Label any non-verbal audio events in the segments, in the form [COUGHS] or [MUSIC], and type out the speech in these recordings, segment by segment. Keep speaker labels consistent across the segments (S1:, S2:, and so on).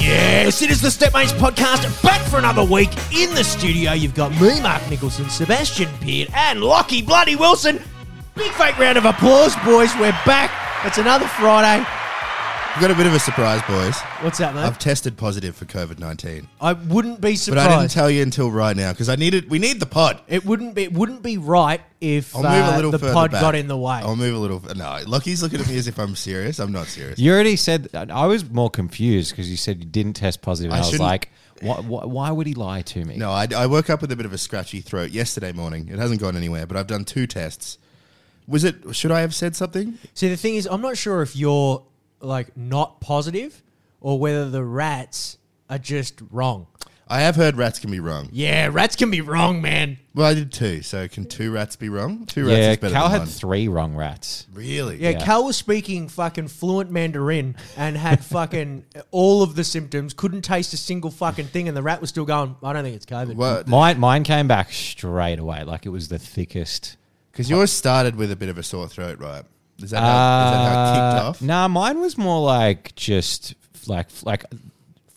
S1: Yes, it is the Step Mates podcast back for another week. In the studio, you've got me, Mark Nicholson, Sebastian Beard, and Lockie Bloody Wilson. Big fake round of applause, boys. We're back. It's another Friday.
S2: I've got a bit of a surprise, boys.
S1: What's that, mate?
S2: I've tested positive for COVID nineteen,
S1: I wouldn't be
S2: but
S1: surprised.
S2: I didn't tell you until right now because I needed. We need the pod.
S1: it wouldn't be. It wouldn't be right if
S2: I'll move
S1: uh,
S2: a little
S1: the
S2: further
S1: pod
S2: back.
S1: got in the way.
S2: I'll move a little. No, Lucky's looking at me as if I'm serious. I'm not serious.
S3: You already said. I was more confused because you said you didn't test positive. And
S2: I
S3: I, was
S2: shouldn't-
S3: like, why, why, why would he lie to me?
S2: No, I, I woke up with a bit of a scratchy throat yesterday morning. It hasn't gone anywhere, but I've done two tests. Was it? Should I have said something?
S1: See, the thing is, I'm not sure if you're like not positive or whether the rats are just wrong.
S2: I have heard rats can be wrong.
S1: Yeah, rats can be wrong, man.
S2: Well, I did two. So can two rats be wrong? Two rats
S3: Yeah,
S2: is better
S3: Cal
S2: than
S3: had
S2: one.
S3: three wrong rats.
S2: really?
S1: Yeah,
S3: Yeah.
S1: Cal was speaking fucking fluent Mandarin and
S2: [LAUGHS]
S1: had fucking all of the symptoms, couldn't taste a single fucking thing, and the rat was still going, I don't think it's COVID.
S2: Well,
S3: Mine, mine came back straight away. Like it was the thickest.
S2: because yours started with a bit of a sore throat, right? Is that how, is that how it kicked
S3: Uh,
S2: off?
S3: Nah, mine was more like just like like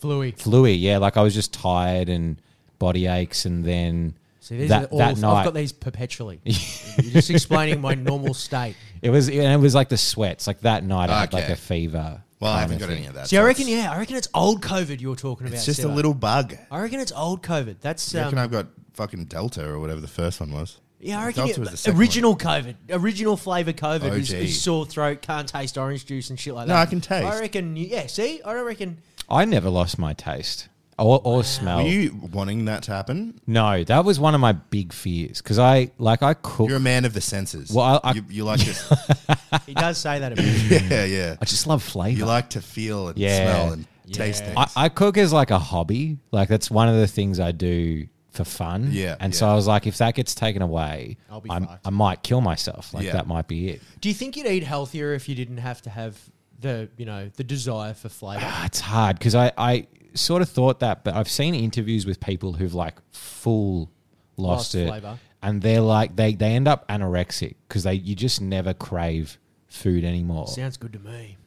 S1: Fluey.
S3: fluey. Yeah, like I was just tired and body aches, and then
S1: See, these
S3: that
S1: are all,
S3: that
S1: I've
S3: night
S1: got these perpetually.
S2: [LAUGHS]
S1: You're just explaining my normal state.
S3: it was and it was like the sweats. Like that night, I had like
S2: Okay.
S3: a fever.
S2: Well, I
S3: kind
S2: haven't
S3: of
S2: got
S3: thing.
S2: any of that.
S1: See, I
S2: so
S1: reckon,
S2: it's-
S1: yeah, I reckon it's old COVID you're talking about.
S2: It's just a
S1: Sebo.
S2: little bug.
S1: I reckon it's old COVID. That's
S2: I
S1: um,
S2: reckon I've got fucking Delta or whatever the first one was.
S1: Yeah, I reckon
S2: Delta
S1: you-
S2: was the second
S1: original COVID, original flavor COVID is,
S2: OG.
S1: is sore throat, can't taste orange juice and shit like that.
S2: No, I can taste.
S1: I reckon, you- yeah. See, I don't reckon.
S3: I never lost my taste or, or smell.
S2: Were you wanting that to happen?
S3: No, that was one of my big fears because I like I cook.
S2: You're a man of the senses.
S3: Well, I- I-
S2: you, you like
S3: [LAUGHS]
S2: to, [LAUGHS]
S1: He does say that. A bit.
S2: yeah, yeah.
S3: I just love flavor.
S2: You like to feel and
S3: Yeah.
S2: smell and taste things.
S3: I, I cook as like a hobby. Like that's one of the things I do for fun.
S2: Yeah,
S3: and so
S2: yeah.
S3: I was like, if that gets taken away,
S1: I'll be
S3: I'm,
S1: fucked.
S3: I might kill myself. Like
S2: Yeah.
S3: that might be it.
S1: Do you think you'd eat healthier if you didn't have to have the you know the desire for
S2: [SIGHS]
S1: flavor?
S3: Ah, It's hard because I I sort of thought that, but I've seen interviews with people who've like full
S1: Lost
S3: lost, it,
S1: flavour.
S3: and they're like they they end up anorexic because they you just never crave food anymore.
S1: Sounds good to me.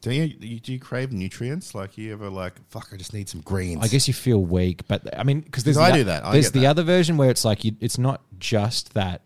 S2: do you, you do you crave nutrients? Like you ever like fuck? I just need some greens.
S3: I guess you feel weak, but I mean, because there's
S2: 'Cause I
S3: the-
S2: do that. I
S3: there's
S2: get
S3: the
S2: that.
S3: other version where it's like you, it's not just that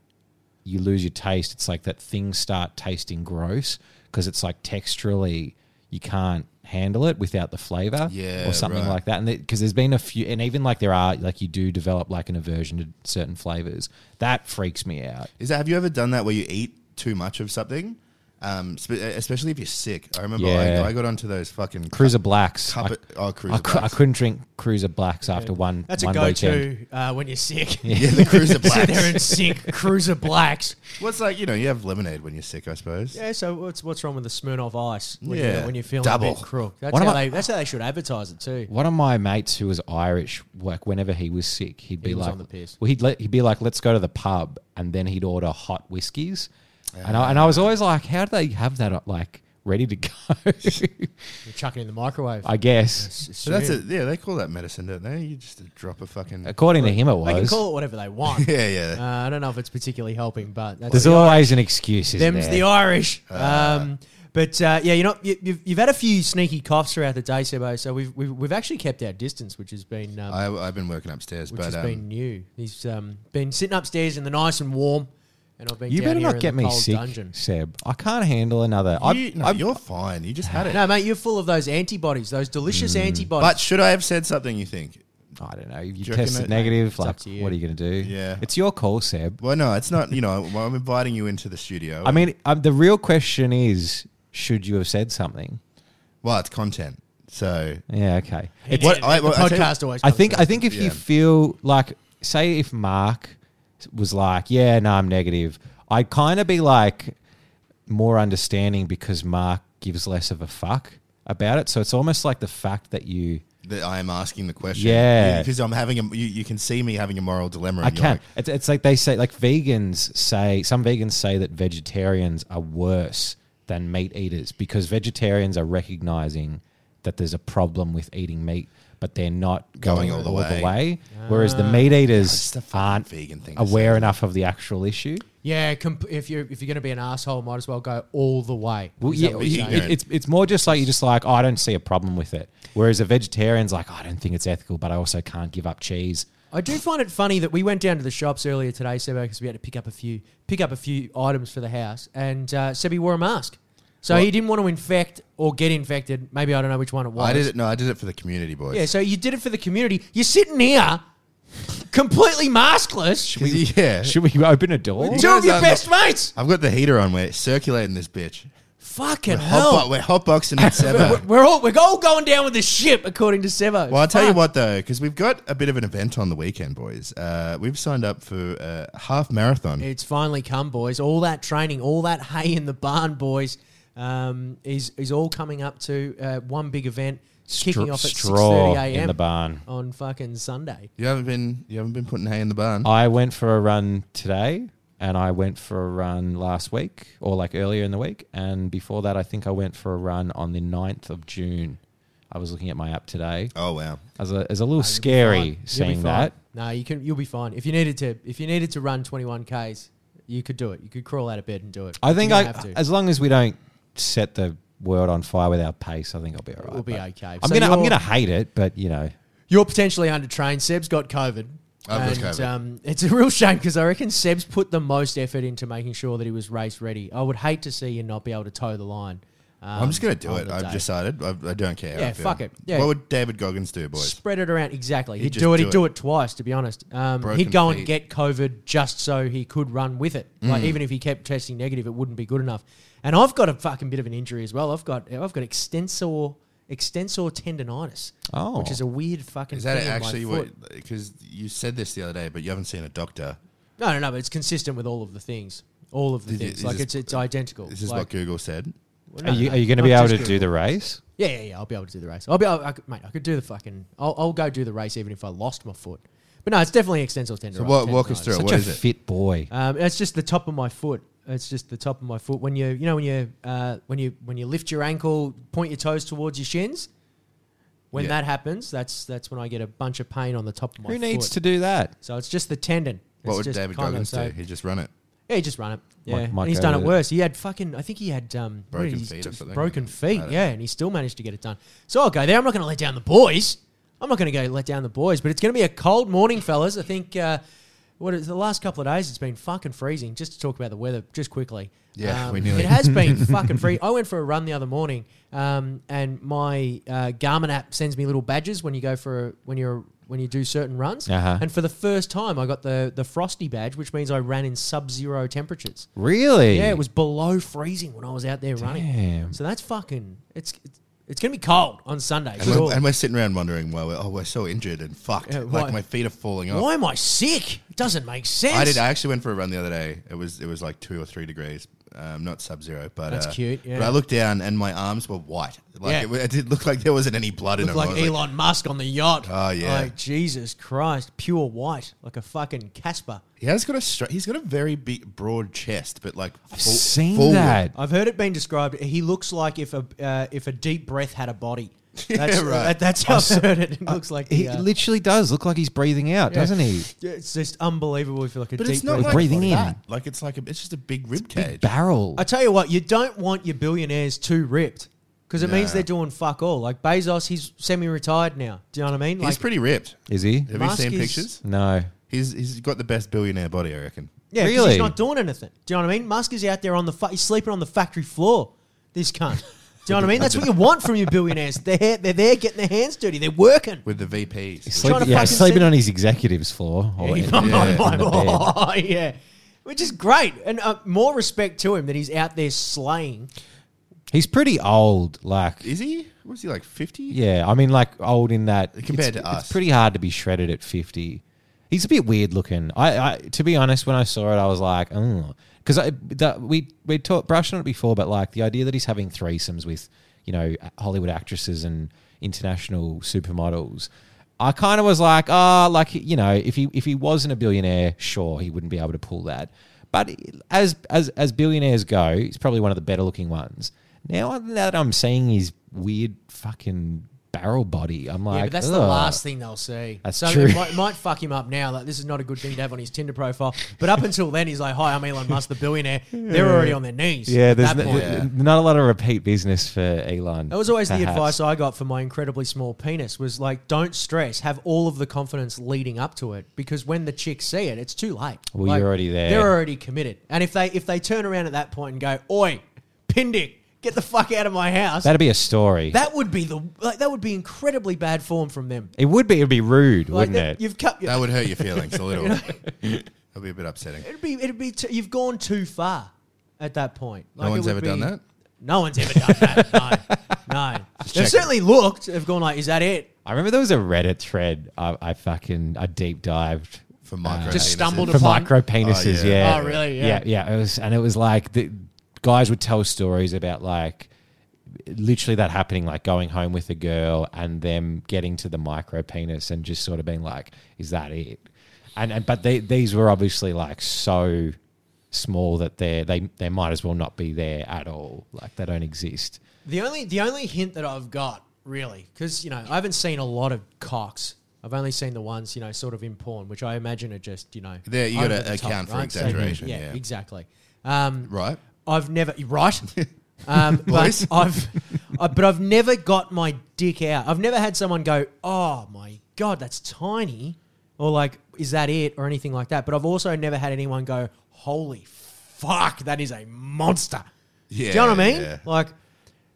S3: you lose your taste; it's like that things start tasting gross because it's like texturally you can't handle it without the flavor,
S2: Yeah,
S3: or something
S2: right.
S3: like that. And because there's been a few, and even like there are like you do develop like an aversion to certain flavors. That freaks me out.
S2: Is that have you ever done that where you eat too much of something? Um, spe- especially if you're sick. I remember
S3: Yeah.
S2: I, I got onto those fucking
S3: Cruiser blacks.
S2: cup.
S3: I,
S2: oh, cruiser.
S3: I cou- I
S2: blacks.
S3: couldn't drink cruiser blacks after one.
S1: That's
S3: one
S1: a
S3: Weekend.
S1: go-to uh, when you're
S3: [LAUGHS]
S1: sick.
S2: yeah, the
S1: [LAUGHS]
S2: cruiser
S1: Sit there
S2: blacks.
S1: and sink cruiser
S2: [LAUGHS]
S1: blacks.
S2: What's it's like you know you have lemonade when you're sick, I suppose.
S1: Yeah, so what's what's wrong with the Smirnoff Ice? When
S2: Yeah.
S1: you're, when you're feeling a
S2: Double.
S1: bit crook. That's
S3: What
S1: how
S3: am I-
S1: they that's how they should advertise it too.
S3: One of my mates who was Irish, like whenever he was sick, he'd be
S1: was
S3: like,
S1: on the piss.
S3: "Well, he'd let, he'd be like, let's go to the pub," and then he'd order hot whiskies, and I, and I was
S1: Ah.
S3: always like, "How do they have that uh, like ready to go?" [LAUGHS]
S1: You're chucking it in the microwave.
S3: I guess,
S2: So that's it. Yeah, they call that medicine, don't they? You just drop a fucking.
S3: according to him, it
S1: They can
S3: was.
S1: call it whatever they want.
S2: [LAUGHS] Yeah, yeah.
S1: Uh, I don't know if it's particularly helping, but that's
S3: There's
S1: the,
S3: always an excuse. Isn't
S1: them's
S3: there?
S1: the Irish. um, but uh, yeah, you know, you, you've, you've had a few sneaky coughs throughout the day, Sebo. So we've we've, we've actually kept our distance, which has been um,
S2: I, I've been working upstairs,
S1: which
S2: but
S1: has
S2: um,
S1: been new. He's um, been sitting upstairs in the nice and warm, and I've been
S3: you
S1: down
S3: better
S1: here
S3: not
S1: in
S3: get
S1: the
S3: me
S1: cold
S3: sick,
S1: dungeon.
S3: Seb. I can't handle another. I,
S2: you, no,
S3: I,
S2: you're fine. You just had it.
S1: No, mate, you're full of those antibodies, those delicious
S3: Mm.
S1: antibodies.
S2: But should I have said something? You think?
S3: I don't know. You
S2: you
S3: tested
S2: reckon it-
S3: negative.
S1: up
S3: Like,
S1: to you.
S3: what are you going to do?
S2: Yeah.
S3: it's your call, Seb.
S2: Well, no, it's not. You know, [LAUGHS] well, I'm inviting you into
S1: Oh,
S2: the studio.
S3: I mean, um, the real question is, should you have said something?
S2: well, it's content. So
S3: Yeah, okay.
S1: It's-
S2: What- I-
S1: the
S2: what- I tell you-
S1: podcast always.
S3: I
S1: comes
S3: think
S1: first.
S3: I think if
S2: Yeah.
S3: you feel like, say, if Mark was like, "Yeah, no, I'm negative," I'd kind of be like more understanding because Mark gives less of a fuck about it. So it's almost like the fact that you,
S2: that I am asking the question.
S3: Yeah.
S2: because I'm having a. You, you can see me having a moral dilemma.
S3: I
S2: And you're
S3: can.
S2: like,
S3: It's, it's like they say, like vegans say, some vegans say that vegetarians are worse than meat eaters because vegetarians are recognizing that there's a problem with eating meat. but they're not
S2: Going
S3: going,
S2: all
S3: all,
S2: the way.
S3: the
S2: Ah.
S3: way. Whereas the meat eaters
S2: the fucking
S3: aren't
S2: vegan thing to
S3: aware enough of the actual issue.
S1: Yeah, comp- if you're if you're going to be an asshole, might as well go all the way.
S3: Well,
S1: Is that
S3: yeah,
S1: what you're
S3: it-
S1: saying?
S2: saying?
S3: it's it's more just like you're just like oh, I don't see a problem with it. Whereas a vegetarian's like "Oh, I don't think it's ethical, but I also can't give up cheese. [LAUGHS]
S1: I do find it funny that we went down to the shops earlier today, Sebo, because we had to pick up a few pick up a few items for the house, and uh, Sebi wore a mask, so he didn't want to infect or get infected. Maybe I don't know which one it was.
S2: "Oh, I did it. No, I did it for the community boys.
S1: Yeah, so you did it for the community. You're sitting here completely maskless.
S2: [LAUGHS] 'Cause, [LAUGHS] yeah.
S3: Should we open a door?
S1: Two of your best mates.
S2: I've got the heater on. We're circulating this bitch.
S1: Fucking
S2: Hot
S1: hell.
S2: bo- we're hotboxing at
S1: We're,
S2: Sebo.
S1: we're all we're all going down with the ship, according to Sebo.
S2: Well, I'll tell you
S1: Fuck.
S2: what, though, because we've got a bit of an event on the weekend, boys. Uh, we've signed up for a half marathon.
S1: It's finally come, boys. All that training, all that hay in the barn, boys, um, is is all coming up to uh, one big event, kicking
S3: Str-
S1: off at six
S3: straw
S1: thirty a.m.
S3: in the barn.
S1: on fucking Sunday.
S2: You haven't been you haven't been putting hay in the barn.
S1: Oh.
S3: I went for a run today and I went for a run last week or like earlier in the week. And before that, I think I went for a run on the 9th of June. I was looking at my app today.
S2: Oh wow!
S3: I was a, it was a little
S1: Fine.
S3: scary
S1: Ah, You'll be
S3: seeing
S1: fine.
S3: that.
S1: No, you can. You'll be fine. If you needed to, if you needed to run twenty one k's, you could do it. You could crawl out of bed and do it.
S3: I think
S1: you don't
S3: I, as long as we don't set the world on fire with our pace, I think I'll be all right.
S1: We'll be
S3: But
S1: okay.
S3: I'm
S1: So
S3: gonna I'm
S1: you're-
S3: gonna hate it, but you know,
S1: You're potentially under trained. Seb's got COVID.
S2: I've
S1: and,
S2: got COVID.
S1: Um, it's a real shame because I reckon Seb's put the most effort into making sure that he was race ready. I would hate to see you not be able to toe the line. Um,
S2: I'm just gonna do
S1: on
S2: it.
S1: the
S2: I've
S1: day.
S2: decided. I, I don't care. how
S1: Yeah,
S2: I feel.
S1: fuck it. Yeah.
S2: What would David Goggins do, boys?
S1: spread it around. Exactly. He'd,
S2: just
S1: do it.
S2: do
S1: he'd
S2: it.
S1: do it twice, to be honest. Um,
S2: Broken
S1: he'd go and
S2: feet. Mm.
S1: get COVID just so he could run with it. Like even if he kept testing negative, it wouldn't be good enough. And I've got a fucking bit of an injury as well. I've got I've got extensor extensor tendonitis.
S3: Oh.
S1: which is a weird fucking.
S2: Is that
S1: thing in my
S2: actually
S1: foot.
S2: what? Because you said this the other day, but you haven't seen a doctor.
S1: No, no, no, but it's consistent with all of the things. All of the
S2: Is it-
S1: things.
S2: is
S1: like
S2: this-
S1: it's it's identical.
S2: This is
S1: like,
S2: what Google said.
S3: are you are you gonna
S1: Not
S3: be able
S1: just
S3: to do the race?
S1: Yeah, yeah, yeah. I'll be able to do the race. I'll be, I'll, I, could- mate. I could do the fucking. I'll, I'll go do the race even if I lost my foot. But no, it's definitely extensor tendonitis.
S2: So wa- walk us
S1: tendonitis.
S2: through it.
S3: Such
S2: What
S3: a
S2: is it?
S3: fit boy.
S1: Um, it's just the top of my foot. It's just the top of my foot. When you, you know, when you, uh, when you, when you lift your ankle, point your toes towards your shins. When
S2: Yeah.
S1: that happens, that's that's when I get a bunch of pain on the top of my
S3: Who
S1: foot.
S3: needs to do that?
S1: So it's just the tendon.
S2: What
S1: It's
S2: would
S1: just
S2: David
S1: kind of-
S2: Goggins
S1: so-
S2: do? He'd just run it.
S1: Yeah, he just run it. Yeah,
S3: Might- might
S1: and he's
S3: go
S1: done it
S3: with it.
S1: worse. He had fucking. I think he had um, what
S2: Broken
S1: did he-
S2: feet or something.
S1: Broken
S2: I
S1: feet.
S2: don't
S1: Yeah, and he still managed to get it done. So I'll go there. I'm not going to let down the boys. I'm not going to go let down the boys. But it's going to be a cold morning, fellas. I think. Uh, what is the last couple of days? It's been fucking freezing. Just to talk about the weather, just quickly.
S2: Yeah,
S1: Um,
S2: we nearly-
S1: it has
S3: [LAUGHS]
S1: been fucking free. I went for a run the other morning, um, and my uh, Garmin app sends me little badges when you go for a, when you're when you do certain runs.
S3: Uh-huh.
S1: And for the first time, I got the the frosty badge, which means I ran in sub-zero temperatures.
S3: Really?
S1: Yeah, it was below freezing when I was out there running.
S3: Damn.
S1: So that's fucking. It's it's, it's gonna be cold on Sunday.
S2: And we're,
S1: surely.
S2: and we're sitting around wondering why we're, oh, we're so injured and fucked.
S1: Yeah, why-
S2: like my feet are falling off.
S1: Why am I sick? It doesn't make sense.
S2: I did. I actually went for a run the other day. It was it was like two or three degrees, um, not sub zero, but
S1: That's
S2: uh,
S1: cute, yeah.
S2: But I looked down and my arms were white. Like
S1: Yeah.
S2: it, wa- it did look like there wasn't any blood in
S1: Looked
S2: them. I
S1: like
S2: was
S1: Elon Musk on the yacht.
S2: Oh, yeah.
S1: Like Jesus Christ, pure white, like a fucking Casper.
S2: he has got a stra- he's got a very big, broad chest, but like I've
S3: seen that.
S1: I've heard it being described. He looks like if a uh, if a deep breath had a
S2: [LAUGHS]
S1: body. That's,
S2: right.
S1: that- that's how I've heard it. It looks like
S3: He
S1: the, uh,
S3: literally does look like he's breathing out, doesn't he?
S1: Yeah, It's just unbelievable. If you like a
S2: But
S1: deep
S2: it's not
S1: breath.
S2: like
S3: breathing in.
S2: that. Like it's like a, it's just a big rib cage.
S3: Barrel.
S1: I tell you what, you don't want your billionaires too ripped because it means
S2: No.
S1: they're doing fuck all. Like Bezos, he's semi-retired now. Do you know what I mean?
S2: He's
S1: Like,
S2: pretty ripped.
S3: Is he?
S2: Have
S1: Musk
S2: you seen
S1: is-
S2: pictures?
S3: No.
S2: He's he's got the best billionaire body, I reckon.
S1: yeah, 'cause
S3: Really?
S1: he's not doing anything. Do you know what I mean? Musk is out there on the fa- he's sleeping on the factory floor. This cunt. Do you know what I mean? That's what you want from your billionaires. They're they're there getting their hands dirty. They're working.
S2: With the VPs,
S1: Trying
S3: Sleep,
S1: to
S3: yeah,
S1: fucking
S3: sleeping
S1: send-
S3: on his executive's floor.
S1: [LAUGHS]
S3: Or on the
S1: yeah. Which is great, and uh, more respect to him that he's out there slaying.
S3: He's pretty old. Like,
S2: is he? Was he like fifty?
S3: yeah, I mean, like old in that
S2: Compared
S3: it's-
S2: to us.
S3: it's pretty hard to be shredded at fifty. He's a bit weird looking. I, I to be honest, when I saw it, I was like, oh, because I that, we we talked brushed on it before, but like the idea that he's having threesomes with you know Hollywood actresses and international supermodels. I kind of was like, ah, like you know, if he if he wasn't a billionaire, sure, he wouldn't be able to pull that. But as as as billionaires go, he's probably one of the better looking ones. Now that I'm seeing his weird fucking barrel body. I'm like,
S1: yeah, but that's the
S3: "Ugh."
S1: last thing they'll see.
S3: That's
S1: so
S3: true.
S1: It might, might fuck him up now. Like this is not a good thing to have on his Tinder profile. But up until then, he's like, "Hi, I'm Elon Musk, the
S3: [LAUGHS]
S1: billionaire." They're already on their knees.
S3: Yeah,
S1: at
S3: there's
S1: that
S3: n-
S1: point.
S3: n- not a lot of repeat business for Elon.
S1: That was always the
S3: perhaps.
S1: advice I got for my incredibly small penis was like, don't stress, have all of the confidence leading up to it because when the chicks see it, it's too late.
S3: Well,
S1: Like,
S3: you're already there.
S1: They're already committed. And if they if they turn around at that point and go, "Oi, Pindick, get the fuck out of my house,"
S3: That'd be a story.
S1: that would be the like, that would be incredibly bad form from them.
S3: it would be. It'd be rude,
S1: Like
S3: wouldn't
S1: that-
S3: it?
S1: you've cut
S2: That would hurt your feelings
S1: [LAUGHS]
S2: a little. That'd be a bit upsetting.
S1: it'd be it'd be too, you've gone too far at that point. Like,
S2: no
S1: it
S2: one's
S1: would
S2: ever done
S1: be-
S2: that.
S1: No one's ever done
S2: [LAUGHS]
S1: that. No, no. They've
S2: checking.
S1: certainly looked. They've gone like, "Is that it?"
S3: I remember there was a Reddit thread. I, I fucking I deep dived
S2: For micro
S1: Just
S2: penises.
S1: stumbled
S3: for
S1: Fun.
S3: micro penises.
S2: Oh, yeah.
S3: yeah.
S1: Oh, really?
S3: Yeah. yeah, It was, and it was like the guys would tell stories about like literally that happening, like going home with a girl and them getting to the micro penis and just sort of being like, "Is that it?" And, and but they, these were obviously like so small that they they they might as well not be there at all. Like they don't exist.
S1: The only the only hint that I've got really, because you know I haven't seen a lot of cocks. I've only seen the ones you know sort of in porn, which I imagine are just you know.
S2: There, you
S1: over
S2: gotta
S1: the top,
S2: account for
S1: right? So,
S2: exaggeration, yeah.
S1: exactly. Um,
S2: Right?
S1: I've never
S2: [LAUGHS]
S1: right. Um, but
S2: Boys.
S1: [LAUGHS] I've, I, but I've never got my dick out. I've never had someone go, "Oh my god, that's tiny," or like, "Is that it?" or anything like that. But I've also never had anyone go, "Holy fuck, that is a monster."
S2: Yeah.
S1: Do you know what I mean?
S2: yeah.
S1: Like,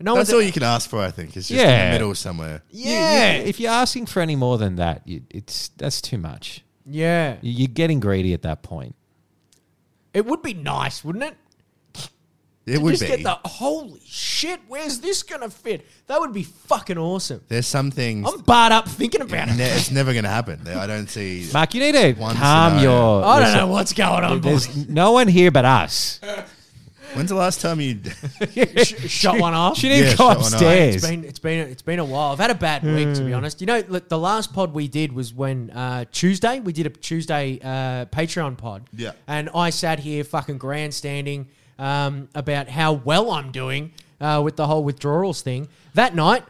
S1: no
S2: That's
S1: one's
S2: all you can ask for, I think. It's just in
S3: Yeah.
S2: the middle somewhere.
S3: You- you-
S1: Yeah,
S3: if you're asking for any more than that, you, it's that's too much.
S1: yeah.
S3: You- You're getting greedy at that point.
S1: It would be nice, wouldn't it?
S2: It
S1: To
S2: would
S1: just
S2: be.
S1: get the holy shit. Where's this gonna fit? That would be fucking awesome.
S2: There's some things. [LAUGHS]
S1: I'm barred up thinking about it.
S2: ne- it's never going to happen. I don't see.
S3: Mark, you need to
S2: One
S3: calm
S2: scenario.
S3: your.
S1: I don't
S3: your-
S1: know what's going on, boys.
S3: There's no one here but us.
S2: When's the last time you?
S1: Sh- [LAUGHS] shut one off.
S3: She didn't
S2: Yeah,
S3: go
S2: shut one
S1: It's
S3: upstairs.
S1: been it's been it's been a while. I've had a bad week
S3: Hmm.
S1: to be honest. You know, look, the last pod we did was when uh, Tuesday. We did a Tuesday uh, Patreon pod.
S2: Yeah.
S1: And I sat here fucking grandstanding um, about how well I'm doing uh, with the whole withdrawals thing. That night,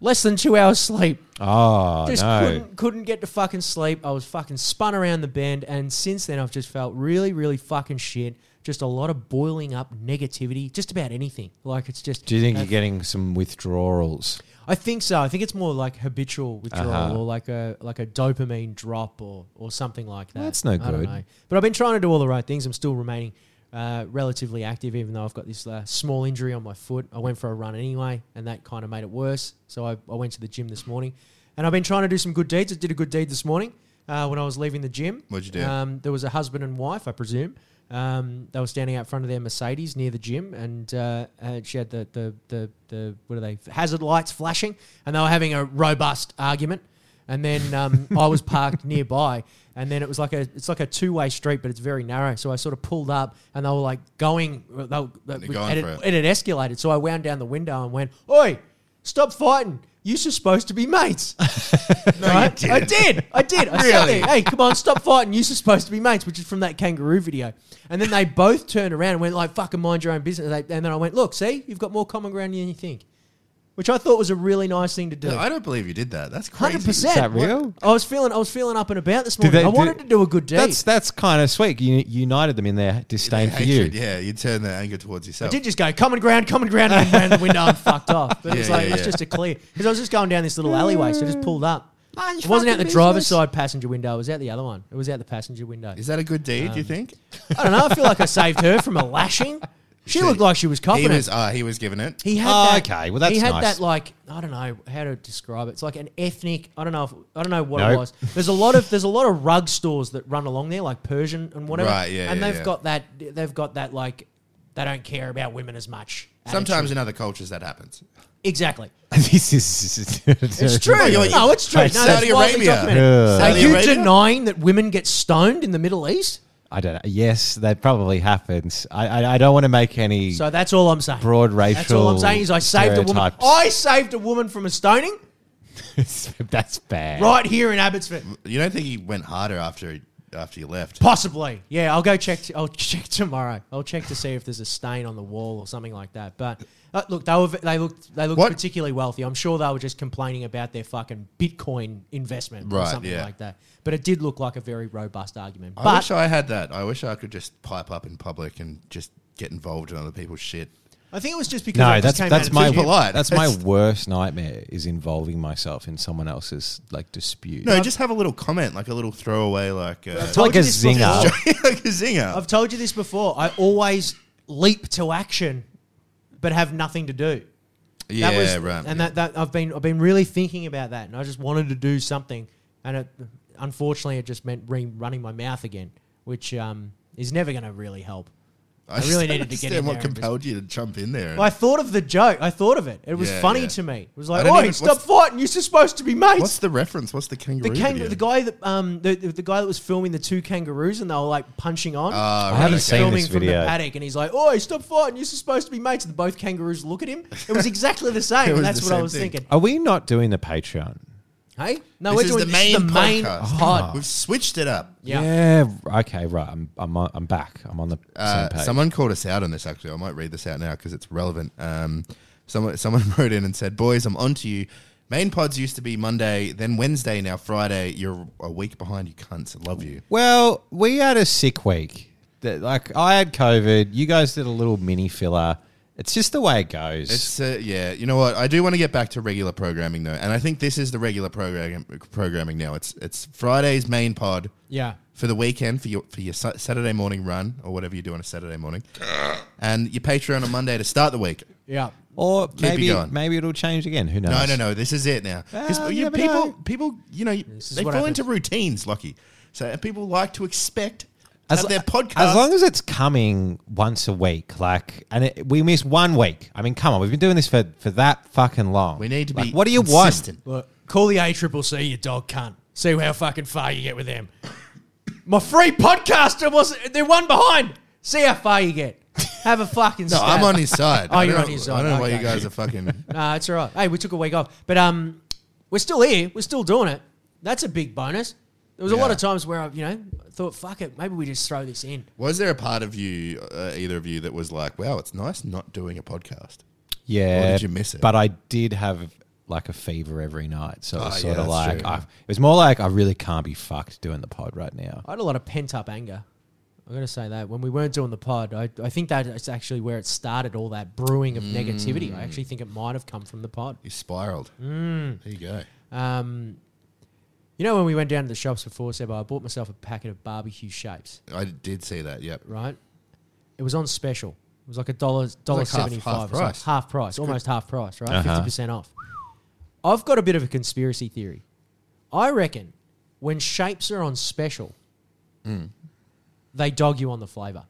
S1: less than two hours sleep.
S3: Oh
S1: Just
S3: no!
S1: couldn't couldn't get to fucking sleep. I was fucking spun around the bend, and since then I've just felt really really fucking shit. Just a lot of boiling up negativity, just about anything. Like it's just.
S3: Do you think
S1: uh,
S3: you're getting some withdrawals?
S1: I think so. I think it's more like habitual withdrawal
S3: Uh-huh.
S1: or like a like a dopamine drop or or something like that.
S3: That's no
S1: I don't
S3: good.
S1: know. But I've been trying to do all the right things. I'm still remaining uh, relatively active, even though I've got this uh, small injury on my foot. I went for a run anyway, and that kind of made it worse. So I, I went to the gym this morning, and I've been trying to do some good deeds. I did a good deed this morning uh, when I was leaving the gym.
S2: What'd you do?
S1: Um, there was a husband and wife, I presume. Um, they were standing out front of their Mercedes near the gym, and uh, uh, she had the, the the the what are they hazard lights flashing, and they were having a robust argument. And then
S2: [LAUGHS]
S1: um, I was parked nearby, and then it was like a it's like a two way street, but it's very narrow. So I sort of pulled up, and they were like going, they were,
S2: They're going
S1: and,
S2: for
S1: it,
S2: it.
S1: and it escalated. So I wound down the window and went, "Oi, stop fighting! You're supposed to be
S2: [LAUGHS]
S1: mates." right? I did. I did. I sat
S2: Really?
S1: there. Hey, come on, stop fighting. You're supposed to be mates, which is from that kangaroo video. And then they both turned around and went like, "Fucking mind your own business." And they- and then I went, "Look, see, you've got more common ground than you think," which I thought was a really nice thing to do.
S2: No, [LAUGHS] I don't believe you did that. That's crazy.
S1: Hundred percent.
S3: Is that real?
S1: I was feeling. I was feeling up and about this
S3: Did
S1: morning.
S3: they-
S1: I wanted
S3: did-
S1: to do a good deed.
S3: That's that's kind of sweet. You you united them in their disdain for you.
S2: Hatred, Yeah, you turn the anger
S1: I
S2: towards yourself.
S1: did just go common ground, common ground, and ran the window and fucked off. But it was
S2: Yeah,
S1: like
S2: yeah,
S1: it's
S2: yeah.
S1: just a clear because I was just going down this little alleyway, so I just pulled up.
S3: Mind
S1: It
S3: your
S1: wasn't out the
S3: fucking
S1: driver's
S3: business.
S1: side passenger window. It was out the other one. It was out the passenger window.
S2: Is that a good deed?
S1: Um,
S2: you think?
S1: I don't know. I feel like I saved her from a lashing. She looked like she was
S2: He
S1: confident.
S2: was. Ah, he was giving it.
S1: He had
S3: Oh,
S1: that.
S3: okay. Well, that's
S1: he had
S3: nice.
S1: that like I don't know how to describe it. It's like an ethnic. I don't know. If, I don't know what it
S3: Nope.
S1: was. There's a lot of there's a lot of rug stores that run along there, like Persian and whatever.
S2: Right, yeah,
S1: And
S2: yeah,
S1: they've
S2: yeah.
S1: got that. They've got that like they don't care about women as much.
S2: Sometimes
S1: attitude.
S2: in other cultures that happens.
S1: exactly.
S3: [LAUGHS] this is [LAUGHS]
S1: It's true.
S2: you're-
S1: no, it's true. No,
S2: Like
S1: that's
S2: Saudi
S1: widely
S2: Arabia.
S1: documented.
S3: Yeah.
S1: Are
S2: Saudi
S1: you
S2: Arabia?
S1: denying that women get stoned in the Middle East?
S3: I don't know. Yes, that probably happens. I I, I don't want to make any
S1: So that's all I'm saying.
S3: broad racial.
S1: That's all I'm saying is I saved a woman. I saved a woman from a stoning
S3: stereotypes. [LAUGHS] that's bad.
S1: right here in Abbotsford.
S2: You don't think he went harder after he after you left.
S1: Possibly. Yeah, I'll go check. T- I'll [LAUGHS] check tomorrow. I'll check to see if there's a stain on the wall or something like that. But uh, look, they were they looked they looked
S2: What?
S1: particularly wealthy. I'm sure they were just complaining about their fucking Bitcoin investment or
S2: Right,
S1: something
S2: yeah.
S1: like that. But it did look like a very robust argument.
S2: I
S1: but
S2: wish I had that. I wish I could just pipe up in public and just get involved in other people's shit.
S1: I think it was just because
S3: No,
S1: it just
S3: that's
S1: came
S3: that's
S1: out of
S3: my
S1: the blue.
S2: polite.
S3: that's my
S2: It's-
S3: worst nightmare is involving myself in someone else's like dispute.
S2: No, just have a little comment, like a little throwaway, like uh,
S3: it's like a
S1: Told you this
S3: zinger.
S1: before.
S2: [LAUGHS] like a zinger.
S1: I've told you this before. I always leap to action, but have nothing to do.
S2: yeah,
S1: That was,
S2: right.
S1: And
S2: yeah.
S1: that, that I've been I've been really thinking about that, and I just wanted to do something, and it, unfortunately, it just meant re- running my mouth again, which um, is never going to really help. I
S2: just
S1: really
S2: don't
S1: needed to get
S2: understand
S1: in
S2: what
S1: there and
S2: compelled you to jump in there. and-
S1: Well, I thought of the joke. I thought of it. It was
S2: Yeah,
S1: funny
S2: yeah.
S1: to me. It was
S2: I
S1: like,
S2: don't
S1: "Oi,
S2: even-
S1: stop
S2: what's-
S1: fighting! You're supposed to be mates."
S2: What's the reference? What's the kangaroo?
S1: the kangaroo,
S2: video?
S1: the guy that um, the, the the guy that was filming the two kangaroos and they were like punching on.
S2: Ah,
S1: And
S2: right,
S3: haven't
S1: he's
S3: seen
S1: filming
S3: this
S1: from
S3: video.
S1: the paddock, and he's like, "Oi, stop fighting! You're supposed to be mates." And both kangaroos look at him. It was exactly the [LAUGHS] same.
S2: It was
S1: That's
S2: the
S1: what I
S2: same
S1: was
S2: thing.
S1: thinking.
S3: Are we not doing the Patreon?
S1: Hey, no,
S2: This
S1: we're
S2: is
S1: doing
S2: the
S1: this
S2: main,
S1: is the main
S2: podcast. Ah. Oh.
S1: pod.
S2: We've switched it up.
S1: Yeah.
S3: Okay. Right. I'm I'm on- I'm back. I'm on the
S2: Uh,
S3: same page.
S2: someone called us out on this actually. I might read this out now because it's relevant. Um, someone someone [LAUGHS] wrote in and said, "Boys, I'm on to you. Main pods used to be Monday, then Wednesday, now Friday. You're a week behind. You cunts. I love you."
S3: Well, we had a sick week. That like I had COVID. You guys did a little mini filler. It's just the way it goes.
S2: It's uh, yeah. You know what? I do want to get back to regular programming though, and I think this is the regular program programming now. It's it's Friday's main pod
S1: Yeah.
S2: for the weekend for your for your Sa- Saturday morning run or whatever you do on a Saturday morning, and your Patreon on Monday to start the week.
S1: Yeah.
S3: or
S2: it
S3: maybe
S2: going.
S3: maybe it'll change again. Who knows?
S2: No, no, no. This is it now. 'Cause
S3: Well,
S2: you
S3: you never
S2: people,
S3: know.
S2: people, you know,
S1: is
S2: they fall
S1: what happens.
S2: into routines, Lucky. So and people like to expect
S3: As,
S2: have their podcast.
S3: as long as it's coming once a week, like, and it, we miss one week. I mean, come on, we've been doing this for, for that fucking long.
S2: we need to
S3: Like,
S2: be.
S3: What do you
S2: consistent.
S1: Look, call the A Triple C, you dog cunt. See how fucking far you get with them. My free podcaster was they're one behind. See how far you get. Have a fucking.
S2: No, I'm on his side.
S1: Oh,
S2: I
S1: you're
S2: don't-
S1: on his
S2: I
S1: side.
S2: don't know why
S1: Okay.
S2: you guys are fucking.
S1: Nah, Uh, it's all right. Hey, we took a week off, but um, we're still here. We're still doing it. That's a big bonus. There was a lot
S2: Yeah.
S1: of times where I, you know, thought, fuck it, maybe we just throw this in.
S2: Was there a part of you, uh, either of you, that was like, "Wow, it's nice not doing a podcast"?
S3: Yeah.
S2: Or did you miss it?
S3: But I did have like a fever every night. So it was
S2: Oh,
S3: sort
S2: yeah,
S3: of
S2: that's
S3: like,
S2: true.
S3: I, it was more like, I really can't be fucked doing the pod right now.
S1: I had a lot of pent up anger. I'm gonna say that when we weren't doing the pod, I, I think that is actually where it started all that brewing of negativity. I actually think it might have come from the pod.
S2: You spiraled.
S1: Mm.
S2: There you go.
S1: Um, you know, when we went down to the shops before Sebo, I bought myself a packet of barbecue shapes.
S2: I did see that. Yep.
S1: Right, it was on special. It was like a dollar dollar
S2: like half-
S1: seventy
S2: half
S1: five,
S2: price.
S1: half price, almost half price, right? 50
S3: Uh-huh.
S1: percent off. I've got a bit of a conspiracy theory. I reckon when shapes are on special,
S2: Hmm.
S1: they dog you on the flavour.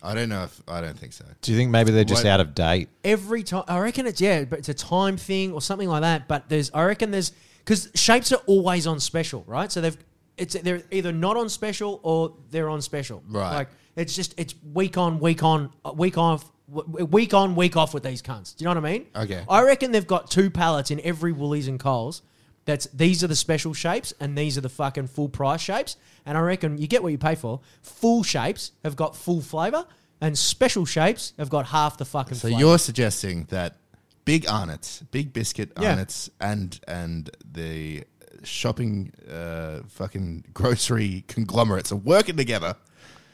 S2: I don't know if I don't think so.
S3: Do you think maybe they're just
S2: Wait.
S3: out of date?
S1: every time. I reckon it's yeah, but it's a time thing or something like that. But there's I reckon there's because shapes are always on special, right? So they've it's they're either not on special or they're on special,
S2: Right.
S1: Like it's just it's week on week on uh, week off w- week on week off with these cunts. Do you know what I mean?
S2: Okay.
S1: I reckon they've got two pallets in every Woolies and Coles. That's these are the special shapes and these are the fucking full price shapes. And I reckon you get what you pay for. Full shapes have got full flavour. And special shapes have got half the fucking.
S2: So
S1: flavour.
S2: you're suggesting that big Arnott's, big biscuit
S1: Yeah.
S2: Arnott's, and and the shopping uh, fucking grocery conglomerates are working together.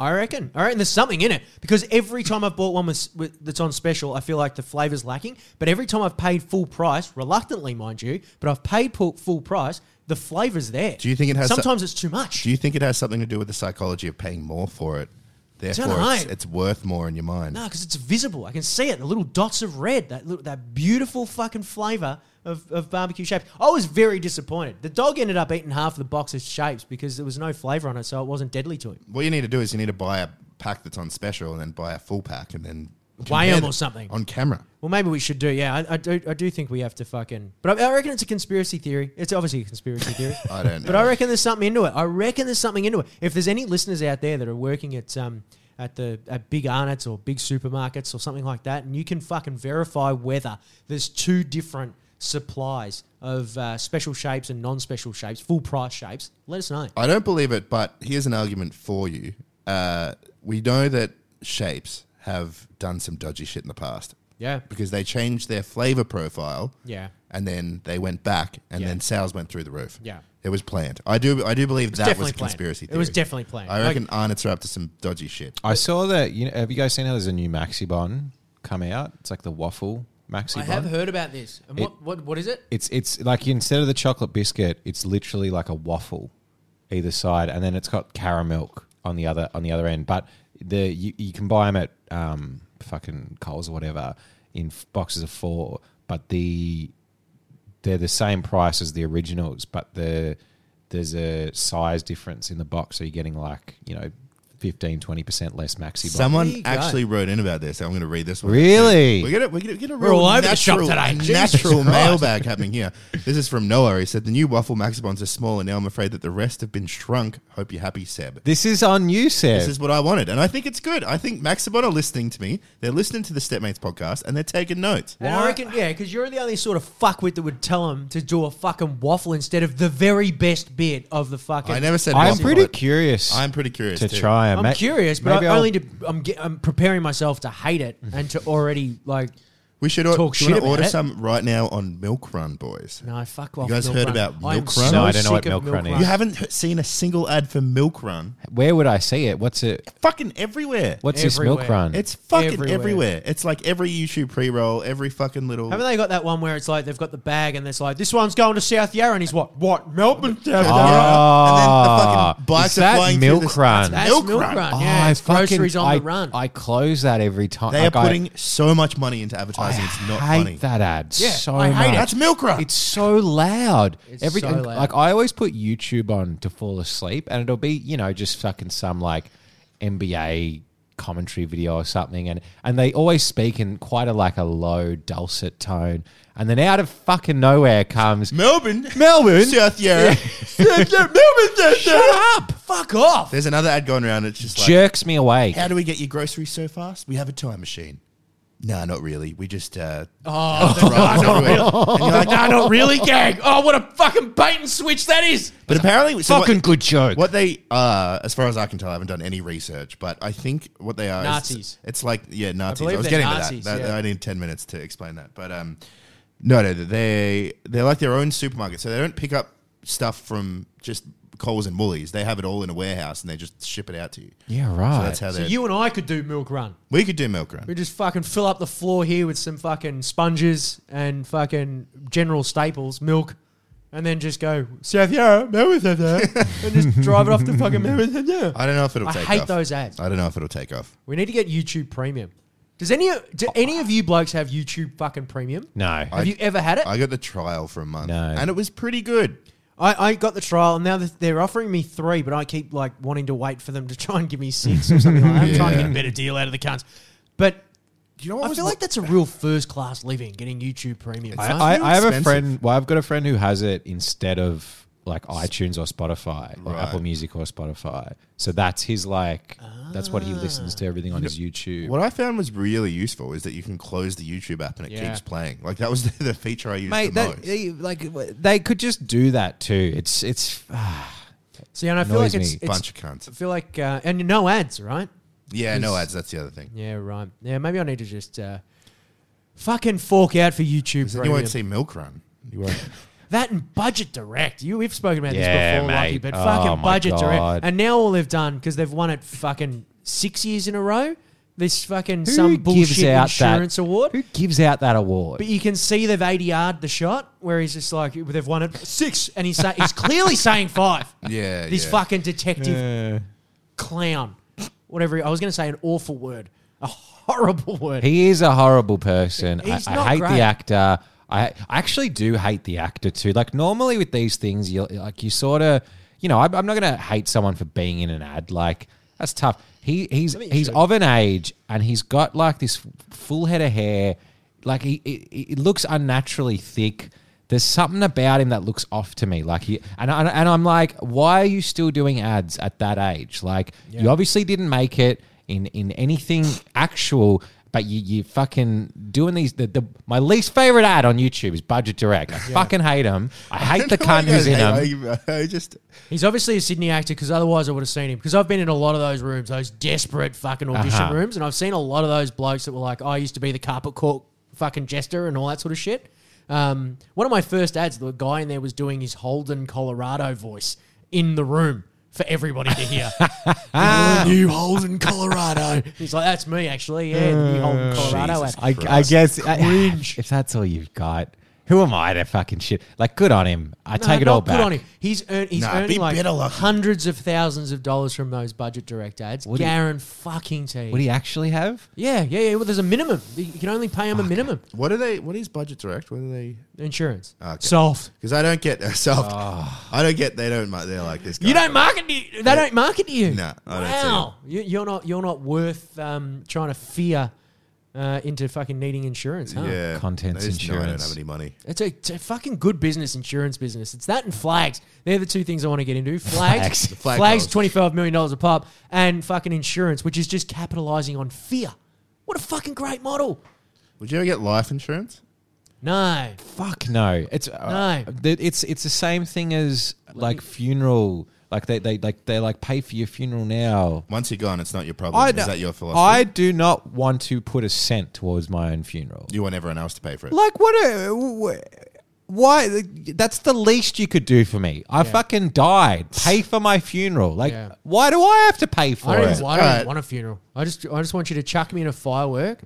S1: I reckon. I reckon there's something in it because every time I've bought one with, with, that's on special, I feel like the flavor's lacking. But every time I've paid full price, reluctantly, mind you, but I've paid full, full price, the flavor's there.
S2: Do you think it has so-
S1: Sometimes it's too much.
S2: Do you think it has something to do with the psychology of paying more for it? Therefore,
S1: know.
S2: it's, it's worth more in your mind.
S1: no, because it's visible. I can see it. The little dots of red, that little, that beautiful fucking flavor of, of barbecue shapes. I was very disappointed. The dog ended up eating half the box of shapes because there was no flavor on it, so it wasn't deadly to him.
S2: What you need to do is you need to buy a pack that's on special, and then buy a full pack, and then
S1: Weigh 'em
S2: compare
S1: or
S2: them
S1: something.
S2: on camera.
S1: Well, maybe we should do. Yeah, I, I do. I do think we have to fucking. But I, I reckon it's a conspiracy theory. It's obviously a conspiracy
S2: [LAUGHS]
S1: theory. [LAUGHS]
S2: I don't know.
S1: But I reckon there's something into it. I reckon there's something into it. If there's any listeners out there that are working at um at the at big Arnott's or big supermarkets or something like that, and you can fucking verify whether there's two different supplies of uh, special shapes and non-special shapes, full price shapes, let us know.
S2: I don't believe it, but here's an argument for you. Uh, we know that shapes have done some dodgy shit in the past
S1: Yeah,
S2: because they changed their flavor profile.
S1: yeah,
S2: and then they went back, and
S1: Yeah.
S2: then sales went through the roof.
S1: Yeah.
S2: it was planned. I do, I do believe that was
S1: definitely
S2: a
S1: planned.
S2: conspiracy
S1: It
S2: theory.
S1: was definitely planned.
S2: I reckon Arnott's are up to some dodgy shit.
S3: I saw that. You know, have you guys seen how there's a new Maxi Bon come out? It's like the waffle Maxi
S1: I
S3: Bon.
S1: have heard about this. And what, what what is it?
S3: It's it's like instead of the chocolate biscuit, it's literally like a waffle either side, and then it's got caramel on the other on the other end. But the you, you can buy them at um, fucking Coles or whatever in f- boxes of four, but the they're the same price as the originals, but the there's a size difference in the box, so you're getting like you know 15 20 percent less maxi. Bon.
S1: There you
S2: Someone
S1: go.
S2: actually wrote in about this. I'm going to read this one.
S3: Really?
S2: We're gonna we're gonna get a
S1: We're
S2: real
S1: all over the shop
S2: natural,
S1: today. Jesus
S2: natural
S1: Christ.
S2: mailbag happening here. This is from Noah. He said the new waffle maxibons are small, and now I'm afraid that the rest have been shrunk. Hope you're happy, Seb.
S3: This is on you, Seb.
S2: This is what I wanted, and I think it's good. I think Maxibon are listening to me. They're listening to the Stepmates podcast, and they're taking notes.
S1: And I reckon, yeah, because you're the only sort of fuckwit that would tell him to do a fucking waffle instead of the very best bit of the fucking.
S2: I never said.
S3: I'm
S2: waffle,
S3: pretty
S2: but
S3: curious.
S2: I'm pretty curious
S3: to
S2: too.
S3: try. and
S1: I'm
S3: ma-
S1: curious, but
S3: maybe
S1: I
S3: I'll-
S1: only to, I'm, ge- I'm preparing myself to hate it and to already like
S2: We should or-
S1: talk
S2: do you wanna
S1: shit about
S2: order
S1: it.
S2: some right now on Milk Run, boys.
S1: no fuck off.
S2: guys
S1: Milk
S2: heard
S1: Run.
S2: about
S1: I am
S2: Milk Run?
S1: so
S3: No, I don't know what
S1: sick of
S3: Milk Run is.
S2: You haven't h- seen a single ad for Milk Run.
S3: Where would I see it? What's it?
S2: Fucking everywhere.
S3: What's this milk
S1: Everywhere.
S3: run?
S2: It's fucking
S1: Everywhere.
S2: everywhere. It's like every YouTube pre roll, every fucking little. [LAUGHS]
S1: Haven't they got that one where it's like they've got the bag and it's like this one's going to South Yarra and he's what what Melbourne South Yarra.
S2: Oh, and then the
S3: Ah,
S2: fucking bikes
S3: is
S2: are
S3: that
S2: flying through
S3: milk
S2: this-
S3: run.
S1: That's milk,
S2: Milk
S1: run.
S2: Run.
S1: Yeah,
S3: Oh, I
S1: it's
S3: fucking-
S1: groceries on
S3: I,
S1: the run.
S3: I close that every time.
S2: they are
S3: Like, I-
S2: putting so much money into
S3: I,
S2: advertising. it's not
S3: hate
S2: funny.
S3: that ad
S1: Yeah,
S3: so
S1: I hate
S3: much.
S1: it.
S2: That's Milk Run.
S3: It's so loud.
S1: [LAUGHS] It's
S3: Every
S1: so
S3: and,
S1: loud.
S3: like I always put YouTube on to fall asleep, and it'll be you know just fucking some like NBA commentary video or something, and and they always speak in quite a like a low dulcet tone, and then out of fucking nowhere comes
S2: Melbourne.
S3: Melbourne. [LAUGHS]
S2: South Yarra.
S1: Melbourne South Yarra. Shut up! Fuck off!
S2: There's another ad going around. It's just like,
S3: jerks me away.
S2: how do we get your groceries so fast? We have a time machine. Nah, not really. We just. Uh,
S1: [LAUGHS] Oh,
S2: drive everywhere. And you're like,
S1: no, not really, gang. Oh, what a fucking bait and switch that is.
S2: But apparently, so
S3: Fucking
S2: what,
S3: good joke.
S2: What they are, as far as I can tell, I haven't done any research, but I think what they are is-
S1: Nazis.
S2: it's like yeah, Nazis. I,
S1: believe
S2: was
S1: they're
S2: getting
S1: Nazis,
S2: to that. that
S1: yeah.
S2: I need ten minutes to explain that, but um, no, no, they they're like their own supermarket, so they don't pick up stuff from just Coles and Woolies. They have it all in a warehouse and they just ship it out to you.
S3: Yeah,
S2: So
S3: right.
S2: that's how
S1: So
S2: they.
S1: you and I could do milk run.
S2: we could do milk run.
S1: We just fucking fill up the floor here with some fucking sponges and fucking general staples, milk, and then just go South Yarra, Melbourne South Yarra,
S2: [LAUGHS]
S1: and just drive it off to fucking Melbourne South Yarra.
S2: I don't know if it'll
S1: I
S2: take
S1: hate
S2: off.
S1: those ads.
S2: I don't know if it'll take off.
S1: We need to get YouTube Premium. Does any do any of you blokes have YouTube fucking Premium?
S3: no.
S1: Have you ever had it?
S2: I got the trial for a month,
S3: No.
S2: and it was pretty good.
S1: I, I got the trial, and now th- they're offering me three, but I keep like wanting to wait for them to try and give me six or something like that. I'm trying to get a better deal out of the cunts. But
S2: Do you know what
S1: I
S2: was
S1: feel like that's a real first class living, getting YouTube Premium.
S2: It's-
S1: huh?
S3: I,
S2: too
S3: I have a
S2: expensive.
S3: friend. Well, I've got a friend who has it instead of like iTunes or Spotify, or
S2: Right.
S3: Apple Music or Spotify. So that's his like. That's what he listens to everything on his YouTube.
S2: Ah. What I found was really useful is that you can close the YouTube app and it
S1: Yeah.
S2: keeps playing. Like that was [LAUGHS] the, the feature I used
S3: Mate,
S2: the
S3: that,
S2: most.
S3: they- like they could just do that too. It's it's. ah.
S1: See, and I feel like
S3: annoys
S1: it's,
S3: me.
S1: it's
S2: Bunch of cunts.
S1: I feel like uh, and no ads, right?
S2: Yeah, no ads. That's the other thing.
S1: Yeah, right. Yeah, maybe I need to just uh, fucking fork out for YouTube
S2: You
S1: Premium.
S2: won't see Milk
S3: [LAUGHS]
S2: Run. You won't.
S1: That and Budget Direct. You we've spoken about this
S3: Yeah,
S1: before, Lucky,
S3: mate.
S1: but
S3: Oh,
S1: fucking
S3: my
S1: Budget
S3: God.
S1: Direct. And now all they've done because they've won it fucking six years in a row. This fucking
S3: Who
S1: some
S3: gives
S1: bullshit
S3: out
S1: insurance
S3: that,
S1: award.
S3: Who gives out that award?
S1: But you can see they've ADR'd the shot where he's just like they've won it six, and he's say, he's clearly saying
S3: [LAUGHS]
S1: five.
S2: Yeah,
S1: this
S2: Uh, yeah. [LAUGHS]
S1: fucking detective
S3: Yeah.
S1: clown, whatever. he- I was going to say an awful word, a horrible word.
S3: He is a horrible person. I,
S1: He's not
S3: I hate
S1: great.
S3: the actor. I, I actually do hate the actor too. Like normally with these things, you like you sort of, you know, I'm, I'm not gonna hate someone for being in an ad. Like that's tough. He he's
S1: I mean, you
S3: he's
S1: should.
S3: of an age and he's got like this full head of hair. Like he it, it looks unnaturally thick. There's something about him that looks off to me. Like he and I, and I'm like, why are you still doing ads at that age? Like
S1: Yeah.
S3: you obviously didn't make it in in anything actual But you, you fucking doing these. The, the my least favorite ad on YouTube is Budget Direct. I fucking hate him. [LAUGHS] I hate the cunt who's in him.
S2: I, I just
S1: He's obviously a Sydney actor because otherwise I would have seen him. Because I've been in a lot of those rooms, those desperate fucking audition
S3: Uh-huh.
S1: rooms, and I've seen a lot of those blokes that were like, I used to be the carpet cork fucking jester and all that sort of shit. Um, one of my first ads, the guy in there was doing his Holden, Colorado voice in the room for everybody to
S2: [LAUGHS]
S1: hear. "The new Holden, Colorado. He's like, that's me actually. Yeah, the new Holden, Colorado.
S2: Jesus
S1: ad."
S3: I, I
S2: Christ.
S3: guess I- [SIGHS] if that's all you've got, who am I to fucking shit? Like, good on him. I
S1: No,
S3: take it
S1: not
S3: all
S1: good
S3: back.
S1: on him. He's, earn, he's
S2: Nah, be
S1: earning like
S2: better lucky.
S1: hundreds of thousands of dollars from those budget direct ads.
S3: Would he-
S1: Garen fucking T.
S3: What do you actually have?
S1: Yeah, yeah, yeah. Well, there's a minimum. You can only pay them a minimum
S2: what are they? What is budget direct? What are they?
S1: insurance.
S2: Okay.
S1: Solved.
S2: Because I don't get [LAUGHS] self.
S3: Ah.
S2: I don't get. They don't. They're like this. Guy.
S1: You don't market to you. They don't market to you.
S2: Nah, I don't see
S1: wow. You, you're not. You're not worth um, trying to fear uh, into fucking needing insurance, huh?
S2: Yeah.
S3: Ah, Contents
S2: They just know I don't
S3: insurance.
S2: have any money.
S1: It's a, it's a fucking good business, insurance business. It's that and flags. They're the two things I want to get into. Flags,
S3: Flags.
S1: flags,
S2: The flag goals.
S1: twenty five million dollars a pop, and fucking insurance, which is just capitalizing on fear. What a fucking great model.
S2: Would you ever get life insurance?
S1: No,
S3: Fuck no. It's uh,
S1: No.
S3: th- It's it's the same thing as like funeral. Like they, they like they like pay for your funeral now.
S2: Once you're gone, it's not your problem.
S3: d-
S2: is that your philosophy?
S3: I do not want to put a cent towards my own funeral.
S2: you want everyone else to pay for it.
S3: Like what? A, wh- why? That's the least you could do for me. I fucking died. Pay for my funeral. Like
S1: Yeah.
S3: why do I have to pay for
S1: I don't,
S3: it?
S1: even, I don't even
S2: Alright.
S1: want a funeral. I just I just want you to chuck me in a firework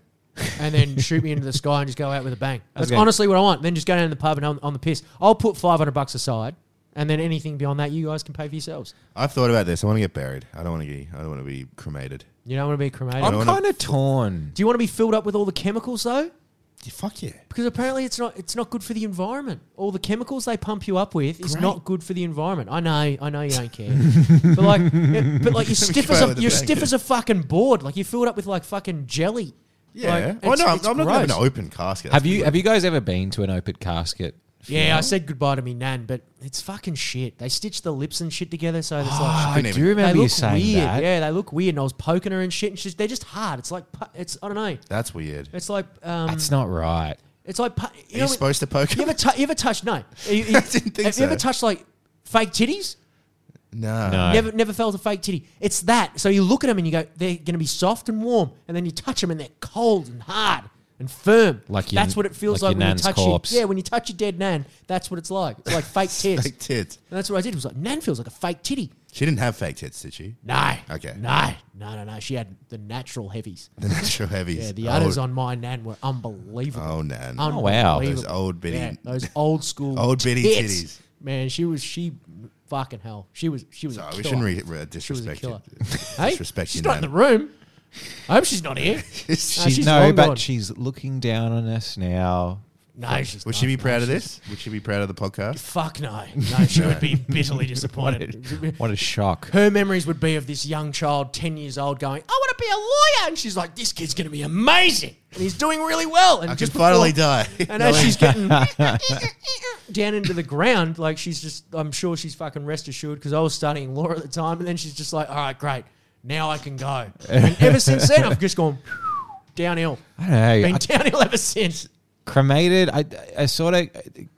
S1: and then shoot me into the sky and just go out with a bang. That's
S3: Okay.
S1: honestly what I want. Then just go down to the pub and on, on the piss. I'll put 500 bucks aside and then anything beyond that you guys can pay for yourselves.
S2: I've thought about this. I want to get buried. I don't want to be. I don't want to be cremated.
S1: You don't want to be cremated.
S3: I'm
S2: wanna-
S3: kind of torn.
S1: Do you want to be filled up with all the chemicals though?
S2: Yeah, fuck yeah.
S1: Because apparently it's not it's not good for the environment. All the chemicals they pump you up with is
S2: Great.
S1: not good for the environment. I know, I know you don't
S2: [LAUGHS]
S1: care, but like, yeah, but like you're stiff
S2: go
S1: as
S2: with
S1: a
S2: the
S1: you're
S2: blanket.
S1: stiff as a fucking board. Like you're filled up with like fucking jelly.
S2: Yeah.
S1: Like,
S2: oh
S1: it's-
S2: no, I'm,
S1: it's
S2: I'm not gonna have an
S1: gross.
S2: open casket.
S3: Have you have you guys ever been to an open casket?
S1: Yeah, I said goodbye to me nan, but it's fucking shit. They stitched the lips and shit together, so it's like
S3: Oh, I
S2: couldn't even-
S3: do
S1: they
S3: remember you
S1: look
S3: saying
S1: weird.
S3: that.
S1: Yeah, they look weird, and I was poking her and shit, and she's they're just hard. It's like pu- it's I don't know.
S2: That's weird.
S1: It's like um,
S3: That's not right.
S1: it's like pu- you
S2: Are
S1: know
S2: you
S1: when-
S2: supposed to poke?
S1: You
S2: him?
S1: ever tou- you ever touched
S2: [LAUGHS]
S1: no? You- you-
S2: I didn't think
S1: have you ever
S2: so.
S1: touched like fake titties?
S2: no.
S3: No.
S1: Never never felt a fake titty. It's that. So you look at them and you go, they're going to be soft and warm, and then you touch them and they're cold and hard and firm.
S3: Like your-
S1: that's what it feels
S3: like
S1: like,
S3: your
S1: when you
S3: nan's
S1: touch
S3: corpse.
S1: your yeah when you touch your dead nan. That's what it's like. It's like
S2: [LAUGHS]
S1: fake tits.
S2: [LAUGHS] Fake tits.
S1: And that's what I did. It was like, Nan feels like a fake titty.
S2: She didn't have fake tits, did she? [LAUGHS]
S1: No.
S2: Okay.
S1: No, no, no, no. She had the natural heavies.
S2: The natural heavies.
S1: Yeah, the others
S2: old,
S1: on my Nan were unbelievable.
S2: Oh nan.
S1: unbelievable.
S3: wow.
S2: Those old bitty-
S1: Yeah, those old school.
S2: Old bitty
S1: tits.
S2: titties.
S1: Man, she was, she, fucking hell. She was, she was a
S2: Sorry,
S1: killer.
S2: we shouldn't re- re-
S1: She was a
S2: disrespect
S1: killer.
S2: you. [LAUGHS]
S1: hey,
S2: disrespect
S1: she's
S2: your
S1: not in
S2: nan.
S1: the room. I hope she's not here.
S2: Is
S1: [LAUGHS] No,
S3: She's,
S1: she's
S3: no,
S1: long
S3: but
S1: gone.
S3: she's looking down on us now.
S1: No, she's
S2: Would
S1: not.
S2: she be
S1: No,
S2: proud of
S1: she's-
S2: this? Would she be proud of the podcast?
S1: Fuck no. No, she would
S2: [LAUGHS]
S1: be bitterly disappointed.
S3: [LAUGHS] What a shock.
S1: her memories would be of this young child, 10 years old, going, I want to be a lawyer. And she's like, this kid's going to be amazing. And he's doing really well. And
S2: I can
S1: just
S2: finally
S1: before-
S2: die.
S1: [LAUGHS] And as she's getting [LAUGHS] down into the ground, like she's just, I'm sure she's fucking rest assured because I was studying law at the time. And then she's just like, all right, great. Now I can
S2: [LAUGHS]
S1: go. And ever since then, I've just gone downhill.
S3: I don't know.
S1: Been
S3: I-
S1: downhill ever since.
S3: cremated. I, I sort of,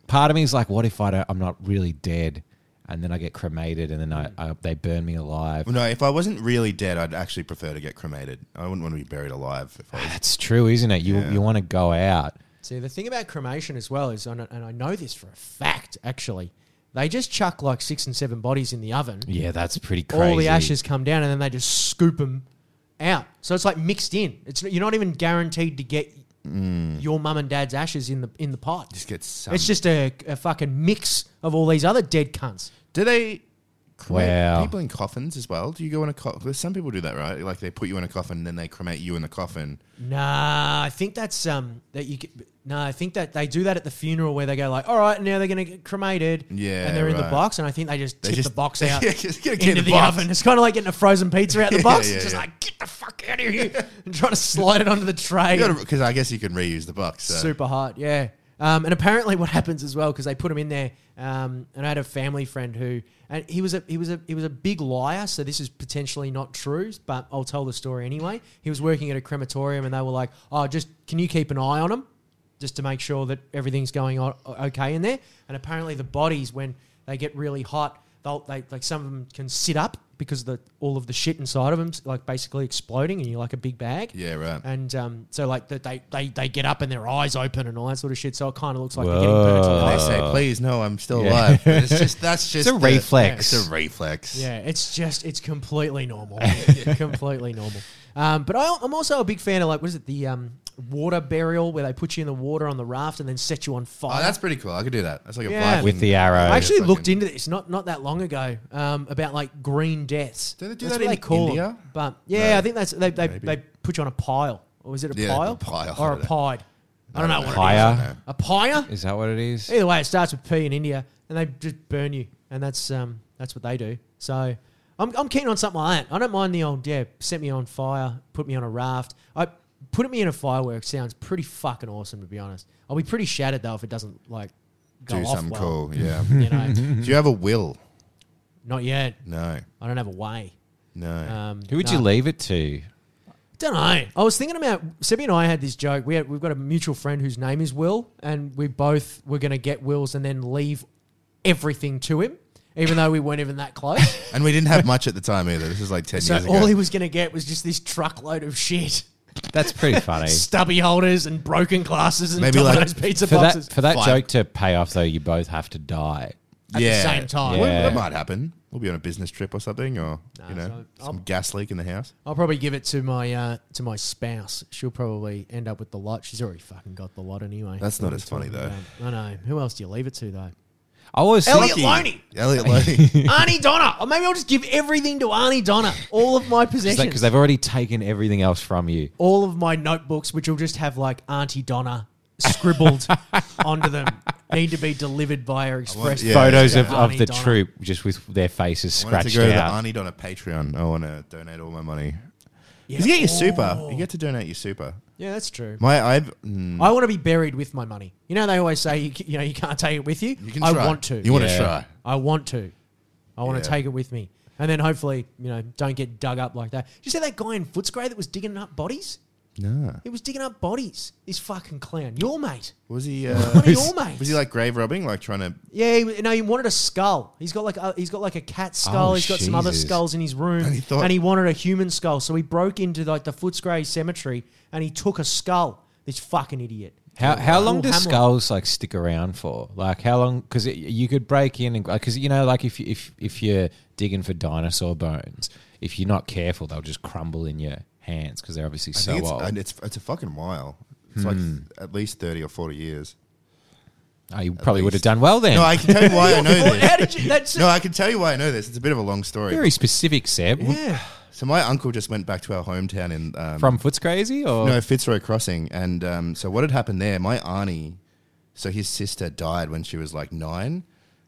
S3: part of me is like, what if I don't, I'm not really dead? And then I get cremated and then I, I they burn me alive.
S2: Well, [LAUGHS] no, if I wasn't really dead, I'd actually prefer to get cremated. I wouldn't want to be buried alive. If I was.
S3: That's true, isn't it? You, you want to go out.
S1: See, the thing about cremation as well is, and I and I know this for a fact, actually, they just chuck like six and seven bodies in the oven.
S3: Yeah, that's pretty crazy.
S1: all the ashes come down and then they just scoop them out. So it's like mixed in. It's you're not even guaranteed to get your mum and dad's ashes in the in the pot.
S2: Mm. Just get some.
S1: It's just a, a fucking mix of all these other dead cunts.
S2: do they? cremate
S3: Wow.
S2: People in coffins as well. Do you go in a coffin? Some people do that, right? Like they put you in a coffin, and then they cremate you in the coffin.
S1: Nah, I think that's um that you. Could, nah, I think that they do that at the funeral where they go like, all right, now they're gonna get cremated.
S2: Yeah,
S1: and they're in the
S2: right.
S1: box, and I think they just tip
S2: just-
S1: the
S2: [LAUGHS]
S1: box out.
S2: Yeah, just get a kid in
S1: Into
S2: the
S1: the,
S2: box.
S1: oven. It's kind of like getting a frozen pizza out of the
S2: [LAUGHS] Yeah,
S1: box.
S2: yeah,
S1: it's just
S2: yeah.
S1: like get the fuck out [LAUGHS] of here and trying to slide it onto the tray.
S2: Because I guess you can reuse the box. So.
S1: super hot. Yeah, Um, and apparently, what [LAUGHS] happens as well because they put him in there. Um, and I had a family friend who, and he was a he was a he was a big liar. So this is potentially not true, but I'll tell the story anyway. He was working at a crematorium, and they were like, "Oh, just can you keep an eye on him, just to make sure that everything's going on okay in there." And apparently, the bodies when they get really hot, they'll they like some of them can sit up because of the all of the shit inside of them like basically exploding, and you're like a big bag.
S2: Yeah, right.
S1: And um, so like that they, they they get up and their eyes open and all that sort of shit. So it kind of looks like they're getting burnt.
S3: Whoa.
S1: alive.
S2: they say, "Please, no, I'm still
S3: Uh, Yeah.
S2: alive." But
S3: [LAUGHS]
S2: it's just that's just
S3: a
S2: the-
S3: reflex.
S2: It's a reflex.
S1: Yeah, it's just it's completely normal, completely normal. Um, but I, I'm also a big fan of like what is it the um, water burial where they put you in the water on the raft and then set you on fire.
S2: Oh, that's pretty cool. I could do that. That's like a
S1: Yeah.
S2: blinding-
S3: With the arrow.
S1: I actually
S2: fucking-
S1: looked into this not not that long ago um, about like green deaths.
S2: Do they do
S1: that's what
S2: that in
S1: they call them.
S2: India?
S1: But yeah,
S2: No.
S1: I think that's they they,
S2: Maybe.
S1: they put you on a pile or is it a
S2: Yeah,
S1: pile?
S2: a pile.
S1: or
S2: I
S1: a
S2: don't know.
S1: pied? I don't know what it is.
S3: Higher.
S2: know.
S1: A pyre?
S3: Is that what it is?
S1: Either way, it starts with P in India, and they just burn you, and that's um, that's what they do. So I'm, I'm keen on something like that. I don't mind the old yeah, set me on fire, put me on a raft. I put me in a firework sounds pretty fucking awesome to be honest. I'll be pretty shattered though if it doesn't like go
S2: do
S1: off
S2: something
S1: well.
S2: cool.
S3: [LAUGHS]
S2: Yeah.
S1: You know,
S2: [LAUGHS] do you have a will?
S1: not yet.
S2: No,
S1: I don't have a way.
S2: no.
S1: Um,
S3: Who would
S1: no.
S3: you leave it to?
S1: Don't know. I was thinking about Sebby and I had this joke. We had, we've got a mutual friend whose name is Will, and we both were going to get Will's and then leave everything to him, even though we weren't even that
S3: [LAUGHS]
S1: close.
S2: and we
S1: [LAUGHS]
S2: didn't have much at the time either. This is like ten
S1: so
S2: years ago.
S1: all he was going to get was just this truckload of shit,
S3: That's pretty funny.
S1: stubby holders and broken glasses and
S2: Maybe
S1: Domino's
S2: like-
S1: pizza
S3: for
S1: boxes.
S3: that for that
S2: Five.
S3: joke to pay off though, you both have to die.
S1: at the same time.
S2: Well,
S3: Yeah.
S2: that might happen. We'll be on a business trip or something, or you know,
S1: so I'll-
S2: some gas leak in the house.
S1: I'll probably give it to my uh, to my spouse. She'll probably end up with the lot. She's already fucking got the lot anyway.
S2: That's
S1: What
S2: not
S1: are
S2: as
S1: we
S2: funny,
S1: talking
S2: though.
S3: uh,
S1: about? I know. Who else do you leave it to though?
S3: I always
S1: Elliot
S3: think-
S1: Loney.
S2: [LAUGHS] Elliot Loney.
S1: [LAUGHS] Arnie Donna. Or maybe I'll just give everything to Arnie Donna. All of my possessions.
S3: because they've already taken everything else from you.
S1: all of my notebooks, which will just have like Auntie Donna
S2: [LAUGHS]
S1: scribbled onto them, need to be delivered via express.
S2: yeah.
S3: Photos of,
S1: Arnie
S3: of the
S1: Donna.
S3: troop just with their faces
S2: I wanted
S3: scratched
S2: to go to the
S3: out.
S2: Arnie Donna Patreon. I want to donate all my money.
S1: Yeah.
S2: You get your super.
S1: Oh.
S2: You get to donate your super.
S1: Yeah, that's true.
S2: My I've. mm,
S1: I want to be buried with my money. You know, they always say you, c- you know you can't take it with you.
S2: you can
S1: I
S2: try.
S1: want to.
S2: You want to
S3: Yeah.
S2: try?
S1: I want to. I want
S2: Yeah.
S1: to take it with me, and then hopefully you know don't get dug up like that. Did you see that guy in Footscray that was digging up bodies?
S2: No.
S1: He was digging up bodies. This fucking clown, your mate.
S2: Was he? Uh,
S1: One of your mates.
S2: [LAUGHS] Was he like grave robbing? Like trying to?
S1: Yeah, he, no, he wanted a skull. He's got like a, he's got like a cat skull.
S3: Oh,
S1: he's got some other
S3: Jesus.
S1: skulls in his room,
S2: And he thought-
S1: wanted a human skull. So he broke into like the Footscray Cemetery and he took a skull. This fucking idiot.
S3: How how long
S1: Paul
S3: do
S1: Hamlin.
S3: skulls like stick around for? Like how long? Because you could break in and because you know like if you- if if you're digging for dinosaur bones, if you're not careful, they'll just crumble in your hands because they're obviously
S2: I
S3: so
S2: think it's,
S3: old.
S2: and it's it's a fucking while. It's like at least thirty or forty years.
S3: oh, you probably would have
S2: least.
S3: done well then.
S2: No, I can tell
S1: [LAUGHS]
S2: you why I know
S1: Well, how
S2: this.
S1: did you? That's
S2: No, I can tell you why I know this. It's a bit of a long story.
S3: Very specific, Seb.
S1: yeah.
S2: So my uncle just went back to our hometown in um,
S3: From Foots Crazy or
S2: no Fitzroy Crossing, and um, so what had happened there? My auntie, so his sister died when she was like nine,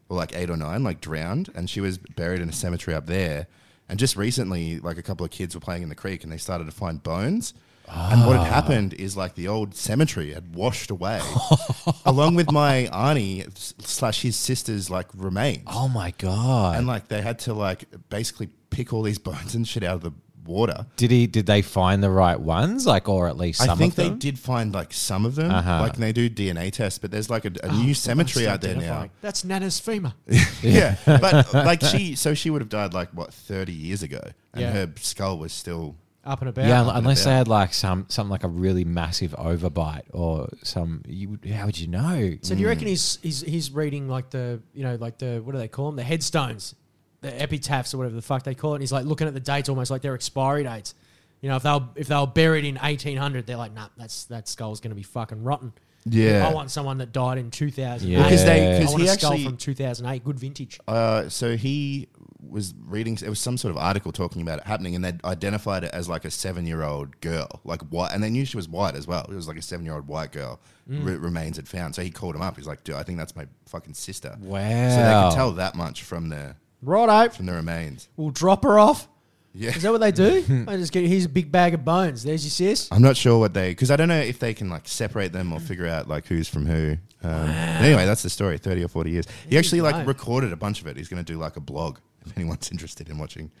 S2: or like eight or nine, like drowned, and she was buried in a cemetery up there. And just recently, like a couple of kids were playing in the creek, and they started to find bones. And what had happened is like the old cemetery had washed away, [LAUGHS] along with my auntie slash his sister's like remains
S3: Oh my god!
S2: and like they had to like basically pick all these [LAUGHS] bones and shit out of the water.
S3: did he? Did they find the right ones? Like, or at least some
S2: I think
S3: of
S2: they
S3: them?
S2: did find like some of them,
S3: Uh-huh.
S2: like they do DNA tests, but there's like a, a new cemetery out there now.
S1: Identifying. That's Nana's femur.
S2: yeah, but like
S3: [LAUGHS]
S2: she, so she would have died like what thirty years ago, and
S1: Yeah.
S2: her skull was still.
S1: Up and about.
S3: Yeah, un-
S2: and
S3: unless they
S2: about.
S3: had like some something like a really massive overbite or some. You, would- how would you know?
S1: So do you reckon he's he's he's reading like the you know like the what do they call them the headstones, the epitaphs or whatever the fuck they call it? And he's like looking at the dates almost like they're expiry dates. You know if they were, if they were buried in eighteen hundred, they're like nah, that's that skull's gonna be fucking rotten.
S2: Yeah.
S1: I want someone that died in two thousand.
S3: Yeah. Because they-
S1: I
S2: because
S1: want
S2: he
S1: a skull
S2: actually-
S1: from two thousand eight, good vintage.
S2: Uh, so he was reading. It was some sort of article talking about it happening, and they identified it as like a seven-year-old girl, like white, and they knew she was white as well. It was like a seven-year-old white girl
S1: Mm.
S2: re- remains had found. So he called him up. He's like, "Dude, I think that's my fucking sister." So they
S3: Wow.
S2: could tell that much from the
S1: Righto,
S2: from the remains.
S1: we'll drop her off.
S2: Yeah.
S1: Is that what they do? I just get here's a big bag of bones. There's your sis.
S2: [LAUGHS] I'm not sure what they because I don't know if they can like separate them or figure out like who's from who. Um, but anyway, that's the story. Thirty or forty years. He actually
S1: you
S2: like
S1: go.
S2: recorded a bunch of it. He's going to do like a blog if anyone's [LAUGHS] interested in
S1: [LAUGHS]
S2: watching.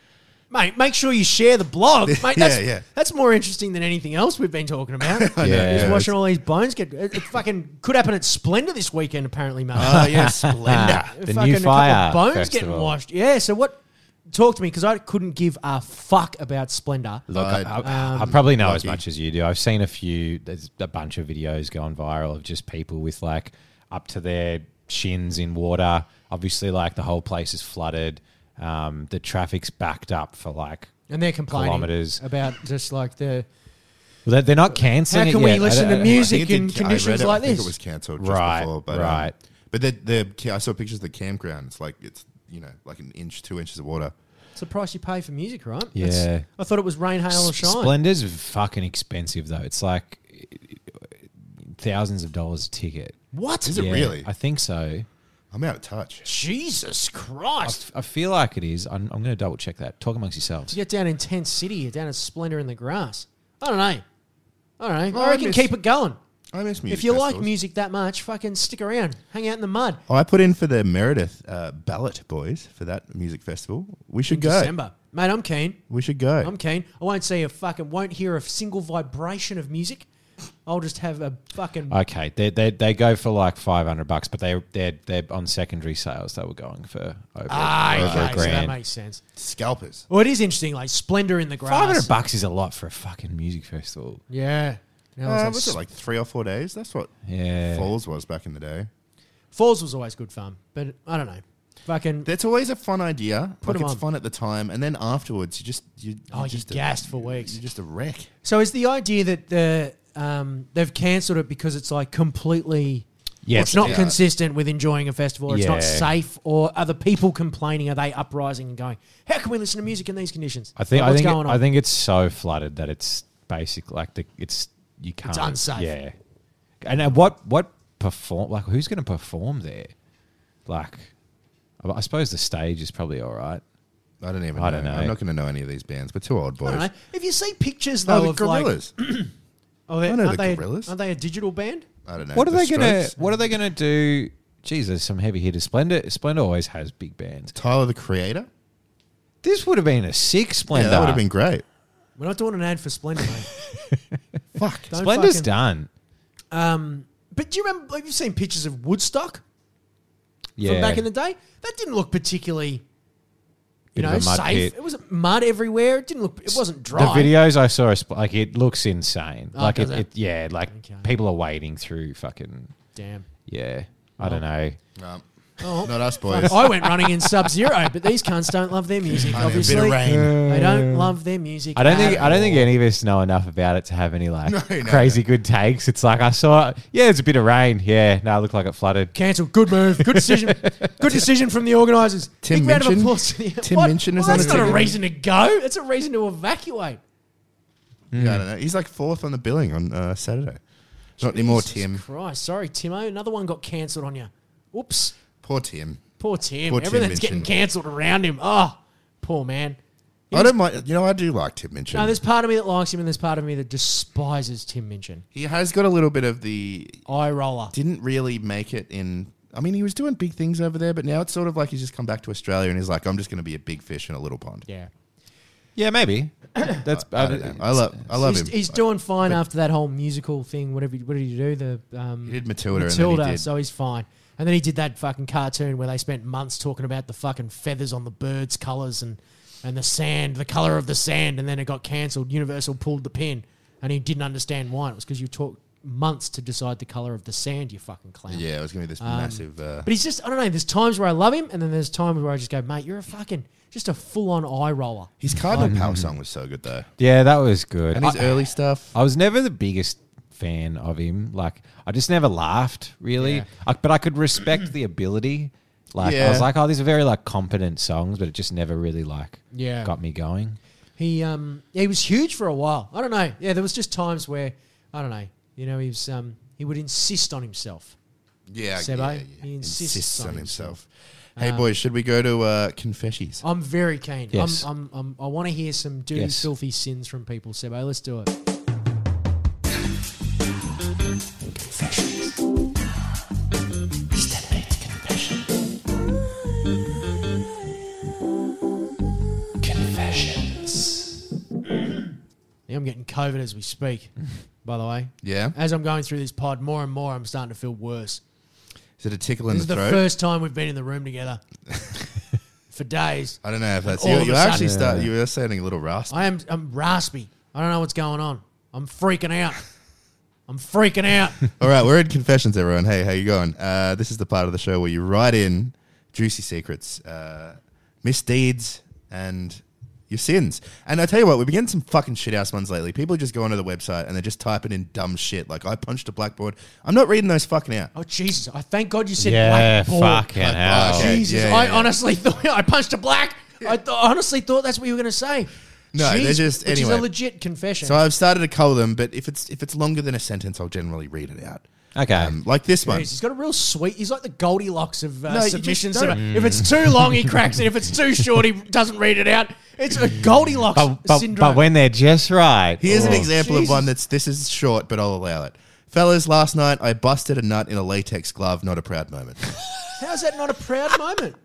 S1: Mate, make sure you share the blog. Mate,
S2: [LAUGHS] Yeah,
S1: that's,
S2: yeah.
S1: that's more interesting than anything else we've been talking about.
S2: [LAUGHS] I know,
S3: Yeah.
S1: Just
S3: It's
S1: watching all these bones get. It, it fucking could happen at Splendor this weekend, apparently, mate.
S2: Oh
S1: [LAUGHS]
S2: yeah, Splendor.
S3: The new
S1: fucking a couple
S3: Fire
S1: of bones
S3: Festival.
S1: getting washed. Yeah. So what? Talk to me because I couldn't give a fuck about Splendor.
S3: Look, I,
S2: Right.
S3: I- I probably know as
S2: lucky.
S3: much as you do. I've seen a few. There's a bunch of videos going viral of just people with like up to their shins in water. Obviously, like the whole place is flooded. Um, the traffic's backed up for like.
S1: And they're complaining
S3: Kilometers.
S1: about just like the
S3: Well, they're- they're not canceling.
S1: How
S3: it
S1: can we
S3: yet. I
S1: listen
S3: don't-
S1: to music?
S2: I think
S1: in
S2: did- I
S1: conditions
S2: read it,
S1: like
S2: I think
S1: this.
S2: it was cancelled just
S3: Right,
S2: before, but um,
S3: right.
S2: but the the I saw pictures of the campground. It's like it's you know like an inch, two inches of water.
S1: it's the price you pay for music, right?
S3: Yeah.
S1: That's- I thought it was rain, hail, or
S3: S-
S1: shine.
S3: Splendor's fucking expensive though. It's like thousands of dollars a ticket.
S1: What?
S2: Is it
S3: Yeah,
S2: really?
S3: I think so.
S2: I'm out of touch.
S1: Jesus
S3: I,
S1: Christ!
S3: f- I feel like it is. I'm, I'm going to double check that. Talk amongst yourselves.
S1: You get down in Tent City, you're down at Splendor in the Grass. I don't know. I don't know.
S2: Well,
S1: I
S2: I
S1: reckon
S2: miss-
S1: keep it going.
S2: I miss music.
S1: If you like
S2: festivals.
S1: music that much, fucking stick around. Hang out in the mud.
S2: Oh, I put in for the Meredith uh, ballot boys for that music festival. We should
S1: in
S2: go.
S1: December. Mate, I'm keen.
S2: We should go.
S1: I'm keen. I won't see a fucking, won't hear a single vibration of music. I'll just have a fucking.
S3: Okay, they, they they go for like five hundred bucks, but they they're they're on secondary sales. They were going for over,
S1: Ah,
S3: over
S1: okay,
S3: a
S1: so that
S3: grand.
S1: makes sense.
S2: Scalpers.
S1: Well, it is interesting, like Splendor in the Grass.
S3: five hundred bucks is a lot for a fucking music festival.
S1: Yeah. Now it's
S2: Uh,
S1: like
S2: was
S1: Oh, s-
S2: it like three or four days? That's what
S3: Yeah,
S2: Falls was back in the day.
S1: Falls was always good fun, but I don't know. Fucking.
S2: That's always a fun idea.
S1: Put
S2: like
S1: 'em
S2: it's
S1: on.
S2: fun at the time, and then afterwards you just you
S1: Oh, you're
S2: just
S1: gassed
S2: a,
S1: for weeks.
S2: You're just a wreck.
S1: So is the idea that the um, they've cancelled it because it's like completely.
S3: yeah,
S1: it's not
S2: yeah.
S1: consistent with enjoying a festival. Or It's not
S3: Yeah.
S1: safe. Or are the people complaining? Are they uprising and going? How can we listen to music in these conditions?
S3: I think
S1: Like,
S3: I
S1: what's
S3: think
S1: going on?
S3: I think it's so flooded that it's basic like the it's you can't
S1: unsafe.
S3: Yeah, and uh, what what perform like who's going to perform there? Like, I- I suppose the stage is probably all right.
S2: I don't even.
S3: I don't know.
S2: I'm not going to know any of these bands. We're two old
S1: I
S2: boys.
S1: don't know. If you see pictures
S2: Oh,
S1: though
S2: the
S1: of like-
S2: gorillas.
S1: oh, they,
S2: I know
S1: aren't
S2: the
S1: they,
S2: Gorillaz.
S1: Aren't they a digital band?
S2: I don't know.
S3: What are
S2: The
S3: they going
S2: Strokes?
S3: to What are they going to do? Jeez, there's some heavy hitters. Splendor Splendor always has big bands.
S2: Tyler the Creator.
S3: This would have been a sick
S2: Yeah,
S3: Splendor.
S2: that would have been great.
S1: We're not doing an ad for Splendor, mate.
S2: [LAUGHS] Fuck.
S1: Don't
S3: Splendor's
S1: fucking-
S3: done.
S1: Um, but do you remember? Have you seen pictures of Woodstock
S3: Yeah,
S1: from back in the day? That didn't look particularly, you
S3: Bit of
S1: know,
S3: a mud
S1: safe.
S3: pit.
S1: It was mud everywhere. It didn't look. It wasn't
S3: The
S1: dry.
S3: videos I saw, are spl- like it looks insane.
S1: Oh,
S3: like it,
S1: does
S3: it,
S1: it?
S3: yeah, like
S1: Okay.
S3: people are wading through fucking,
S1: Damn.
S3: yeah. I don't know.
S2: No.
S1: Oh.
S2: Not us boys.
S1: I went running in sub zero, but these cunts don't love their music.
S2: Only a bit
S1: Obviously,
S2: of rain.
S1: they don't love their music.
S3: I don't
S1: at
S3: think I don't think any of us know enough about it to have any
S2: [LAUGHS]
S3: like
S2: No, no, no.
S3: crazy good takes. It's like I saw, yeah, it's a bit of rain. Yeah, no, it looked like it flooded.
S1: Cancel. Good move. Good
S2: [LAUGHS]
S1: decision. Good decision from the organisers.
S2: Tim
S1: Big round of
S2: Minchin?
S1: applause. to the-
S2: Tim
S1: What?
S2: Minchin is
S1: well,
S2: on
S1: that's
S2: a
S1: not a
S2: ticket.
S1: reason to go. That's a reason to evacuate.
S2: Yeah, I don't know. He's like fourth on the billing on uh, Saturday. Not anymore,
S1: Jesus
S2: Tim.
S1: Christ, sorry, Timo. Another one got cancelled on you. Oops.
S2: Poor Tim.
S1: Poor Tim.
S2: Poor Tim
S1: Everything's getting
S2: Minchin.
S1: cancelled around him. Oh, poor man. He
S2: I
S1: was-
S2: don't mind. You know, I do like Tim Minchin.
S1: no, there's part of me that likes him, and there's part of me that despises Tim Minchin.
S2: he has got a little bit of the.
S1: Eye roller.
S2: Didn't really make it in. I mean, he was doing big things over there, but now it's sort of like he's just come back to Australia and he's like, I'm just going to be a big fish in a little pond.
S1: Yeah.
S3: Yeah, maybe. [COUGHS] That's
S2: [COUGHS] I don't know. I love, I love
S1: he's,
S2: him.
S1: He's doing fine after that whole musical thing. Whatever. What did he do? The um,
S2: He did Matilda, and
S1: Matilda.
S2: then he did.
S1: So he's fine. And then he did that fucking cartoon where they spent months talking about the fucking feathers on the birds' colors and and the sand, the color of the sand. And then it got cancelled. Universal pulled the pin, and he didn't understand why. It was because you took months to decide the color of the sand. You fucking clown.
S2: yeah, it was going to be this massive. Uh,
S1: Um, But he's just, I don't know, there's times where I love him, and then there's times where I just go, mate, you're a fucking, just a full on eye roller.
S2: his Cardinal
S1: Mm-hmm.
S2: Power song was so good, though.
S3: [COUGHS] Yeah, that was good.
S2: And his
S3: I,
S2: early stuff.
S3: I was never the biggest fan of him. Like, I just never laughed really. I, but I could respect the ability. Like, I
S2: Yeah.
S3: was like, oh, these are very like competent songs, but it just never really like
S1: Yeah.
S3: got me going.
S1: He um yeah, he was huge for a while. I don't know. Yeah, there was just times where I don't know. You know, he was um he would insist on himself.
S2: Yeah,
S1: Sebo, he insists on himself. Um,
S2: Hey, boys, should we go to uh, confessions?
S1: I'm very keen.
S3: Yes.
S1: I'm, I'm, I'm, I want to hear some dirty,
S3: Yes.
S1: filthy sins from people, Sebo. Let's do it. Yeah, I'm getting COVID as we speak, by the way.
S2: Yeah.
S1: As I'm going through this pod, more and more I'm starting to feel worse.
S2: Is it a tickle in
S1: This is
S2: the
S1: the
S2: throat?
S1: first time we've been in the room
S2: [LAUGHS]
S1: together for days.
S2: I don't know if that's
S1: All
S2: you.
S1: of a
S2: You actually
S3: sudden.
S2: start.
S3: Yeah.
S2: You were sounding a little raspy.
S1: I am I'm raspy. I don't know what's going on. I'm freaking out. I'm freaking
S2: [LAUGHS]
S1: out.
S2: All right, we're in confessions, everyone. Hey, how you going? Uh, this is the part of the show where you write in juicy secrets, uh, misdeeds, and your sins. And I tell you what, we've been getting some fucking shit ass ones lately. People just go onto the website and they're just typing in dumb shit. Like I punched a blackboard. I'm not reading those fucking out.
S1: Oh Jesus! I thank God you said
S3: Yeah,
S1: black ball.
S3: fucking
S2: Like, oh,
S3: hell.
S2: okay.
S1: Jesus,
S2: Yeah, yeah,
S1: I
S2: yeah.
S1: honestly thought [LAUGHS] I punched a black. I th- honestly thought that's what you were going to say.
S2: No,
S1: Jeez,
S2: they're just-
S1: which is
S2: anyway.
S1: a legit confession.
S2: So I've started to cull them, but if it's if it's longer than a sentence, I'll generally read it out.
S3: Okay.
S2: Um, like this
S1: Jeez,
S2: one.
S1: he's got a real sweet. He's like the Goldilocks of uh,
S2: No, you just
S1: submissions.
S2: don't-
S1: If it's too long, he cracks it. If it's too short, he doesn't read it out. It's a Goldilocks
S3: but, but,
S1: syndrome.
S3: but when they're just right.
S2: Here's an
S3: Oh.
S2: example of one
S1: Jesus.
S2: that's this is short, but I'll allow it. Fellas, last night I busted a nut in a latex glove. Not a proud moment.
S1: How's that not a proud moment?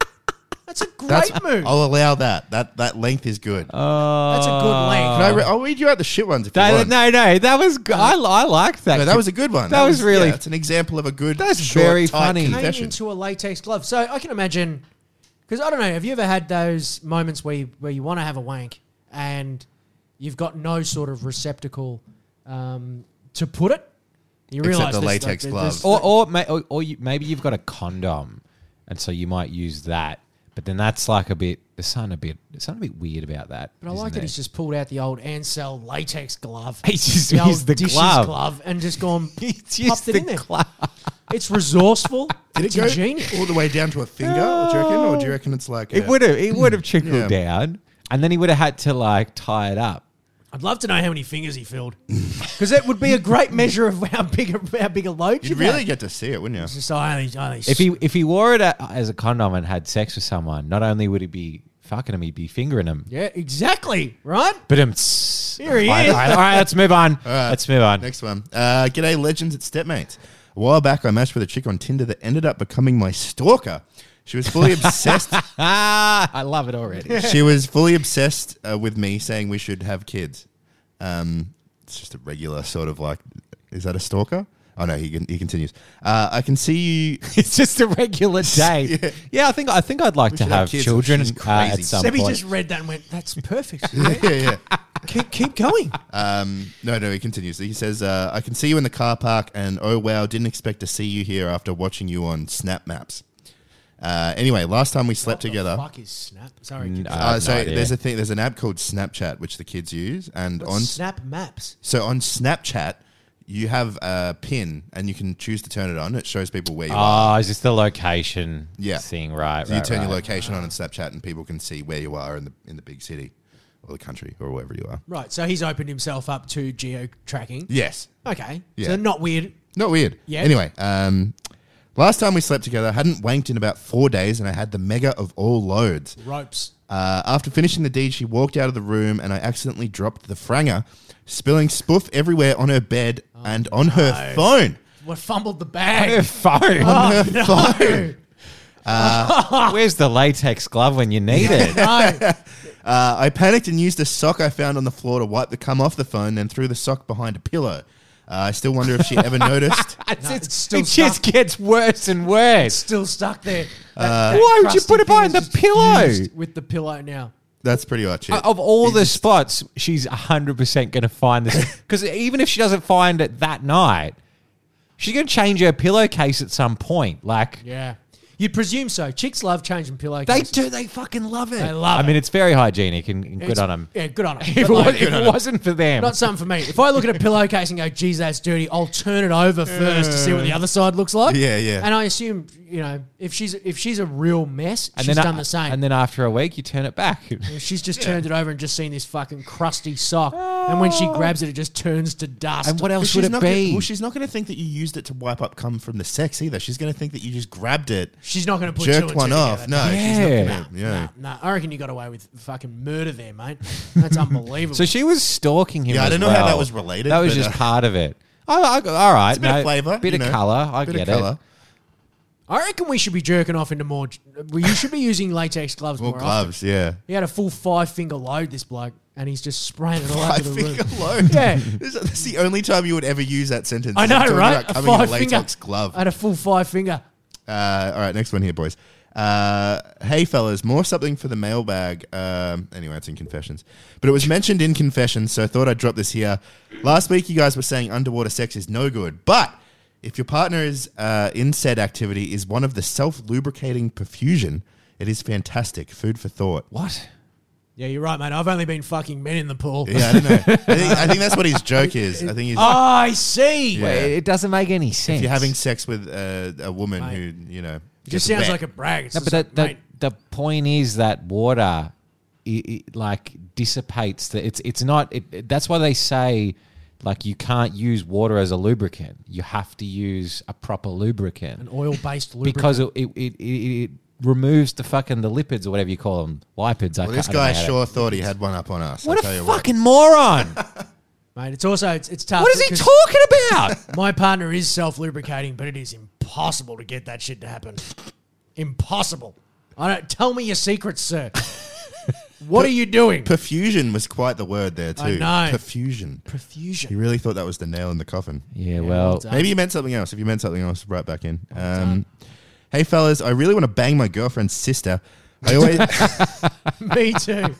S1: That's a great
S2: That's,
S1: move.
S2: I'll allow that. That that length is good.
S1: That's a good length.
S3: Uh,
S2: Can I re- I'll read you out the shit ones if you
S3: Oh. That,
S2: want. No,
S3: no, no, that was g- I, I liked that.
S2: that was a good one.
S3: That was really-
S2: It's an example of a good.
S3: That's
S2: short,
S3: very
S2: tight
S3: funny.
S1: came
S2: Confession.
S1: into a latex glove. So I can imagine, because I don't know, have you ever had those moments where you, where you want to have a wank and you've got no sort of receptacle um, to put it? You
S2: Except
S1: realize
S2: the
S1: there's-
S2: latex
S1: there's-
S2: glove.
S3: or or, may, or, or you, maybe you've got a condom, and so you might use that. But then that's like a bit. There's something a bit. There's something a bit weird about that.
S1: But I like that he's just pulled out the old Ansel latex [LAUGHS] glove.
S3: He's just
S1: the old
S3: used the
S1: dishes
S3: glove.
S1: and just [LAUGHS] gone.
S3: [LAUGHS] He's
S1: popped it in there. It's [LAUGHS] resourceful.
S2: Did it
S1: it's
S2: go
S1: ingenious.
S2: all the way down to a finger? Or do you reckon? Or do you reckon it's like
S3: It
S2: a-
S3: would have. It would have trickled
S2: Mm. Yeah.
S3: down, and then he would have had to like tie it up.
S1: I'd love to know how many fingers he [LAUGHS] filled, because that would be a great measure of how big a, how big a load
S2: You'd
S1: you've
S2: really
S1: had.
S2: get to see it, wouldn't
S1: [LAUGHS]
S2: you?
S1: Just I only, I only
S3: If he if he wore it a- as a condom and had sex with someone, not only would he be fucking him, he'd be fingering him.
S1: Yeah, exactly. Right?
S3: But um,
S1: Here he
S3: all right,
S1: is.
S3: All right, all right, let's move on.
S2: right.
S3: Let's move on.
S2: Next one. Uh, G'day, legends at Stepmates. A while back, I matched with a chick on Tinder that ended up becoming my stalker. She was
S3: [LAUGHS]
S2: fully obsessed
S3: Ah, I love it
S2: [LAUGHS]
S3: already.
S2: she was fully obsessed uh, with me saying we should have kids. Um, it's just a regular sort of like, is that a stalker? Oh no, he, con- he continues. Uh, I can see you.
S3: [LAUGHS]
S2: [LAUGHS]
S3: it's just a regular day. yeah. I think I think I'd like to
S2: should have
S3: have
S2: kids.
S3: children
S2: She's
S3: uh, at
S1: [LAUGHS]
S2: crazy.
S3: some
S1: Sebby
S3: point.
S1: just read that and went, "That's [LAUGHS] perfect."
S2: yeah, yeah.
S1: keep, keep going.
S2: Um, no, no, he continues. He says, uh, I can see you in the car park, and oh wow, didn't expect to see you here after watching you on Snap Maps. Uh, anyway, last time we slept together.
S1: Fuck is snap. Sorry,
S3: Mm,
S1: kids.
S3: I have
S2: Uh,
S3: no
S2: so
S3: idea.
S2: there's a thing. There's an app called Snapchat which the kids use, and
S1: What's
S2: on
S1: snap maps.
S2: So on Snapchat, you have a pin and you can choose to turn it on. It shows people where you are.
S3: Oh, is this the location
S2: Yeah.
S3: thing? Right,
S2: So
S3: right.
S2: you turn your
S3: right.
S2: location on in Snapchat and people can see where you are in the in the big city or the country or wherever you are.
S1: Right, so he's opened himself up to geo tracking.
S2: Yes.
S1: Okay,
S2: Yeah.
S1: so not weird.
S2: Not weird.
S1: Yeah.
S2: Anyway, um last time we slept together, I hadn't wanked in about 4 days and I had the mega of all loads.
S1: Ropes.
S2: Uh, after finishing the deed, she walked out of the room and I accidentally dropped the franger, spilling spoof everywhere on her bed and on her phone.
S1: What fumbled the [LAUGHS]
S3: Your
S1: bag? Oh,
S3: phone.
S2: On
S3: [LAUGHS]
S2: her phone.
S3: Where's the latex glove when you need it?
S1: no.
S2: Uh, I panicked and used a sock I found on the floor to wipe the cum off the phone, then threw the sock behind a pillow. Uh, I still wonder if she ever
S3: [LAUGHS]
S2: noticed.
S1: No, it's still
S3: it just
S1: stuck.
S3: gets worse and [LAUGHS] worse.
S1: Still stuck there.
S3: Why would you put it behind
S1: behind
S3: the pillow?
S1: With the pillow now.
S2: That's pretty hot shit.
S3: Uh, Of all the spots, she's 100% going to find this. Because even if she doesn't find it that night, she's going to change her pillowcase at some point. Like,
S1: Yeah, you'd presume so. Chicks love changing
S3: they
S1: pillowcases.
S3: do. They fucking love it.
S1: They love
S3: I mean, it's very hygienic and, and good
S1: It's-
S3: on them.
S1: Yeah, good
S3: [LAUGHS]
S1: on them.
S3: If, it,
S1: But like-
S3: was, not for them,
S1: Not something for me. If I look at a pillowcase and go, geez, that's dirty, I'll turn it over first to see what the other side looks like.
S2: Yeah, yeah.
S1: And I assume, you know, if she's if she's a real mess,
S3: and
S1: she's
S3: then,
S1: done the same.
S3: And then after a week, you turn
S1: [LAUGHS]
S3: it back.
S1: If she's just turned it over and just seen this fucking crusty sock. And when she grabs it, it just turns to dust.
S3: Oh. And what
S2: But
S3: else
S2: she's
S3: would it
S2: not gonna-
S3: be?
S2: well, she's not going to think that you used it to wipe up cum from the sex either. She's going to think that you just grabbed it
S1: she's not going to put two and
S2: jerked
S1: two
S2: one off.
S1: together.
S2: No, she's not
S3: Yeah.
S2: gonna, yeah.
S1: Nah, nah, I reckon you got away with fucking murder there, mate.
S2: [LAUGHS]
S1: That's unbelievable.
S3: So she was stalking him.
S2: Yeah, I
S3: as
S2: don't know how
S3: well.
S2: that was related,
S3: That was
S2: but,
S3: just
S2: uh,
S3: part of it. Oh, I, all right,
S2: a bit of
S3: no,
S2: flavour,
S3: bit
S2: you
S3: of
S2: know,
S3: colour. I
S2: Bit of
S3: get it.
S2: colour.
S1: I reckon we should be jerking off into more. Well, you should be using latex gloves
S2: More
S1: more. often.
S2: gloves, yeah.
S1: He had a full five finger load, this bloke, and he's just spraying it all over
S2: Five
S1: the
S2: finger
S1: room. [LAUGHS]
S2: load.
S1: Yeah.
S2: [LAUGHS] this, this is the only time you would ever use that sentence.
S1: I
S2: is you're
S1: know,
S2: talking
S1: right?
S2: about
S1: A
S2: Coming in a
S1: five finger
S2: latex glove.
S1: I had a full five finger.
S2: Uh, all right, next one here, boys. Uh, hey, fellas, more something for the mailbag. Um, anyway, it's in confessions, but it was mentioned in confessions, so I thought I'd drop this here. Last week, you guys were saying underwater sex is no good, but if your partner is uh, in said activity is one of the self lubricating perfusion, it is fantastic. Food for thought.
S3: What?
S1: Yeah, you're right, mate. I've only been fucking men in the pool.
S2: Yeah, I don't know. I think, I think that's what his joke is. I think he's.
S3: Oh,
S1: I see.
S2: Yeah.
S3: Wait, it doesn't make any sense.
S2: If you're having sex with uh, a woman who, you know,
S1: It just
S2: gets
S1: sounds
S2: wet.
S1: like a brag. It's
S3: No, but
S1: just
S3: that,
S1: like,
S3: that,
S1: mate,
S3: the point is that water, it, it, like dissipates. The, it's it's not. It, it- that's why they say, like you can't use water as a lubricant. You have to use a proper lubricant
S1: an oil based lubricant.
S3: because it it, it, it it removes the fucking the lipids or whatever you call them lipids. I
S2: Well, this
S3: can't-
S2: guy
S3: I don't know how to-
S2: sure thought he had one up on us.
S3: What
S2: I'll tell
S3: a
S2: you
S3: fucking moron!
S1: mate, it's also it's, it's tough.
S3: what is he
S1: because
S3: talking
S1: [LAUGHS]
S3: about?
S1: My partner is self lubricating, but it is impossible to get that shit to happen. impossible. I don't tell me your secrets, sir. what are you doing?
S2: Perfusion was quite the word there too.
S1: I know.
S2: Perfusion.
S1: Perfusion. [LAUGHS]
S2: He really thought that was the nail in the coffin.
S3: Yeah,
S1: well
S3: well,
S1: done.
S2: Maybe you meant something else. If you meant something else, right back in. Um, hey fellas, I really want to bang my girlfriend's sister. I
S3: [LAUGHS]
S2: always,
S1: Me too.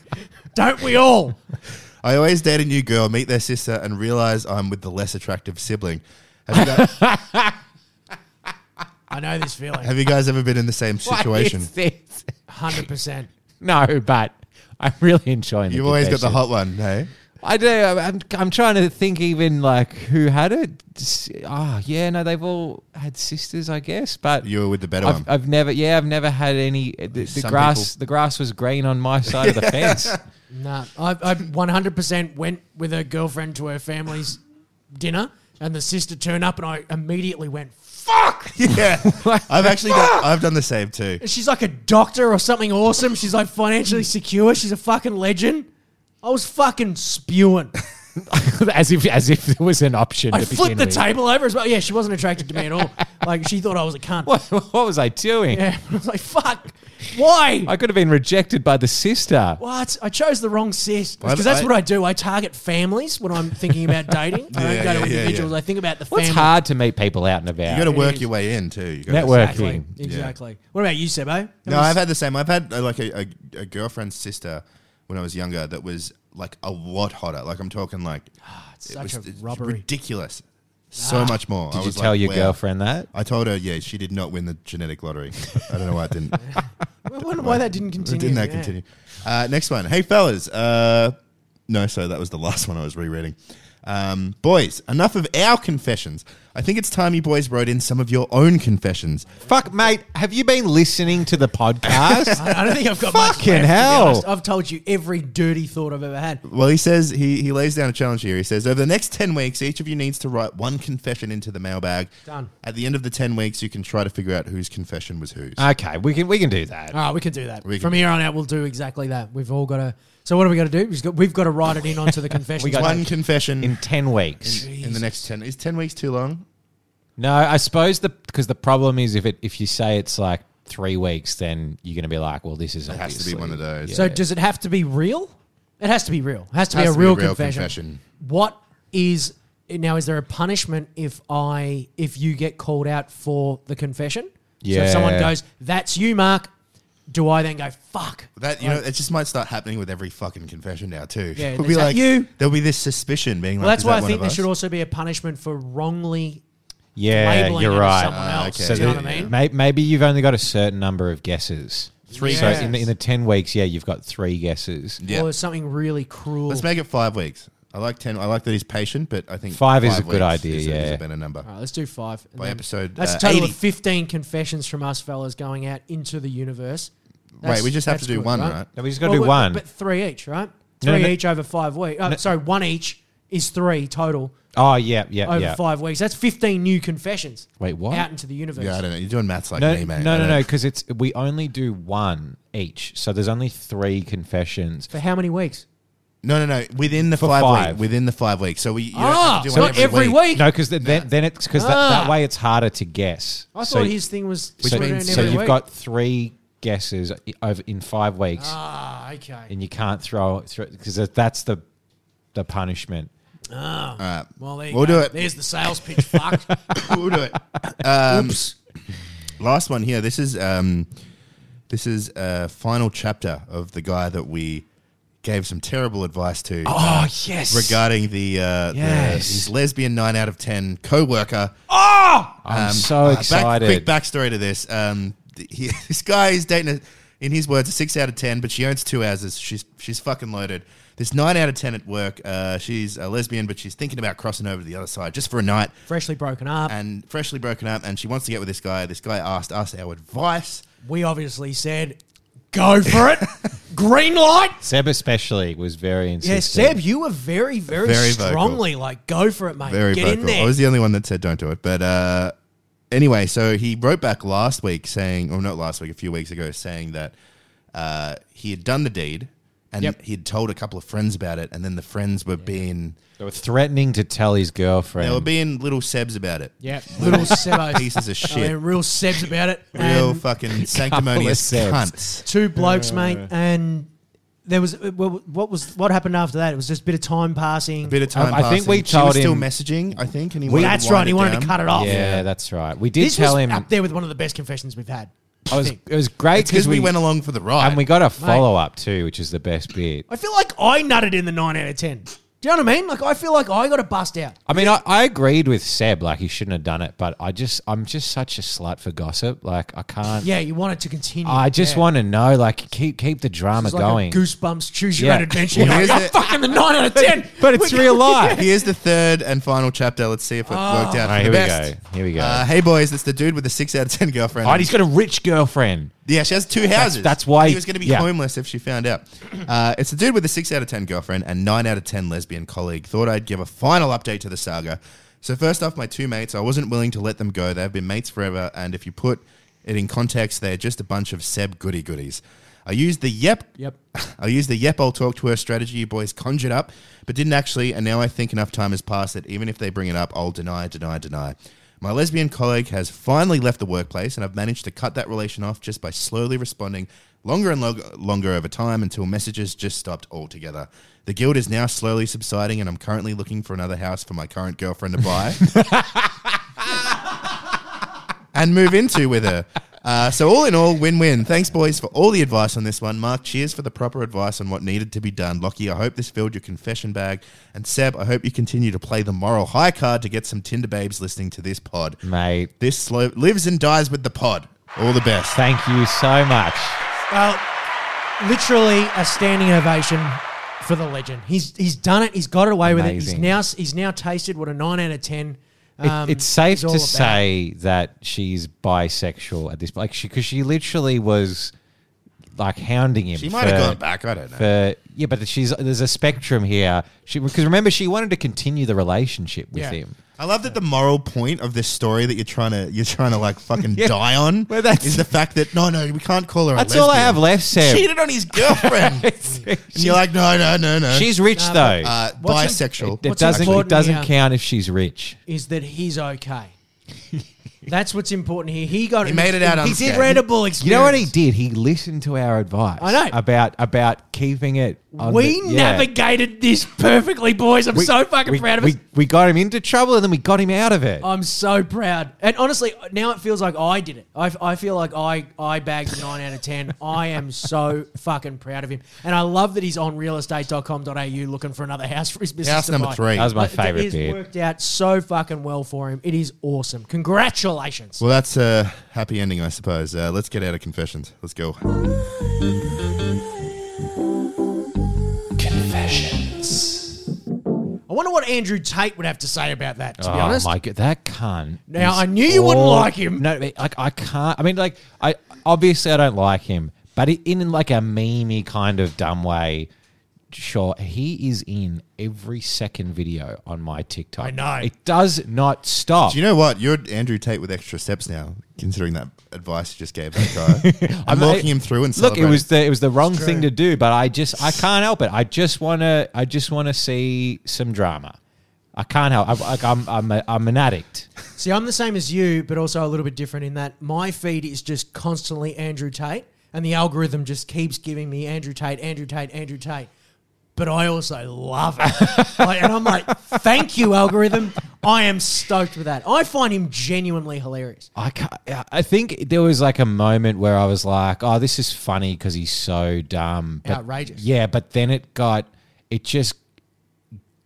S1: Don't we all?
S2: I always date a new girl, meet their sister, and realize I'm with the less attractive sibling. Have you
S3: [LAUGHS]
S2: guys,
S1: I know this feeling.
S2: have you guys ever been in the same
S3: what
S2: situation?
S3: is [LAUGHS] this?
S1: Hundred percent.
S3: No, but I'm really enjoying.
S2: You've always got the
S3: confession.
S2: hot one, hey?
S3: I do. I'm, I'm trying to think even like who had it. S- Ah, yeah, no, they've all had sisters, I guess. But
S2: You were with the better one.
S3: I've, I've never, yeah, I've never had any. uh, The, the
S2: Some
S3: grass, the grass was green on my side [LAUGHS] of the fence.
S1: No, I I one hundred percent went with her girlfriend to her family's dinner, and the sister turned up, and I immediately went fuck.
S2: [LAUGHS]
S3: [LAUGHS]
S2: yeah, I've actually done,
S3: Ah!
S2: I've done the same too.
S1: She's like a doctor or something awesome. She's like financially secure. She's a fucking legend. I was fucking
S2: [LAUGHS]
S1: spewing.
S3: as if, as if there was an option.
S1: I
S3: to
S1: flipped
S3: begin
S1: the
S3: with.
S1: table over as well. Yeah, she wasn't attracted to me at
S2: [LAUGHS]
S1: all. Like she thought I was a cunt.
S3: What, what was I
S1: [LAUGHS]
S3: doing?
S1: Yeah, I was like, fuck. Why?
S3: I could have been rejected by the sister.
S1: What? I chose the wrong sis.
S2: Well,
S1: Because that's
S2: I-
S1: what I do. I target families when I'm thinking
S2: [LAUGHS]
S1: about dating. I don't go
S2: Yeah, yeah,
S1: to
S2: yeah,
S1: individuals.
S2: yeah.
S1: I think about the
S3: What's
S1: family.
S3: hard to meet people out and about?
S2: You got to work
S1: is.
S2: your way in too. You gotta-
S3: Networking.
S1: Exactly. Exactly. What about you, eh? Sebo?
S2: No, I've had the same. I've had uh, like a, a, a girlfriend's sister when I was younger that was like a lot hotter. Like I'm talking like
S1: It's
S2: it
S1: Ah, such
S2: was
S1: a Ah.
S2: it's
S1: robbery.
S2: ridiculous. So much more.
S3: Did
S2: I
S3: you
S2: was
S3: tell
S2: like,
S3: your
S2: wow.
S3: girlfriend that?
S2: I told her, yeah, she did not win the genetic
S1: [LAUGHS]
S2: lottery. I don't know why it didn't.
S1: I wonder why that didn't continue.
S2: Didn't that
S1: Yeah.
S2: continue? Uh, next one. Hey, fellas. Uh, no, so that was the last one I was rereading. Um, boys, enough of our confessions. I think it's time you boys wrote in some of your own confessions.
S3: Fuck, mate. Have you been listening [LAUGHS] to the podcast?
S1: I I don't think I've got much.
S3: Fucking
S1: left, to be
S3: hell.
S1: honest. I've told you every dirty thought I've ever had.
S2: Well, he says he, he lays down a challenge here. He says over the next ten weeks, each of you needs to write one confession into the mailbag.
S1: Done.
S2: At the end of the ten weeks, you can try to figure out whose confession was whose.
S3: okay, we can we can do that.
S1: All right, Ah, we can do that.
S2: We can
S1: From
S2: do
S1: here on out, we'll do exactly that. We've all got to. So what do we got to do? We've got, we've got to write it in onto the
S2: [LAUGHS]
S1: confession.
S3: got-
S2: one confession
S3: in
S2: in,
S3: 10 weeks.
S2: in the next ten. Is ten weeks too long?
S3: No, I suppose the because the problem is if it if you say it's like 3 weeks then you're going to be like, well this is
S2: It has to be
S3: obviously-
S2: one of those.
S1: So does it have to be real? It has to be real. It has to be
S2: Has
S1: a
S2: to be
S1: real,
S2: a real
S1: confession.
S2: confession.
S1: What is now? Is there a punishment if I if you get called out for the confession? So if someone
S3: Yeah.
S1: goes, "That's you, Mark," do I then go, "Fuck"?
S2: That you know, it just might start happening with every fucking confession now too. [LAUGHS]
S1: Yeah,
S2: It'll
S1: is that you?
S2: There'll be this suspicion being like.
S1: Well, that's
S2: is
S1: why
S2: that
S1: I
S2: one
S1: think
S2: of
S1: there
S2: us?
S1: should also be a punishment for wrongly
S3: Yeah,
S1: labeling
S3: you're
S1: it as
S3: right. Uh,
S1: someone
S2: Ah,
S1: else.
S2: okay.
S1: Do you
S2: So
S1: know what I mean?
S3: May- Maybe you've only got a certain number of guesses.
S2: Three
S3: So in the,
S1: guesses.
S3: in the 10 weeks, yeah, you've got 3 guesses.
S2: Yeah.
S1: Or something really cruel.
S2: Let's make it five weeks. I like ten. I like that he's patient, but I think
S3: Five is a good
S2: weeks
S3: idea,
S2: Is a, is
S3: yeah.
S2: a better number.
S1: All right, let's do five. and
S2: By
S1: then-
S2: episode,
S1: That's
S2: uh,
S1: a total
S2: 80.
S1: of 15 confessions from us fellas going out into the universe. That's-
S2: Wait, we just have to
S1: that's
S2: do
S1: good,
S2: one, right?
S3: No, we just got to
S1: Well,
S3: do
S1: but-
S3: one.
S1: But three each, right?
S3: No,
S1: Three
S3: no.
S1: each over five weeks. Oh, Sorry, one each is three total
S3: Oh yeah, yeah,
S1: over
S3: yeah.
S1: five weeks. That's 15 new confessions
S3: Wait, what?
S1: out into the universe.
S2: Yeah, I don't know. You're doing maths like
S3: no,
S2: me, mate.
S3: no,
S2: I
S3: no,
S2: don't-
S3: no, because it's we only do one each, so there's only three confessions.
S1: For how many weeks?
S2: no, no, no. Within the five,
S3: five.
S2: weeks. Within the five weeks. So we. You
S1: ah,
S2: don't have to do
S1: so
S2: one
S1: not every week.
S3: No, because then, then then it's because that,
S1: Ah.
S3: that way it's harder to guess.
S1: I thought
S3: So-
S1: his thing was
S3: so,
S1: spread out
S2: means-
S3: so
S1: every
S3: you've
S1: week.
S3: got three guesses i- over in five weeks,
S1: ah, okay.
S3: and you can't throw it because that's the the punishment.
S2: All right.
S1: Oh, Well, there you
S2: We'll
S1: go.
S2: do it.
S1: There's the sales pitch. Fuck.
S2: we'll do it. [LAUGHS] Um, Last one here. This is um, this is a final chapter of the guy that we gave some terrible advice to
S3: Oh yes,
S2: regarding the, uh, the
S3: Yes.
S2: his lesbian nine out of ten coworker.
S3: I'm
S1: Oh!
S2: Um,
S3: so
S2: uh, back-
S3: excited.
S2: quick backstory to this: um, th- he, [LAUGHS] this guy is dating, a, in his words, a six out of ten, but she owns two houses. She's she's fucking loaded. This nine out of ten at work. Uh, she's a lesbian, but she's thinking about crossing over to the other side just for a night
S1: Freshly broken up.
S2: and freshly broken up, and she wants to get with this guy. This guy asked us our advice.
S1: we obviously said, go for
S2: [LAUGHS]
S1: it. Green light.
S3: Seb especially was very
S1: Yeah,
S3: insistent.
S1: Seb, you were very, very,
S2: Very vocal.
S1: strongly like, go for it, mate.
S2: Very
S1: Get
S2: vocal.
S1: in there.
S2: I was the only one that said don't do it. But uh, anyway, so he wrote back last week saying, or not last week, a few weeks ago, saying that uh, he had done the deed and
S3: Yep.
S2: he had told a couple of friends about it, and then the friends were being
S3: They were threatening to tell his
S2: they were
S3: girlfriend.
S2: being little sebs about it.
S1: yeah, [LAUGHS]
S2: [LAUGHS]
S1: little Sebos. [LAUGHS]
S2: Pieces of
S1: I mean,
S2: shit.
S1: real Sebs about it.
S2: Real
S1: and
S2: fucking sanctimonious
S3: sebs.
S2: cunts.
S1: two blokes, mate, and there was well, what was what happened after that? It was just a bit of time passing.
S2: Bit of time.
S3: I think
S2: passing.
S3: we
S2: she was
S3: told
S2: still
S3: him-
S2: messaging. I think, and he wanted
S1: That's
S2: to wind
S1: right. He wanted to
S2: down.
S1: cut it off.
S3: yeah, that's right. We did
S1: This
S3: tell
S1: was
S3: him.
S1: up there with one of the best confessions we've had.
S3: I was, it was great
S2: because we, went along for the ride.
S3: and we got a follow up too, which is the best bit.
S1: I feel like I nutted in the nine out of ten. Do you know what I mean? Like I feel like I got a bust out.
S3: I mean, I, I agreed with Seb, like he shouldn't have done it, but I just, I'm just such a slut for gossip. Like I can't.
S1: Yeah, you wanted to continue.
S3: I just
S1: yeah.
S3: want to know, like keep keep the drama
S1: It's like a
S3: going.
S1: goosebumps. Choose your
S3: Yeah.
S1: own adventure. [LAUGHS]
S2: Well,
S1: You're like,
S2: here's
S1: "Oh,
S2: the-
S1: fucking the nine out of ten.
S3: [LAUGHS] but it's real life.
S2: Here's the third and final chapter. Let's see if
S3: Oh.
S2: it worked out.
S3: All right,
S2: for
S3: here
S2: the
S3: we
S2: best.
S3: go. Here we go.
S2: Uh, hey boys, it's the dude with the six out of ten girlfriend.
S3: oh, and he's got a rich girlfriend.
S2: yeah, she has two houses.
S3: that's why-
S2: he was going to be
S3: yeah.
S2: homeless if she found out. Uh, it's the dude with the six out of ten girlfriend and nine out of ten lesbian colleague. Thought I'd give a final update to the saga. So first off, my two mates. I wasn't willing to let them go. They've been mates forever, and if you put it in context, they're just a bunch of Seb goody goodies. I used the yep.
S1: Yep.
S2: I used the yep. [LAUGHS] I'll talk to her strategy you boys conjured up, but didn't actually. And now I think enough time has passed that even if they bring it up, I'll deny, deny, deny. My lesbian colleague has finally left the workplace, and I've managed to cut that relation off just by slowly responding longer and log- longer over time until messages just stopped altogether. The guild is now slowly subsiding, and I'm currently looking for another house for my current girlfriend to buy and move into with her. Uh, so all in all, win-win. Thanks, boys, for all the advice on this one. Mark, cheers for the proper advice on what needed to be done. Lockie, I hope this filled your confession bag, and Seb, I hope you continue to play the moral high card to get some Tinder babes listening to this pod.
S3: Mate,
S2: This slow- lives and dies with the pod. All the best.
S3: thank you so much.
S1: Well, literally a standing ovation for the legend. He's he's done it. He's got it away with it. He's
S3: Amazing.
S1: now he's now tasted what a nine out of ten.
S3: It- it's safe
S1: is
S3: to
S1: Um, all about.
S3: say that she's bisexual at this point, like she because she literally was like hounding him.
S2: She might have
S3: for-
S2: gone back. I don't know.
S3: for yeah, but she's there's a spectrum here. She because remember she wanted to continue the relationship with
S1: Yeah.
S3: him.
S2: I love that the moral point of this story that you're trying to you're trying to like fucking
S3: [LAUGHS] Yeah.
S2: die on
S3: Well, that's-
S2: is the fact that no no we can't call her. a
S3: That's all I
S2: lesbian.
S3: have left, Seb.
S2: Cheated on his
S3: [LAUGHS]
S2: girlfriend. and you're like no no no no.
S3: She's rich
S1: Nah,
S3: though.
S2: uh,
S1: What's
S2: bisexual.
S3: it
S1: what's
S3: doesn't it
S1: important
S3: doesn't
S1: here-
S3: count if she's rich.
S1: Is that he's okay? That's what's important here. He got
S2: He made it out
S1: He's
S2: unscathed.
S1: incredible experience.
S3: You know what he did? He listened to our advice.
S1: I know.
S3: about about keeping it. on
S1: We
S3: the- yeah.
S1: navigated this perfectly, boys. I'm
S3: We-
S1: so fucking
S3: we-
S1: proud of
S3: we,
S1: us.
S3: We got him into trouble and then we got him out of it.
S1: I'm so proud. And honestly, now it feels like I did it. I, I feel like I, I bagged a 9 out of 10. I am so fucking proud of him. And I love that he's on realestate.com.au looking for another house for his business.
S2: House
S1: to
S2: number
S1: buy.
S2: three.
S3: that was my
S1: Like,
S3: favorite
S1: It
S3: bit.
S1: has worked out so fucking well for him. It is awesome. Congratulations.
S2: Well, that's a happy ending, I suppose. Uh, let's get out of confessions. Let's go.
S1: I wonder what Andrew Tate would have to say about that, to
S3: oh
S1: be honest.
S3: my god, that cunt!
S1: Now,
S3: is
S1: I knew you wouldn't like him.
S3: No, like I can't. I mean, like I obviously I don't like him, but it, in like a memey kind of dumb way. shot. He is in every second video on my TikTok.
S4: I know.
S3: It does not stop.
S2: Do you know what? You're Andrew Tate with extra steps now, considering that advice you just gave that
S1: [LAUGHS]
S2: guy. I'm
S3: I-
S2: walking him through and
S3: Look, it
S2: celebrating.
S3: was the it was the wrong thing to do, but I just I can't help it. I just wanna I just wanna see some drama. I can't help. I, like I'm I'm a, I'm an addict.
S1: See, I'm the same as you, but also a little bit different in that my feed is just constantly Andrew Tate, and the algorithm just keeps giving me Andrew Tate, Andrew Tate, Andrew Tate. But I also love it. like, and I'm like, thank you, algorithm. I am stoked with that. I find him genuinely hilarious.
S3: I can't, I think there was like a moment where I was like, "Oh, this is funny because he's so dumb, but,
S1: Outrageous.
S3: Yeah, but then it got it just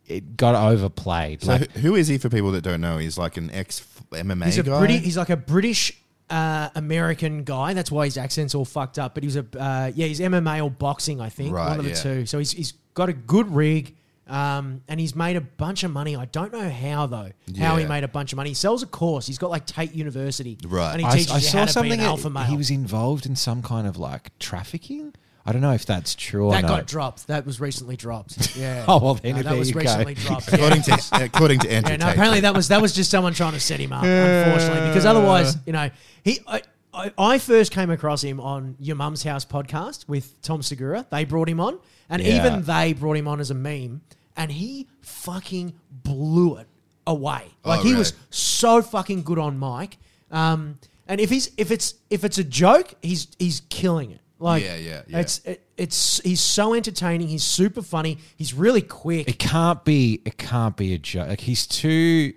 S3: it got overplayed.
S2: So
S3: like
S2: who- who is he for people that don't know? He's like an ex MMA
S1: He's a
S2: guy.
S1: British. He's like a British uh, American guy. That's why his accent's all fucked up. But he was a uh, yeah. He's MMA or boxing, I think.
S2: Right,
S1: one of the
S2: yeah.
S1: two. So he's he's got a good rig, um, and he's made a bunch of money. I don't know how though. How he
S2: Yeah.
S1: made a bunch of money. He sells a course. He's got like Tate University.
S2: Right.
S1: And he
S3: I,
S1: teaches
S3: I
S1: you
S3: saw
S1: how to
S3: something
S1: be an
S3: that
S1: alpha male.
S3: he was involved in some kind of like trafficking. I don't know if that's true
S1: that
S3: or
S1: got
S3: not.
S1: dropped. That was recently dropped.
S3: [LAUGHS]
S1: Yeah.
S3: Oh, well, then
S1: No, that
S3: there
S1: was
S3: you go. [LAUGHS]
S1: recently dropped. Yeah.
S2: according to according to Andrew
S1: Yeah, no,
S2: Tate.
S1: apparently that was that was just someone trying to set him up, unfortunately, because otherwise, you know, he. I, I, I first came across him on Your Mum's House podcast with Tom Segura. They brought him on, and
S3: Yeah.
S1: even they brought him on as a meme, and he fucking blew it away. Like he
S2: Oh, really?
S1: was so fucking good on mic. Um, and if he's if it's if it's a joke, he's he's killing it. Like
S2: Yeah, yeah, yeah.
S1: It's it, it's he's so entertaining. He's super funny. He's really quick.
S3: It can't be. It can't be a joke. Like he's too.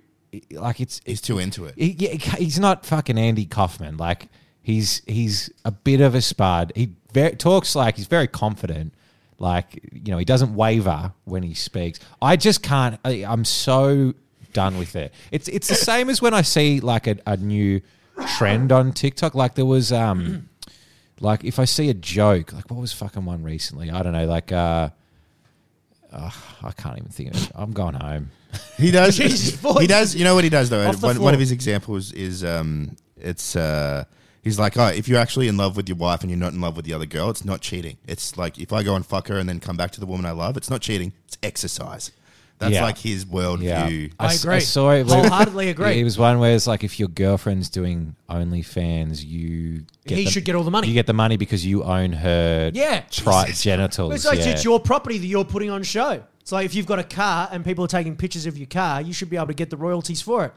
S3: Like it's.
S2: he's too into it.
S3: he, yeah, he- he's not fucking Andy Kaufman. Like he's he's a bit of a spud. He very, talks like he's very confident. Like you know, he doesn't waver when he speaks. I just can't. I, I'm so done with it. It's it's the same as when I see like a, a new trend on TikTok. Like there was um, like if I see a joke, like what was fucking one recently? I don't know. Like uh, ugh, I can't even think of it. I'm going home.
S2: He does.
S1: Jesus,
S2: he does. You know what he does though.
S1: Off the
S2: One,
S1: floor.
S2: one of his examples is um, it's uh, he's like, oh, if you're actually in love with your wife and you're not in love with the other girl, it's not cheating. It's like if I go and fuck her and then come back to the woman I love, it's not cheating. It's exercise. That's
S3: Yeah.
S2: like his worldview.
S1: I
S3: s-
S1: agree.
S3: saw it.
S1: Wholeheartedly agree.
S3: It was one where it's like if your girlfriend's doing OnlyFans, you get
S1: He
S3: the-
S1: should get all the money.
S3: You get the money because you own her.
S1: Yeah.
S3: tri-
S2: Jesus.
S3: genitals.
S1: It's like
S3: yeah.
S1: it's your property that you're putting on show. It's like if you've got a car and people are taking pictures of your car, you should be able to get the royalties for it.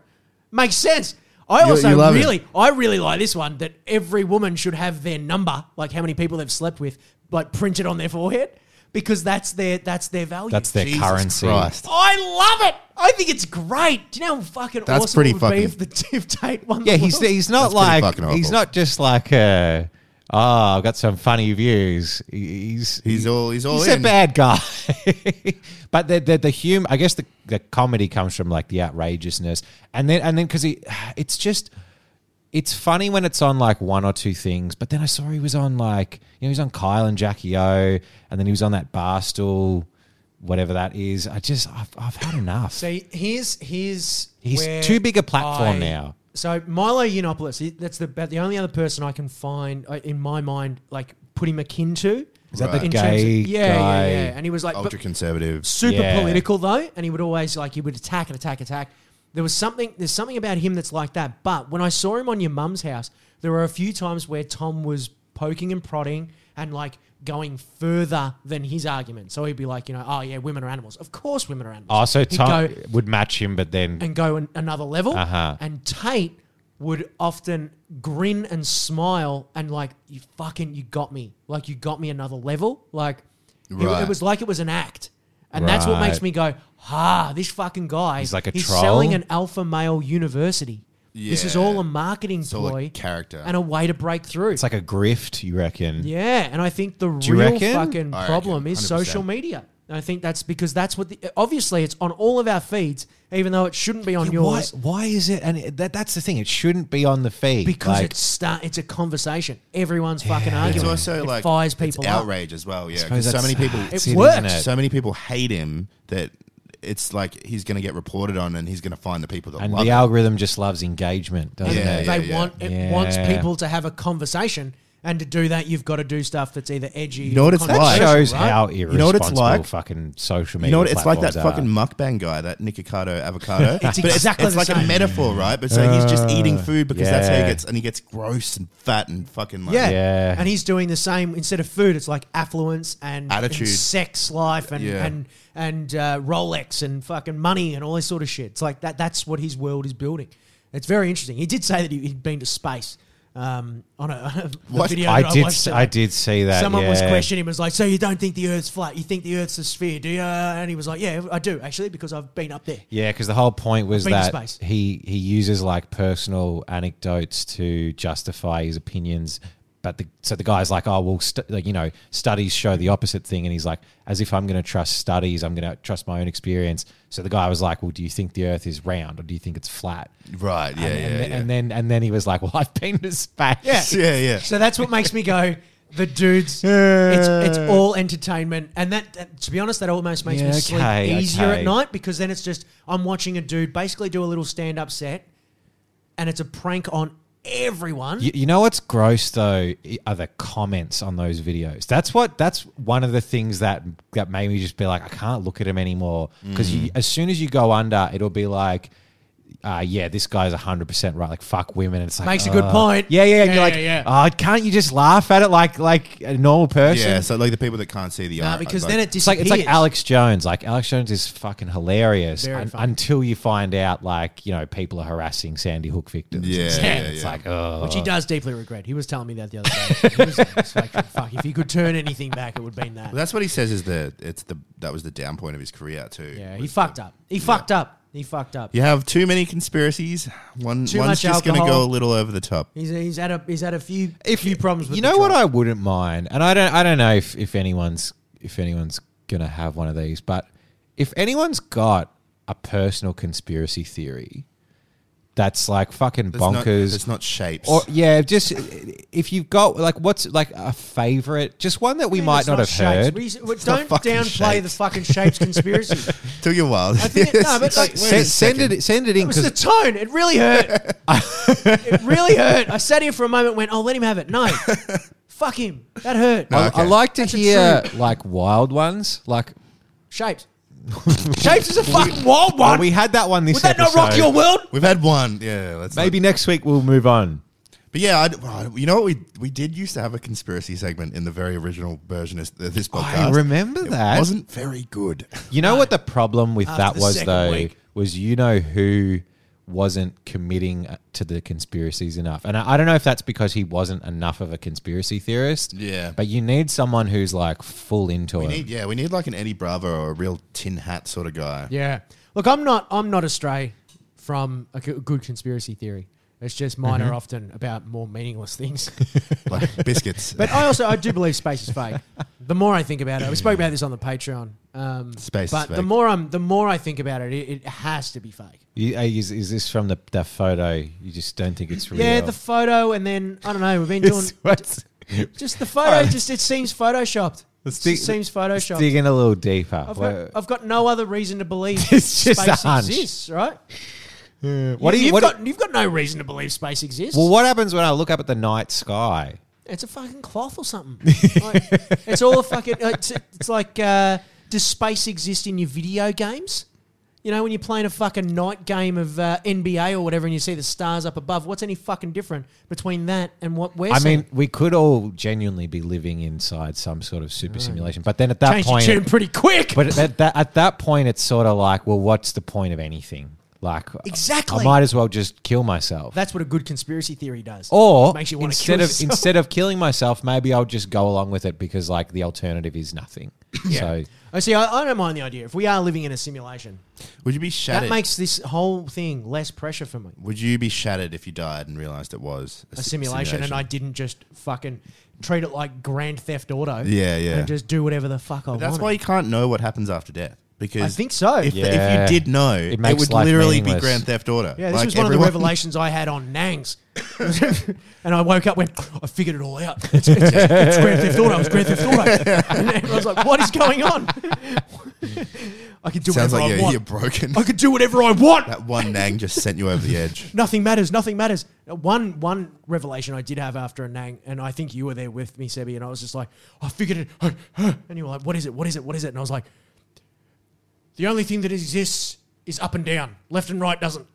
S1: Makes sense. I
S2: You-
S1: also
S2: you love it.
S1: really, I really like this one that every woman should have their number, like how many people they've slept with, like printed on their forehead, because that's their that's their value.
S3: That's their
S2: Jesus
S3: currency.
S2: Christ.
S1: I love it. I think it's great. Do you know how fucking
S2: That's
S1: awesome
S2: pretty
S1: it would be
S2: fucking-
S1: if the [LAUGHS] if Tate won?
S3: Yeah,
S1: the
S3: he's
S1: world?
S3: he's not
S2: That's pretty
S3: like
S2: fucking
S3: he's
S2: horrible.
S3: not just like uh oh I've got some funny views. He- He's
S2: He's all. He's all.
S3: he's
S2: in.
S3: a bad guy. [LAUGHS] but the the, the humor, I guess the, the comedy comes from like the outrageousness, and then and then because he, [SIGHS] it's just. It's funny when it's on like one or two things, but then I saw he was on like you know he was on Kyle and Jackie O, and then he was on that bar stool, whatever that is. I just I've, I've had enough.
S1: See, here's here's
S3: He's
S1: where
S3: too big a platform now.
S1: So Milo Yiannopoulos, he- that's the about the only other person I can find uh, in my mind, like put him akin to. Is
S2: that the
S3: gay
S1: yeah, yeah,
S3: guy?
S1: yeah. And he was like, but
S2: Ultra conservative.
S1: super
S3: Yeah.
S1: political though, and he would always like he would attack and attack attack. There was something there's something about him that's like that. But when I saw him on your mum's house, there were a few times where Tom was poking and prodding and like going further than his argument. So he'd be like, you know, oh yeah, women are animals. Of course, women are animals.
S3: oh, so
S1: He'd
S3: Tom
S1: go-
S3: would match him, but then
S1: and go an, another level.
S3: Uh-huh.
S1: And Tate would often grin and smile and like, you fucking, you got me. Like, you got me another level. Like, it- it,
S2: Right.
S1: was like it was an act. And that's what makes
S3: Right.
S1: me go, ah, this fucking guy.
S3: He's like a
S1: he's
S3: troll?
S1: selling an alpha male university. This is
S2: Yeah.
S1: all a marketing
S2: all a
S1: ploy,
S2: character.
S1: and a way to break through.
S3: it's like a grift, you reckon?
S1: Yeah, and I think the
S3: you
S1: real
S3: reckon?
S1: fucking
S2: I
S1: problem
S2: reckon,
S1: is social
S2: 100%.
S1: media. And I think that's because that's what the, obviously it's on all of our feeds, even though it shouldn't be on
S3: Yeah, why,
S1: yours
S3: why is it? And it- that, that's the thing. It shouldn't be on the feed
S1: because
S3: Like,
S1: it's start, it's a conversation. Everyone's fucking arguing.
S2: It's also
S1: it
S2: like
S1: fires
S2: it's
S1: people up.
S2: outrage as well. Yeah, because
S3: suppose
S2: so
S3: that's-
S2: many people.
S1: It
S3: isn't
S1: works.
S3: it?
S2: so many people hate him that it's like he's going to get reported on, and he's going to find the people that
S3: and
S2: love
S3: the
S2: him.
S3: algorithm just loves engagement, doesn't
S2: Yeah,
S3: it?
S2: yeah.
S1: they want it wants
S3: Yeah.
S1: people to have a conversation And to do that, you've got to do stuff that's either edgy.
S2: You know what it's
S1: or
S2: like?
S1: controversial,
S3: Shows
S1: right?
S3: how irresponsible
S2: know what it's like?
S3: fucking social media.
S2: You know what? It's like that
S3: platforms are.
S2: fucking mukbang guy, that Nikocado
S1: [LAUGHS]
S2: avocado. But it's
S1: uh, exactly
S2: it's,
S1: the
S2: like a
S1: same. Uh,
S2: metaphor, right? But saying he's just eating food because that's how he
S3: yeah.
S2: gets, and he gets gross and fat and fucking like.
S1: Yeah.
S3: Yeah.
S1: And he's doing the same instead of food, it's like affluence and
S2: Attitude.
S1: and sex life and
S2: Yeah.
S1: and and uh, Rolex and fucking money and all this sort of shit. It's like that that's what his world is building. It's very interesting. He did say that he, he'd been to space. Um, on a, [LAUGHS] on a the
S2: What?
S1: video
S3: I
S1: that
S3: did.
S1: I, watched
S3: s-
S1: today.
S3: I did see that.
S1: Someone was
S3: yeah.
S1: questioning him. Was like, so you don't think the Earth's flat? You think the Earth's a sphere? Do you? And he was like, yeah, I do actually because I've been up there.
S3: Yeah, because the whole point was
S1: I've been to
S3: that
S1: space.
S3: he he uses like personal anecdotes to justify his opinions. But the, so the guy's like, oh well, st- like, you know, studies show the opposite thing, and he's like, as if I'm going to trust studies, I'm going to trust my own experience. So the guy was like, well, do you think the Earth is round or do you think it's flat?
S2: Right. Yeah. yeah.
S3: and, and,
S2: yeah.
S3: and then and then he was like, well, [LAUGHS] I've been to space.
S1: [LAUGHS] Yeah.
S2: yeah. Yeah.
S1: So that's what makes me go, the
S3: [LAUGHS]
S1: dudes. it's it's all entertainment, and that, that- to be honest, that almost makes
S3: Yeah,
S1: me sleep
S3: okay,
S1: easier
S3: okay.
S1: at night because then it's just I'm watching a dude basically do a little stand up set, and it's a prank on everyone.
S3: You, you know what's gross though i- are the comments on those videos. That's what that's one of the things that that made me just be like, I can't look at him anymore because
S1: Mm.
S3: as soon as you go under, it'll be like. Uh, yeah, this guy's hundred percent right. Like fuck women, and it's like
S1: Makes a good
S3: uh,
S1: point.
S3: Yeah, yeah, and
S1: Yeah,
S3: you're like,
S1: yeah,
S3: oh, can't you just laugh at it like like a normal person?
S2: Yeah, so like the people that can't see the
S1: Nah,
S2: eye,
S1: uh, because
S2: like-
S1: then it
S3: It's like
S1: disappears.
S3: it's like Alex Jones. Like Alex Jones is fucking hilarious
S1: Very
S3: un-
S1: funny.
S3: until you find out like you know people are harassing Sandy Hook
S1: [LAUGHS]
S3: victims.
S2: Yeah,
S3: It's-
S2: yeah,
S3: it's
S2: yeah.
S3: like oh,
S1: Which he does deeply regret. He was telling me that the other
S3: [LAUGHS]
S1: day. He was like, it's like, fuck, if he could turn anything back, it would have been that.
S2: Well, that's what he says is the it's the that was the down point of his career too.
S1: Yeah, he fucked up. He fucked up. He fucked up.
S2: You have too many conspiracies. One
S1: Too
S2: one's
S1: much
S2: just going to go
S1: alcohol.
S2: a little over the top.
S1: He's, he's had a he's had a few few problems with
S3: you
S1: the
S3: know what
S1: trial.
S3: I wouldn't mind, and I don't I don't know if, if anyone's if anyone's gonna have one of these, but if anyone's got a personal conspiracy theory that's like fucking
S2: It's not-
S3: bonkers.
S2: It's not shapes.
S3: or yeah, just if you've got like what's like a favorite, just one that we
S1: mean
S3: might
S1: it's
S3: not, have
S1: shapes.
S3: heard.
S1: We- we-
S2: not
S1: don't
S2: fucking
S1: downplay
S2: shapes.
S1: the fucking shapes
S3: [LAUGHS]
S1: conspiracy.
S2: [LAUGHS] took you a while.
S1: I think it- no, but like-
S2: wait a
S3: Send, send
S2: second.
S3: it send it in
S1: It was the
S3: because
S1: tone. It really hurt.
S3: [LAUGHS]
S1: it really hurt. I sat here for a moment. and Went, oh, let him have
S3: [LAUGHS]
S1: it. No, fuck him. That hurt.
S3: I, I
S2: okay.
S3: like to
S1: That's a
S3: hear like wild ones. Like [LAUGHS]
S1: Shapes. shapes is a fucking wild one.
S3: we had that one this
S1: Would that
S3: episode.
S1: not rock your world?
S2: [LAUGHS] We've had one. Yeah, let's not-
S3: Maybe next week we'll move on.
S2: But yeah, I'd, well, you know what? We we did used to have a conspiracy segment in the very original version of this, this podcast.
S3: remember
S2: it
S3: that.
S2: wasn't very good.
S3: You know what the problem with
S1: After
S3: that
S1: the
S3: was
S1: second
S3: though
S1: week.
S3: was you know who wasn't committing uh, to the conspiracies enough, and I, I don't know if that's because he wasn't enough of a conspiracy theorist.
S2: Yeah.
S3: but you need someone who's like full into
S2: We
S3: it.
S2: need, yeah, we need like an Eddie Bravo or a real tin hat sort of guy.
S1: Yeah. Look, I'm not. I'm not astray from a g- good conspiracy theory. It's just mine
S3: Mm-hmm.
S1: are often about more meaningless things. [LAUGHS]
S2: like biscuits.
S1: But I also I do believe space is fake. The more I think about it, we spoke about this on the Patreon. Um,
S2: Space is
S1: but the
S2: fake.
S1: more I'm, the more I think about it, it, it has to be fake.
S3: You- uh, is, is this from the that photo? You just don't think it's real. [LAUGHS]
S1: Yeah, the photo, and then I don't know. We've been doing
S3: It's- what's-
S1: just the photo.
S3: Alright.
S1: Just it seems photoshopped.
S3: Let's
S1: It
S3: dig-
S1: just seems
S3: it's
S1: photoshopped.
S3: digging a little deeper.
S1: I've
S3: Wha-
S1: got, I've got no other reason to believe
S3: [LAUGHS] It's just
S1: space
S3: a hunch.
S1: exists, right?
S3: what do you?
S1: have
S3: What do-
S1: got, you've got no reason to believe space exists.
S3: well, what happens when I look up at the night sky?
S1: It's a fucking cloth or something. [LAUGHS] Like, it's all a fucking. It's, it's like, uh, does space exist in your video games? You know, when you're playing a fucking night game of uh, NBA or whatever, and you see the stars up above, what's any fucking different between that and what we're
S3: I
S1: seeing?
S3: mean, we could all genuinely be living inside some sort of super simulation, but then at that
S1: Mm. change
S3: point,
S1: your tune pretty quick.
S3: But at that, at that point, it's sort of like, well, what's the point of anything? Like,
S1: Exactly.
S3: I might as well just kill myself.
S1: [LAUGHS] That's what a good conspiracy theory does.
S3: or
S1: makes you want to kill
S3: instead of
S1: yourself. [LAUGHS]
S3: instead of killing myself, maybe I'll just go along with it because like the alternative is nothing. So
S1: I Oh, see. I, I don't mind the idea. If we are living in a simulation,
S2: Would you be shattered?
S1: that makes this whole thing less pressure for me.
S2: Would you be shattered if you died and realized it was
S1: A simulation, and I didn't just fucking treat it like Grand Theft Auto.
S2: Yeah, yeah.
S1: And just do whatever the fuck I want.
S2: That's why you can't know what happens after death. because
S1: I think so.
S2: If,
S3: Yeah.
S2: if you did know, it,
S3: makes
S2: would
S3: life
S2: literally be
S3: meaningless.
S2: Grand Theft Auto.
S1: Yeah, this
S2: Like,
S1: was one
S2: everyone-
S1: of the
S2: [LAUGHS]
S1: revelations I had on Nangs. and I woke up went, I figured it all out. It's, it's, it's Grand Theft Auto. It's Grand Theft Auto. And then I was like, what is going on? [LAUGHS] I can do
S2: Sounds
S1: whatever
S2: like
S1: I
S2: you're,
S1: want. [LAUGHS]
S2: you're broken.
S1: I can do whatever I want.
S2: that one nang just sent you over the edge.
S1: Nothing matters. Nothing matters. One one revelation I did have after a Nang, and I think you were there with me, Sebi, and I was just like, I figured it. [GASPS] And you were like, what is it? What is it? What is it? And I was like, the only thing that exists is up and down. Left and right
S2: [LAUGHS]
S1: doesn't.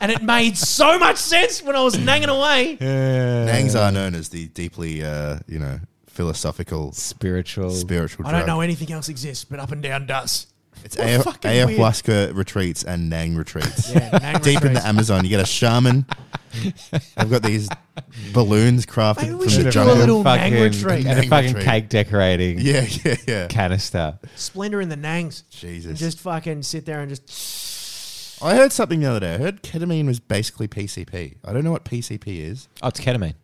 S1: and it made so much sense when I was nanging away.
S2: Nangs are known as the deeply, uh, you know, philosophical
S3: Spiritual.
S2: spiritual.
S1: I
S2: drug.
S1: don't know anything else exists, but up and down
S2: [LAUGHS]
S1: does.
S2: It's
S1: What
S2: AF-
S1: fucking weird-
S2: ayahuasca retreats and Nang retreats.
S1: Yeah, Nang
S2: Deep in
S1: retreats.
S2: the Amazon, you get a
S1: [LAUGHS]
S2: shaman. I've got these balloons crafted
S1: Maybe we
S2: from
S1: should
S2: the
S1: do a
S2: jungle.
S1: little
S3: fucking,
S1: Nang retreat.
S3: And a
S2: Nang
S3: fucking
S2: retreat.
S3: cake
S2: [LAUGHS]
S3: decorating
S2: yeah, yeah, yeah.
S3: canister.
S1: Splendor in the Nangs.
S2: Jesus.
S1: And just fucking sit there and just.
S2: I heard something the other day. I heard ketamine was basically PCP. I don't know what PCP is.
S3: Oh, it's ketamine.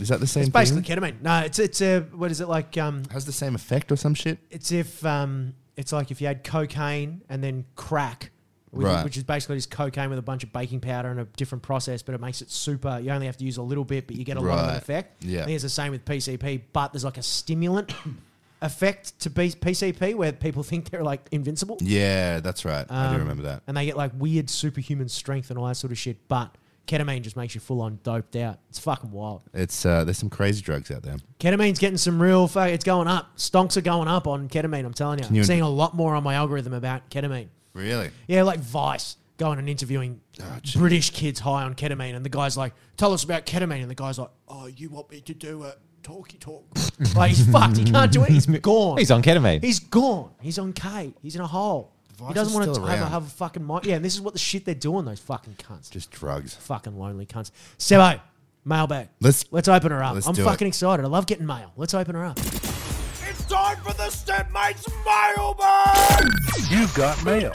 S2: Is that the same
S1: It's basically
S2: thing?
S1: ketamine. No, it's it's a what is it like? Um,
S2: Has the same effect or some shit?
S1: it's if um, it's like if you had cocaine and then crack, which,
S2: Right.
S1: which is basically just cocaine with a bunch of baking powder and a different process, but it makes it super. You only have to use a little bit, but you get a lot of an
S2: Right.
S1: effect.
S2: Yeah.
S1: I think it's the same with PCP, but there's like a stimulant [COUGHS] effect to B- PCP where people [LAUGHS] think they're like invincible,
S2: Yeah, that's right. I do
S1: Um,
S2: remember that.
S1: and they get like weird superhuman strength and all that sort of shit. But ketamine just makes you full on doped out. It's fucking wild.
S2: It's uh, there's some crazy drugs out there.
S1: Ketamine's getting some real. Fuck, it's going up. Stonks are going up on ketamine. I'm telling you,
S2: you-
S1: I'm seeing a lot more on my algorithm about ketamine.
S2: Really?
S1: Yeah, like Vice going and interviewing
S2: Ah,
S1: British kids high on ketamine, and the guy's like, "Tell us about ketamine," and the guy's like, "Oh, you want me to do a talky
S2: [LAUGHS]
S1: talk?" like he's fucked. He can't do it. He's gone.
S3: He's on ketamine.
S1: He's gone. He's on K. He's in a hole.
S2: Vice
S1: he doesn't
S2: is
S1: want to
S2: still
S1: have a,
S2: around.
S1: have a fucking mind. Yeah, and this is what the shit they're doing. Those fucking cunts.
S2: Just drugs.
S1: fucking lonely cunts. Sebo, mailbag.
S2: Let's-
S1: let's open her up.
S2: let's
S1: I'm
S2: do it.
S1: fucking excited. I love getting mail. Let's open her up.
S5: It's time for the Stepmates Mailbag! You've got mail.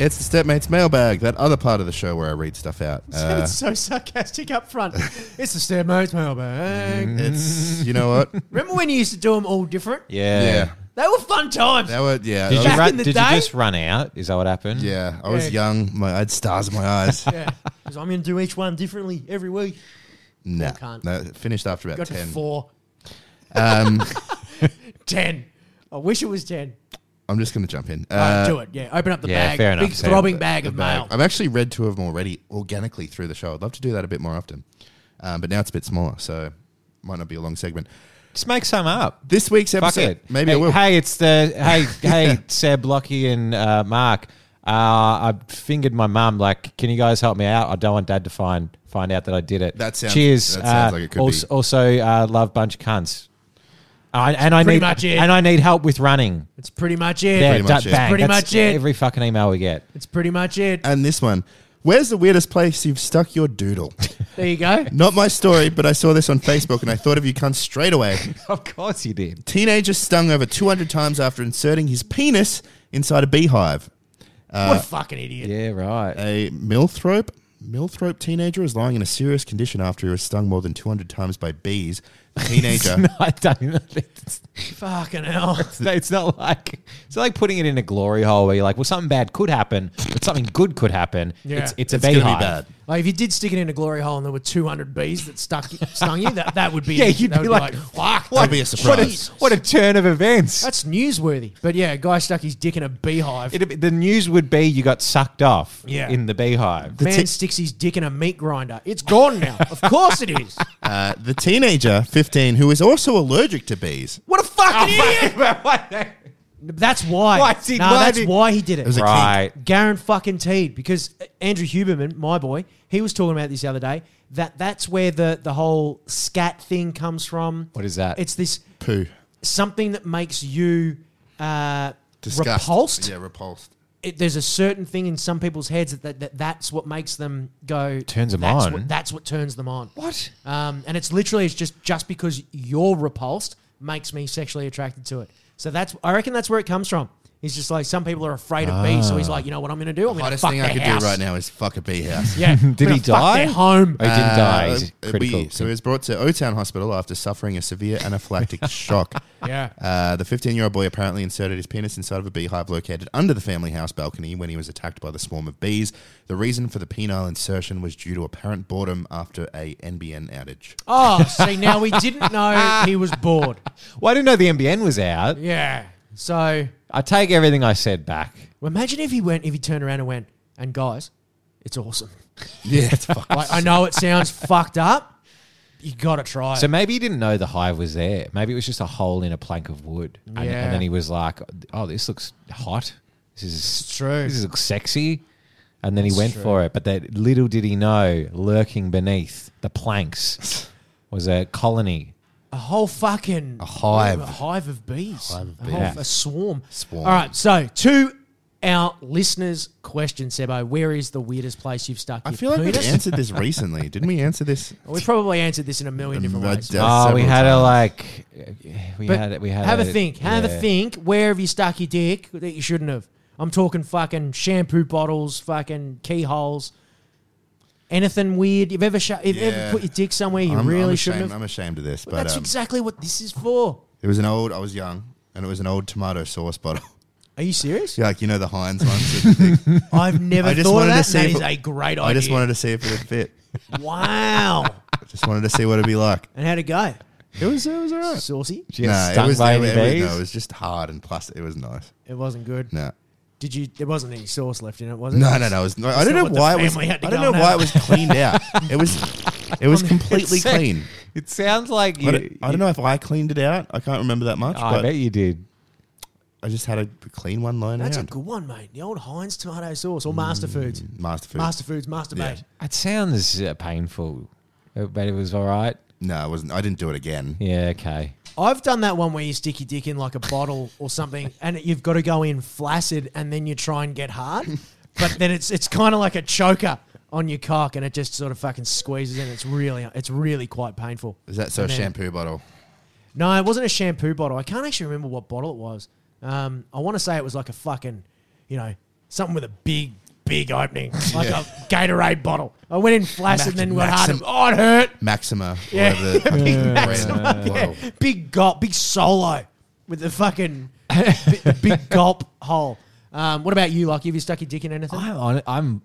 S2: It's the Stepmates mailbag, that other part of the show where I read stuff out. Uh,
S1: it's so sarcastic up
S2: [LAUGHS]
S1: front. it's the Stepmates mailbag. [LAUGHS]
S2: it's you know what?
S1: Remember when you used to do them all different?
S3: Yeah.
S2: Mm. Yeah.
S1: They were fun times.
S2: That was yeah. that
S3: Did you
S1: Back
S2: was-
S3: run?
S1: in the
S3: Did
S1: day?
S3: you just run out? Is that what happened?
S2: yeah, I was
S1: Yeah.
S2: young. My I had stars in
S1: [LAUGHS]
S2: my eyes.
S1: yeah, because I'm going to do each one differently every week.
S2: nah,
S1: can't.
S2: no, it finished after about
S1: Got to
S2: ten.
S1: four,
S2: Um,
S1: [LAUGHS] ten. I wish it was ten.
S2: I'm just gonna jump in.
S1: All right,
S2: Uh,
S1: do it. Yeah, open up the
S3: yeah,
S1: bag.
S3: fair enough,
S1: Big
S3: Sam.
S1: throbbing bag of
S2: bag.
S1: mail.
S2: I've actually read two of them already organically through the show. I'd love to do that a bit more often, um, but now it's a bit smaller, so might not be a long segment.
S3: Just make some up.
S2: This week's
S3: Fuck
S2: episode,
S3: it.
S2: maybe
S3: hey,
S2: I will.
S3: Hey, it's the
S2: [LAUGHS]
S3: hey hey Seb, Lockie, and uh, Mark. Uh, I fingered my mum. Like, can you guys help me out? I don't want Dad to find find out that I did it.
S2: That sounds-
S3: Cheers.
S2: that sounds
S3: Uh,
S2: like it could
S3: also,
S2: be.
S3: also, uh, love bunch of cunts. I, and I
S1: Pretty
S3: need
S1: much it.
S3: and I need help with running.
S1: It's pretty much it.
S3: Yeah,
S2: Pretty much
S3: da-
S2: it.
S3: bang.
S1: Pretty
S3: That's
S1: much it.
S3: Every fucking email
S2: [LAUGHS]
S3: we get.
S1: It's pretty much it.
S2: and this one. Where's the weirdest place you've stuck your doodle? [LAUGHS]
S1: There you go.
S2: Not my story, but I saw this on Facebook and I thought of you cunt straight away.
S3: Of course you did.
S2: Teenager stung over 200 times after inserting his penis inside a beehive. Uh,
S1: what a fucking idiot.
S3: Yeah, right.
S2: A Milthrop, Milthrop teenager is lying in a serious condition after he was stung more than 200 times by bees.
S3: [LAUGHS]
S2: The teenager.
S3: no, I don't. know. It's,
S1: Fucking hell.
S3: [LAUGHS] it's not like it's not like putting it in a glory hole where you're like, well, something bad could happen, but something good could happen.
S1: Yeah.
S3: It's it's,
S2: It's
S3: a
S2: gonna be
S3: beehive.
S2: bad.
S1: [LAUGHS] Like if you did stick it in a glory hole and there were 200 bees that stuck stung you, that, that would be
S3: [LAUGHS] Yeah, you'd
S1: that
S3: be
S1: would
S3: like,
S1: fuck,
S2: That'd be a
S3: [LAUGHS] [LAUGHS] What a,
S2: surprise.
S3: what a turn of
S1: [LAUGHS]
S3: events.
S1: That's newsworthy. But yeah, a guy stuck his dick in a beehive.
S3: It'd be- the news would be you got sucked off
S1: Yeah.
S3: in the beehive. [LAUGHS]
S1: Man
S2: ti-
S1: sticks his dick in a meat grinder. It's gone now. of course it is.
S2: Uh, the teenager, 15, who is also allergic to bees.
S1: What a fucking idiot!
S3: Right.
S1: That's why.
S3: Oh, Why did-
S1: no,
S3: why
S1: that's
S3: did-
S1: why he did it.
S2: was a
S3: right.
S1: Garen fucking teed because Andrew Huberman, my boy, he was talking about this the other day. That that's where the the whole scat thing comes from.
S3: What is that?
S1: It's this
S2: Poo.
S1: something that makes you uh,
S2: Disgust.
S1: repulsed.
S2: Yeah, repulsed.
S1: It, there's a certain thing in some people's heads that, that, that that's what makes them go.
S3: Turns them
S1: that's
S3: on.
S1: What, that's what turns them on.
S3: What?
S1: Um, and it's literally it's just just because you're repulsed makes me sexually attracted to it. So that's I reckon that's where it comes from. He's just like some people are afraid of bees, so he's like, you know what I'm going to do? I'm going to
S2: Ah. Hottest
S1: fuck
S2: thing
S1: their
S2: I could
S1: house.
S2: do right now is fuck a bee house. [LAUGHS]
S3: [LAUGHS]
S1: Yeah,
S3: Did he die?
S1: home.
S3: Oh, he didn't die. He's
S2: Uh,
S3: critical.
S2: we- so he was brought to O Town Hospital after suffering a severe
S3: [LAUGHS]
S2: anaphylactic shock.
S1: yeah.
S2: Uh, the 15 year old boy apparently inserted his penis inside of a beehive located under the family house balcony when he was attacked by the swarm of bees. The reason for the penile insertion was due to apparent boredom after a NBN outage.
S1: Oh, see, now we didn't know he was bored.
S2: [LAUGHS]
S3: well, I didn't know the NBN was out.
S1: Yeah. So
S3: I take everything I said back.
S1: well, imagine if he went, if he turned around and went, and guys, it's
S2: [LAUGHS]
S1: awesome.
S2: Yeah, it's fucking
S1: Like, I know it sounds [LAUGHS] fucked up. You got to try it.
S3: So maybe he didn't know the hive was there. Maybe it was just a hole in a plank of wood. And,
S1: Yeah.
S3: and then he was like, "Oh, this looks hot. This is
S1: true.
S3: This looks sexy." And then he went for it. But that little did he know, lurking beneath
S1: [LAUGHS]
S3: the planks, was a colony.
S1: a whole fucking a
S2: hive.
S1: a hive of bees,
S2: of
S1: A, whole-
S2: bees.
S1: a swarm.
S2: Swarm.
S1: All right, so to our listeners' question, Sebo, where is the weirdest place you've stuck?
S2: I
S1: your
S2: feel like we
S1: penis?
S2: answered this recently. Didn't we answer this?
S1: we probably answered this in a million different
S2: I
S1: ways.
S2: doubt
S3: oh, we
S2: several
S3: had a
S2: times.
S3: like. We
S1: But
S3: had it. We had
S1: have a
S3: it-
S1: think. Have
S3: yeah.
S1: a think. Where have you stuck your dick that you shouldn't have? I'm talking fucking shampoo bottles, fucking keyholes, anything weird you've ever sh- you've
S2: Yeah.
S1: ever put your dick somewhere you
S2: I'm,
S1: really
S2: I'm
S1: shouldn't
S2: ashamed,
S1: have.
S2: I'm ashamed of this, but
S1: That's
S2: um,
S1: exactly what this is for.
S2: it was an old. I was young, and it was an old tomato sauce bottle. [LAUGHS]
S1: Are you serious?
S2: Yeah, like you know the Heinz ones. with the thing.
S1: [LAUGHS] I've never
S2: I just
S1: thought of
S2: wanted to
S1: that. and
S2: see
S1: That
S2: if
S1: is
S2: it-
S1: a great idea.
S2: I just wanted to see if it would fit.
S1: [LAUGHS] Wow.
S2: Just wanted to see what it'd be like.
S1: and how'd it go?
S2: It was. It was alright.
S1: Saucy?
S3: She got stung
S2: it was,
S3: by
S2: it, was-
S3: any
S2: it was- no,
S3: bees?
S2: it was just hard and plastic. It was nice.
S1: It wasn't good.
S2: No.
S1: Did you? There wasn't any sauce left in it, was it?
S2: No, no, no. It was, no I don't
S1: not
S2: know
S1: what the
S2: why it was.
S1: family
S2: I
S1: had to
S2: don't
S1: go
S2: know
S1: and
S2: why
S1: have.
S2: it was
S1: [LAUGHS]
S2: cleaned out. It was. It was completely
S3: It's sick.
S2: clean.
S3: It sounds like you. oh,
S2: I don't, I don't know if I cleaned it out. I can't remember that much,
S1: Oh,
S3: I
S2: but
S3: bet you did.
S2: I just had a clean one lying
S1: That's a
S2: around.
S1: good one, mate. The old Heinz tomato sauce or Master Foods.
S2: Mm, Master food.
S1: Master Foods, Master
S2: Yeah.
S1: Made.
S3: It sounds uh, painful, Uh, but it was all right.
S2: No, it wasn't. I didn't do it again.
S3: Yeah. Okay.
S1: I've done that one where you stick your dick in like a bottle or something, [LAUGHS] and you've got to go in flaccid, and then you try and get hard, but then it's it's kind of like a choker on your cock, and it just sort of fucking squeezes in. It's really it's really quite painful.
S2: Is that so? A
S1: And then-
S2: shampoo bottle.
S1: No, it wasn't a shampoo bottle. I can't actually remember what bottle it was. Um, I want to say it was like a fucking, you know, something with a big, big opening, like a Gatorade bottle. I went in flaccid and then went
S2: Maxim-
S1: hard. Oh, it hurt.
S2: Maxima.
S1: [LAUGHS] Yeah.
S2: Whatever the fucking
S1: [LAUGHS]
S2: brand bottle.
S1: Big gulp, big solo with the fucking bi-
S3: [LAUGHS]
S1: big gulp hole. Um, what about you, Lucky? Have you stuck your dick in anything?
S3: I'm on, I'm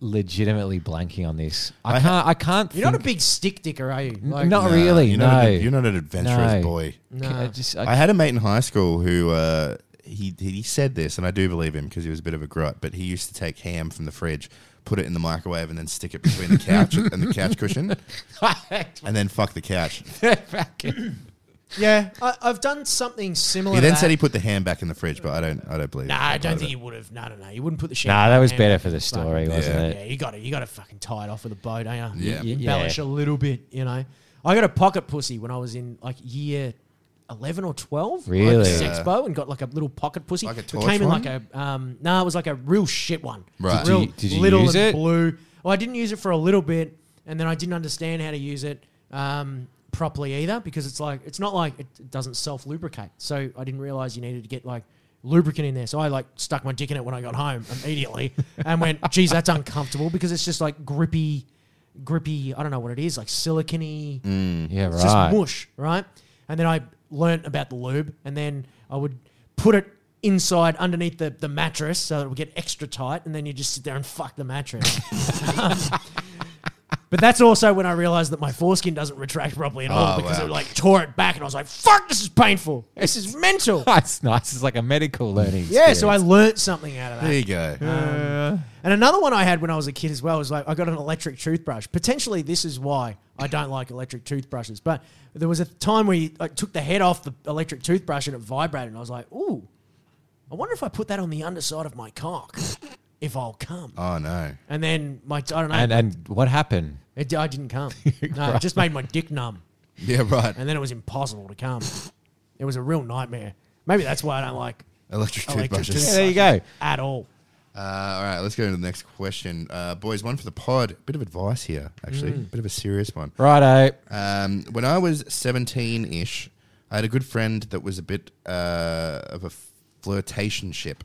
S3: legitimately blanking on this. I,
S2: I ha-
S3: can't. I can't.
S1: You're not a
S3: think-
S1: big stick dicker, are you?
S3: N- not
S2: Nah,
S3: really.
S2: You're
S3: no.
S2: not an- you're not an adventurous
S3: No.
S2: boy.
S1: No.
S3: I just- I-
S2: I had a mate in high school who uh, he he said this, and I do believe him because he was a bit of a grot. But he used to take ham from the fridge, put it in the microwave, and then stick it between
S1: [LAUGHS]
S2: the couch and the couch cushion, and then fuck
S1: [LAUGHS]
S2: the couch.
S1: Yeah, I, I've done something similar.
S2: He then
S1: to
S2: said
S1: that.
S2: he put the ham back in the fridge, but I don't I don't believe.
S1: Nah,
S2: it.
S1: I don't think he would have. No, no, no. You wouldn't put the shit.
S3: Nah,
S1: in
S3: that
S1: the
S3: was
S1: hand.
S3: better for the
S1: Fuck.
S3: story, wasn't
S2: Yeah.
S3: it?
S1: Yeah, you got to you got to fucking tie it off with a bow, don't you?
S2: Yeah.
S3: Y- yeah.
S1: Embellish a little bit, you know. I got a pocket pussy when I was in like year eleven or twelve.
S3: Really?
S1: Like sex
S2: Yeah.
S1: bow and got like a little pocket pussy.
S2: Like a
S1: It
S2: torch
S1: came in
S2: one?
S1: like a um. No, it was like a real shit one.
S2: Right. Did
S1: Real
S3: you- did you
S1: little
S3: use
S1: and
S3: it?
S1: blue. Well, I didn't use it for a little bit, and then I didn't understand how to use it. Um. Properly either because it's like it's not like it doesn't self lubricate, so I didn't realize you needed to get like lubricant in there. So I like stuck my dick in it when I got home immediately
S3: [LAUGHS]
S1: and went, geez, that's uncomfortable because it's just like grippy, grippy, I don't know what it is, like silicony,
S3: Yeah,
S1: it's just
S3: right.
S1: mush, right? And then I learnt about the lube and then I would put it inside underneath the, the mattress so that it would get extra tight and then you just sit there and fuck the mattress. Um, But that's also when I realized that my foreskin doesn't retract properly at all
S2: Oh,
S1: because
S2: wow.
S1: it like tore it back and I was like, fuck, this is painful. This is mental.
S3: [LAUGHS] That's nice. [LAUGHS] It's like a medical learning.
S1: Yeah, so I
S3: experience.
S1: learnt something out of that.
S2: There you go.
S1: And another one I had when I was a kid as well was like I got an electric toothbrush. Potentially, this is why I don't like electric toothbrushes. But there was a time where you like, took the head off the electric toothbrush and it vibrated, and I was like, "Ooh, I wonder if I put that on the underside of my cock, if I'll come."
S2: Oh no.
S1: and then my I don't know,
S3: And uh, and what happened?
S1: it, I didn't come. No, it just made my dick numb,
S2: Yeah, right.
S1: and then it was impossible to come. It was a real nightmare. Maybe that's why I don't like
S2: Electric
S1: Electric
S2: toothbrushes.
S3: Yeah, there you go.
S1: at all.
S2: Uh, all right, let's go to the next question, uh, boys. One for the pod. Bit of advice here, actually.
S1: Mm.
S2: Bit of a serious one.
S3: Righto.
S2: Um, when I was 17 ish, I had a good friend that was a bit uh, of a f- flirtationship.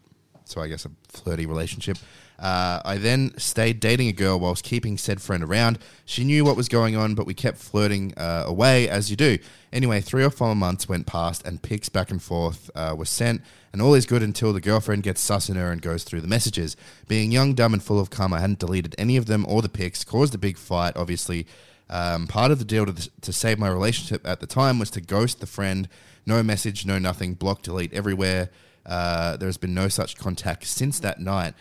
S2: So I guess a flirty relationship. Uh, I then stayed dating a girl whilst keeping said friend around. She knew what was going on, but we kept flirting uh, away as you do. Anyway, three or four months went past, and pics back and forth uh, were sent, and all is good until the girlfriend gets sus in her and goes through the messages. Being young, dumb, and full of cum, I hadn't deleted any of them or the pics, caused a big fight, obviously. Um, part of the deal to, to save my relationship at the time was to ghost the friend. No message, no nothing, block, delete everywhere. Uh, there has been no such contact since that night.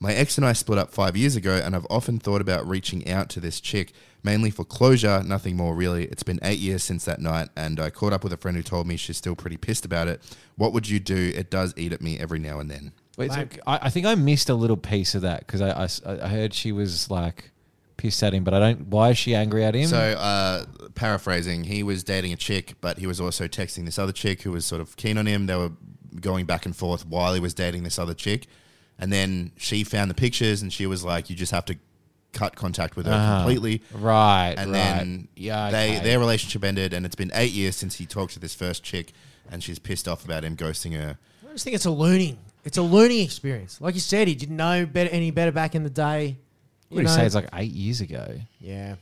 S2: My ex and I split up five years ago, and I've often thought about reaching out to this chick, mainly for closure, nothing more really. It's been eight years since that night, and I caught up with a friend who told me she's still pretty pissed about it. What would you do? It does eat at me every now and then.
S3: Wait, so I, I think I missed a little piece of that because I, I s- I heard she was like pissed at him, but I don't. Why is she angry at him?
S2: So, uh, paraphrasing, he was dating a chick, but he was also texting this other chick who was sort of keen on him. They were going back and forth while he was dating this other chick. And then she found the pictures and she was like, you just have to cut contact with her completely.
S3: right,
S2: And
S3: Uh-huh. right.
S2: then
S3: yeah,
S2: they,
S3: okay.
S2: their relationship ended, and it's been eight years since he talked to this first chick, and she's pissed off about him ghosting her.
S1: I just think it's a learning. It's a learning experience. Like you said, he didn't know better, any better back in the day.
S3: What do you say? It's like eight years ago.
S1: yeah.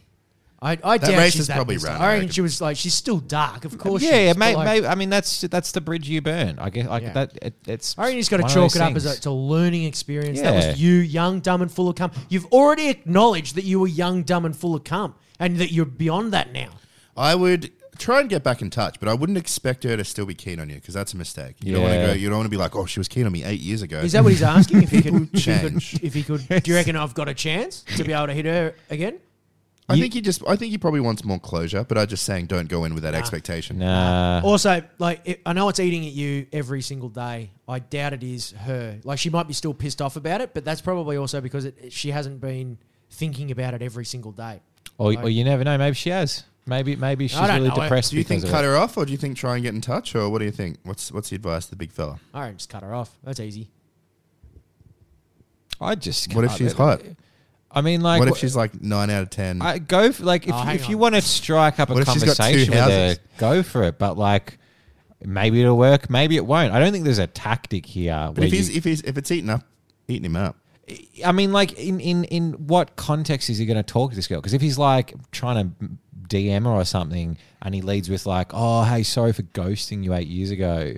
S1: I, I
S2: That
S1: doubt
S2: race
S1: she's
S2: is
S1: that
S2: probably
S1: pissed off.
S2: run, I
S1: I reckon
S2: reckon.
S1: she was like, she's still dark, of course.
S3: yeah,
S1: she
S3: yeah
S1: is, but
S3: may,
S1: like,
S3: may, I mean that's that's the bridge you burn. I guess like
S1: Yeah.
S3: that. It, it's.
S1: I reckon you just got to
S3: one of those
S1: chalk it up as a,
S3: things.
S1: it's a learning experience. That
S3: Yeah.
S1: was you, young, dumb, and full of cum. You've already acknowledged that you were young, dumb, and full of cum, and that you're beyond that now.
S2: I would try and get back in touch, but I wouldn't expect her to still be keen on you because that's a mistake. You don't want to
S3: Yeah.
S2: go. You don't want to be like, oh, she was keen on me eight years ago.
S1: Is that what
S3: [LAUGHS]
S1: he's asking? If he could, if he could,
S2: change?
S1: if he could do you reckon I've got a chance to be able to hit her again?
S2: I think he just. I think he probably wants more closure, but I'm just saying, don't go in with that expectation.
S3: Nah.
S1: Also, like it, I know it's eating at you every single day. I doubt it is her. Like she might be still pissed off about it, but that's probably also because it, she hasn't been thinking about it every single day.
S3: Or, or you never know. Maybe she has. Maybe maybe she's
S1: don't
S3: really
S1: know it.
S3: depressed.
S2: Do you think
S3: because
S2: cut
S3: of
S2: her off, or do you think try and get in touch, or what do you think? What's What's the advice to the big fella?
S1: I don't just cut her off. That's easy.
S3: it. I just.
S2: What if
S3: I-
S2: she's hot?
S3: I mean, like,
S2: What if she's like nine out of ten?
S3: I go for, like if,
S1: Oh, hang
S3: if you
S1: on.
S3: want to strike up a
S2: What if she's got two
S3: conversation with
S2: houses?
S3: her, go for it. But like, maybe it'll work, maybe it won't. I don't think there's a tactic here.
S2: but
S3: Where
S2: if he's
S3: you,
S2: if he's if it's eating up, eating him up.
S3: I mean, like in in in what context is he going to talk to this girl? Because if he's like trying to DM her or something, and he leads with like, "Oh, hey, sorry for ghosting you eight years ago,"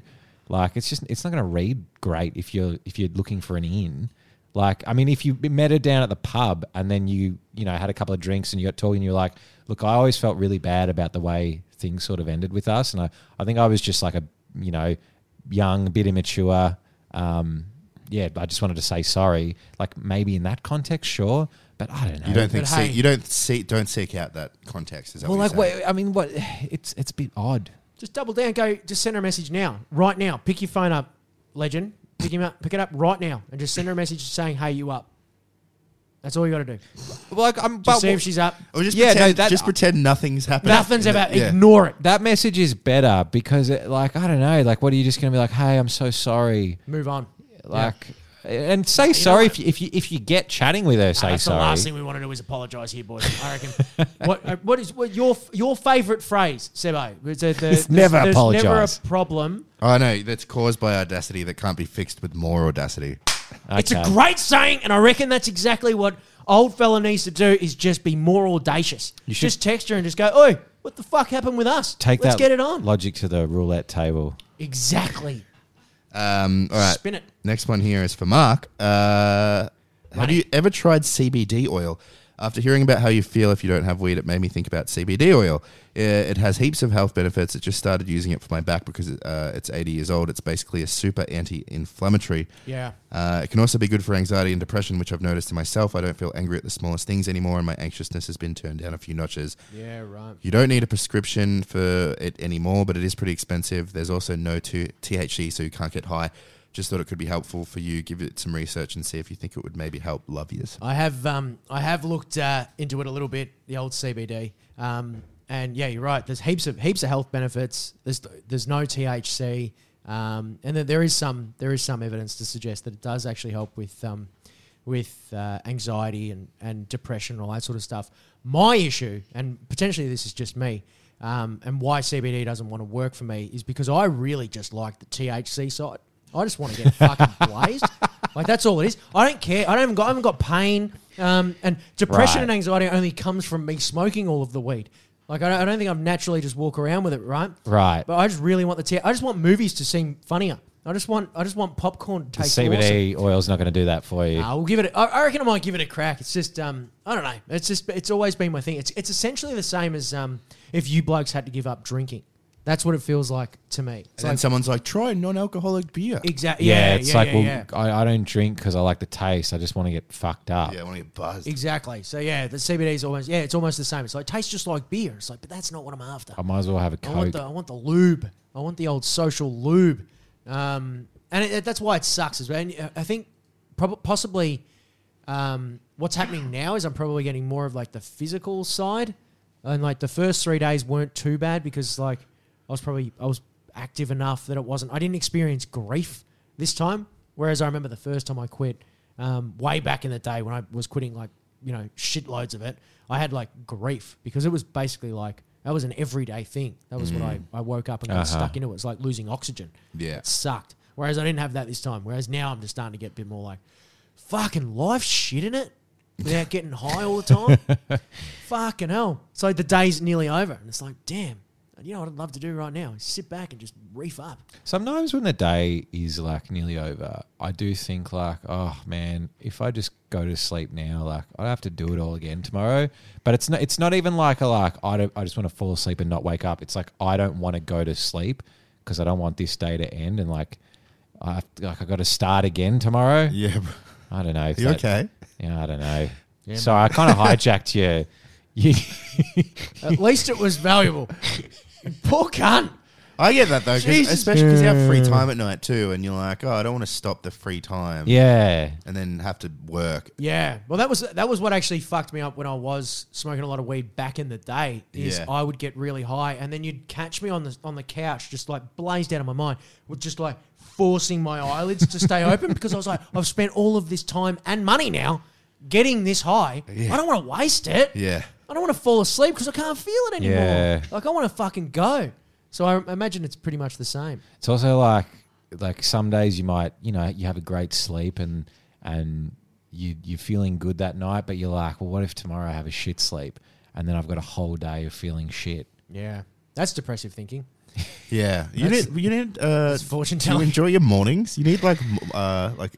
S3: like it's just it's not going to read great if you're if you're looking for an in. Like, I mean, if you met her down at the pub and then you, you know, had a couple of drinks and you got talking, you're like, look, I always felt really bad about the way things sort of ended with us. And I, I think I was just like a, you know, young, a bit immature. Um, yeah, I just wanted to say sorry. Like, maybe in that context, sure. But I don't know.
S2: You don't think
S1: hey-
S2: seek, you don't seek don't seek out that context. Is that
S3: well,
S2: what
S3: like,
S2: you're saying?
S3: wait, I mean, what? [SIGHS] It's it's a bit odd.
S1: Just double down. Go. Just send her a message now, right now. Pick your phone up, legend. Pick him up. Pick it up right now, and just send her a message saying, "Hey, you up?" That's all you got to do.
S3: Like, I'm.
S1: Just see if she's up.
S2: Or just
S3: Yeah, no,
S2: pretend,
S3: that-
S2: just pretend nothing's happened.
S1: Nothing's about.
S2: Yeah.
S1: Ignore it.
S3: that message is better because, it, like, I don't know. Like, what are you just going to be like? Hey, I'm so sorry.
S1: Move on.
S3: Like, and say sorry if you, if you if you get chatting with her. Say
S1: That's
S3: sorry.
S1: the last thing we want to do is apologise here, boys. I reckon. [LAUGHS] what, what is what your your favourite phrase, Sebo? It's, a, the,
S3: It's
S1: there's-
S3: never
S1: there's Never
S3: apologise.
S1: a problem.
S2: I know that's caused by audacity that can't be fixed with more audacity.
S1: It's a great saying, and I reckon that's exactly what old fella needs to do is just be more audacious.
S3: You should-
S1: just text her and just go, "Oi, what the fuck happened with us?
S3: Take
S1: Let's
S3: that
S1: get it on."
S3: logic to the roulette table.
S1: exactly.
S2: Um, all right.
S1: Spin it.
S2: Next one here is for Mark. Uh, have
S1: Money.
S2: you ever tried CBD oil? After hearing about how you feel if you don't have weed, it made me think about CBD oil. Uh, It has heaps of health benefits. It just started using it for my back because uh, it's 80 years old. It's basically a super anti-inflammatory.
S1: Yeah.
S2: Uh, it can also be good for anxiety and depression, which I've noticed in myself. I don't feel angry at the smallest things anymore, and my anxiousness has been turned down a few notches.
S1: Yeah. Right.
S2: You don't need a prescription for it anymore, but it is pretty expensive. There's also no two THC, E, so you can't get high. Just thought it could be helpful for you. Give it some research and see if you think it would maybe help love years.
S1: I have um, I have looked uh, into it a little bit, the old CBD, um, and yeah, you're right. There's heaps of heaps of health benefits. There's there's no THC, um, and then there is some there is some evidence to suggest that it does actually help with um, with uh, anxiety and and depression and all that sort of stuff. My issue, and potentially this is just me. Um, and why CBD doesn't want to work for me is because I really just like the THC side. I just want to get
S3: [LAUGHS]
S1: fucking blazed. Like that's all it is. I don't care. I don't even got. I haven't got pain. Um, and depression
S3: Right.
S1: and anxiety only comes from me smoking all of the weed. Like I don't, I don't think I'm naturally just walk around with it, right?
S3: Right.
S1: But I just really want the tear. I just want movies to seem funnier. I just want. I just want popcorn to
S3: The
S1: taste awesome.
S3: CBD oil's not going to do that for you.
S1: Nah, we'll give it. A, I I reckon I might give it a crack. It's just, um, I don't know. It's just, it's always been my thing. It's, it's essentially the same as um, if you blokes had to give up drinking. That's what it feels like to me. It's
S2: And then
S1: like
S2: someone's like, try non-alcoholic beer.
S1: exactly. Yeah,
S3: yeah, it's
S1: yeah,
S3: like,
S1: yeah,
S3: well,
S1: yeah.
S3: I, I don't drink because I like the taste. I just want to get fucked up.
S2: Yeah, I want to get buzzed.
S1: exactly. So yeah, the CBD is almost, yeah, it's almost the same. It's like it tastes just like beer. It's like, but that's not what I'm after.
S3: I might as well have a
S2: Oh,
S1: I want
S3: coke.
S1: the, I want the lube. I want the old social lube. Um, and it, it- that's why it sucks as well. And uh, I think prob- possibly um, what's happening now is I'm probably getting more of like the physical side. And like the first three days weren't too bad because like I was probably I was active enough that it wasn't. I didn't experience grief this time. Whereas I remember the first time I quit, um, way back in the day when I was quitting like you know shitloads of it, I had like grief because it was basically like that was an everyday thing. That was what I, I woke up and got
S3: Uh-huh.
S1: stuck into. It was like losing oxygen.
S2: Yeah.
S1: It sucked. Whereas I didn't have that this time. Whereas now I'm just starting to get a bit more like, fucking life shit in it without getting high all the time. fucking hell. So the day's nearly over. And it's like, damn, you know what I'd love to do right now? is Sit back and just reef up.
S3: Sometimes when the day is like nearly over, I do think like, oh man, if I just go to sleep now, like I'd have to do it all again tomorrow. But it's not. It's not even like a like. I don't. I just want to fall asleep and not wake up. It's like I don't want to go to sleep because I don't want this day to end and like. I have to, like I got to start again tomorrow.
S2: Yeah. [LAUGHS]
S3: I don't know. if
S2: You
S3: that-
S2: okay?
S3: Yeah, I don't know. Sorry,
S2: [LAUGHS]
S3: I kind of hijacked you. You-
S1: At least it was valuable. Poor cunt.
S2: I get that though, 'cause-
S1: Jesus.
S2: especially because you have free time at night too, and you're like, oh, I don't want to stop the free time.
S3: yeah,
S2: And then have to work.
S1: Yeah. Well, that was that was what actually fucked me up when I was smoking a lot of weed back in the day. Is
S2: Yeah.
S1: I would get really high, and then you'd catch me on the on the couch, just like blazed out of my mind, with just like forcing my eyelids to stay open because I was like, I've spent all of this time and money now getting this high. I don't want to waste it.
S2: Yeah.
S1: I don't want to fall asleep because I can't feel it anymore.
S3: Yeah.
S1: Like I want to fucking go. So I imagine it's pretty much the same.
S3: It's also like like some days you might you know you have a great sleep and and you you're feeling good that night, but you're like, well, what if tomorrow I have a shit sleep and then I've got a whole day of feeling shit?
S1: Yeah. That's depressive thinking.
S2: Yeah, you
S1: That's-
S2: need you need uh,
S1: that's fortune
S2: to
S1: telling.
S2: enjoy your mornings. You need like m- uh, like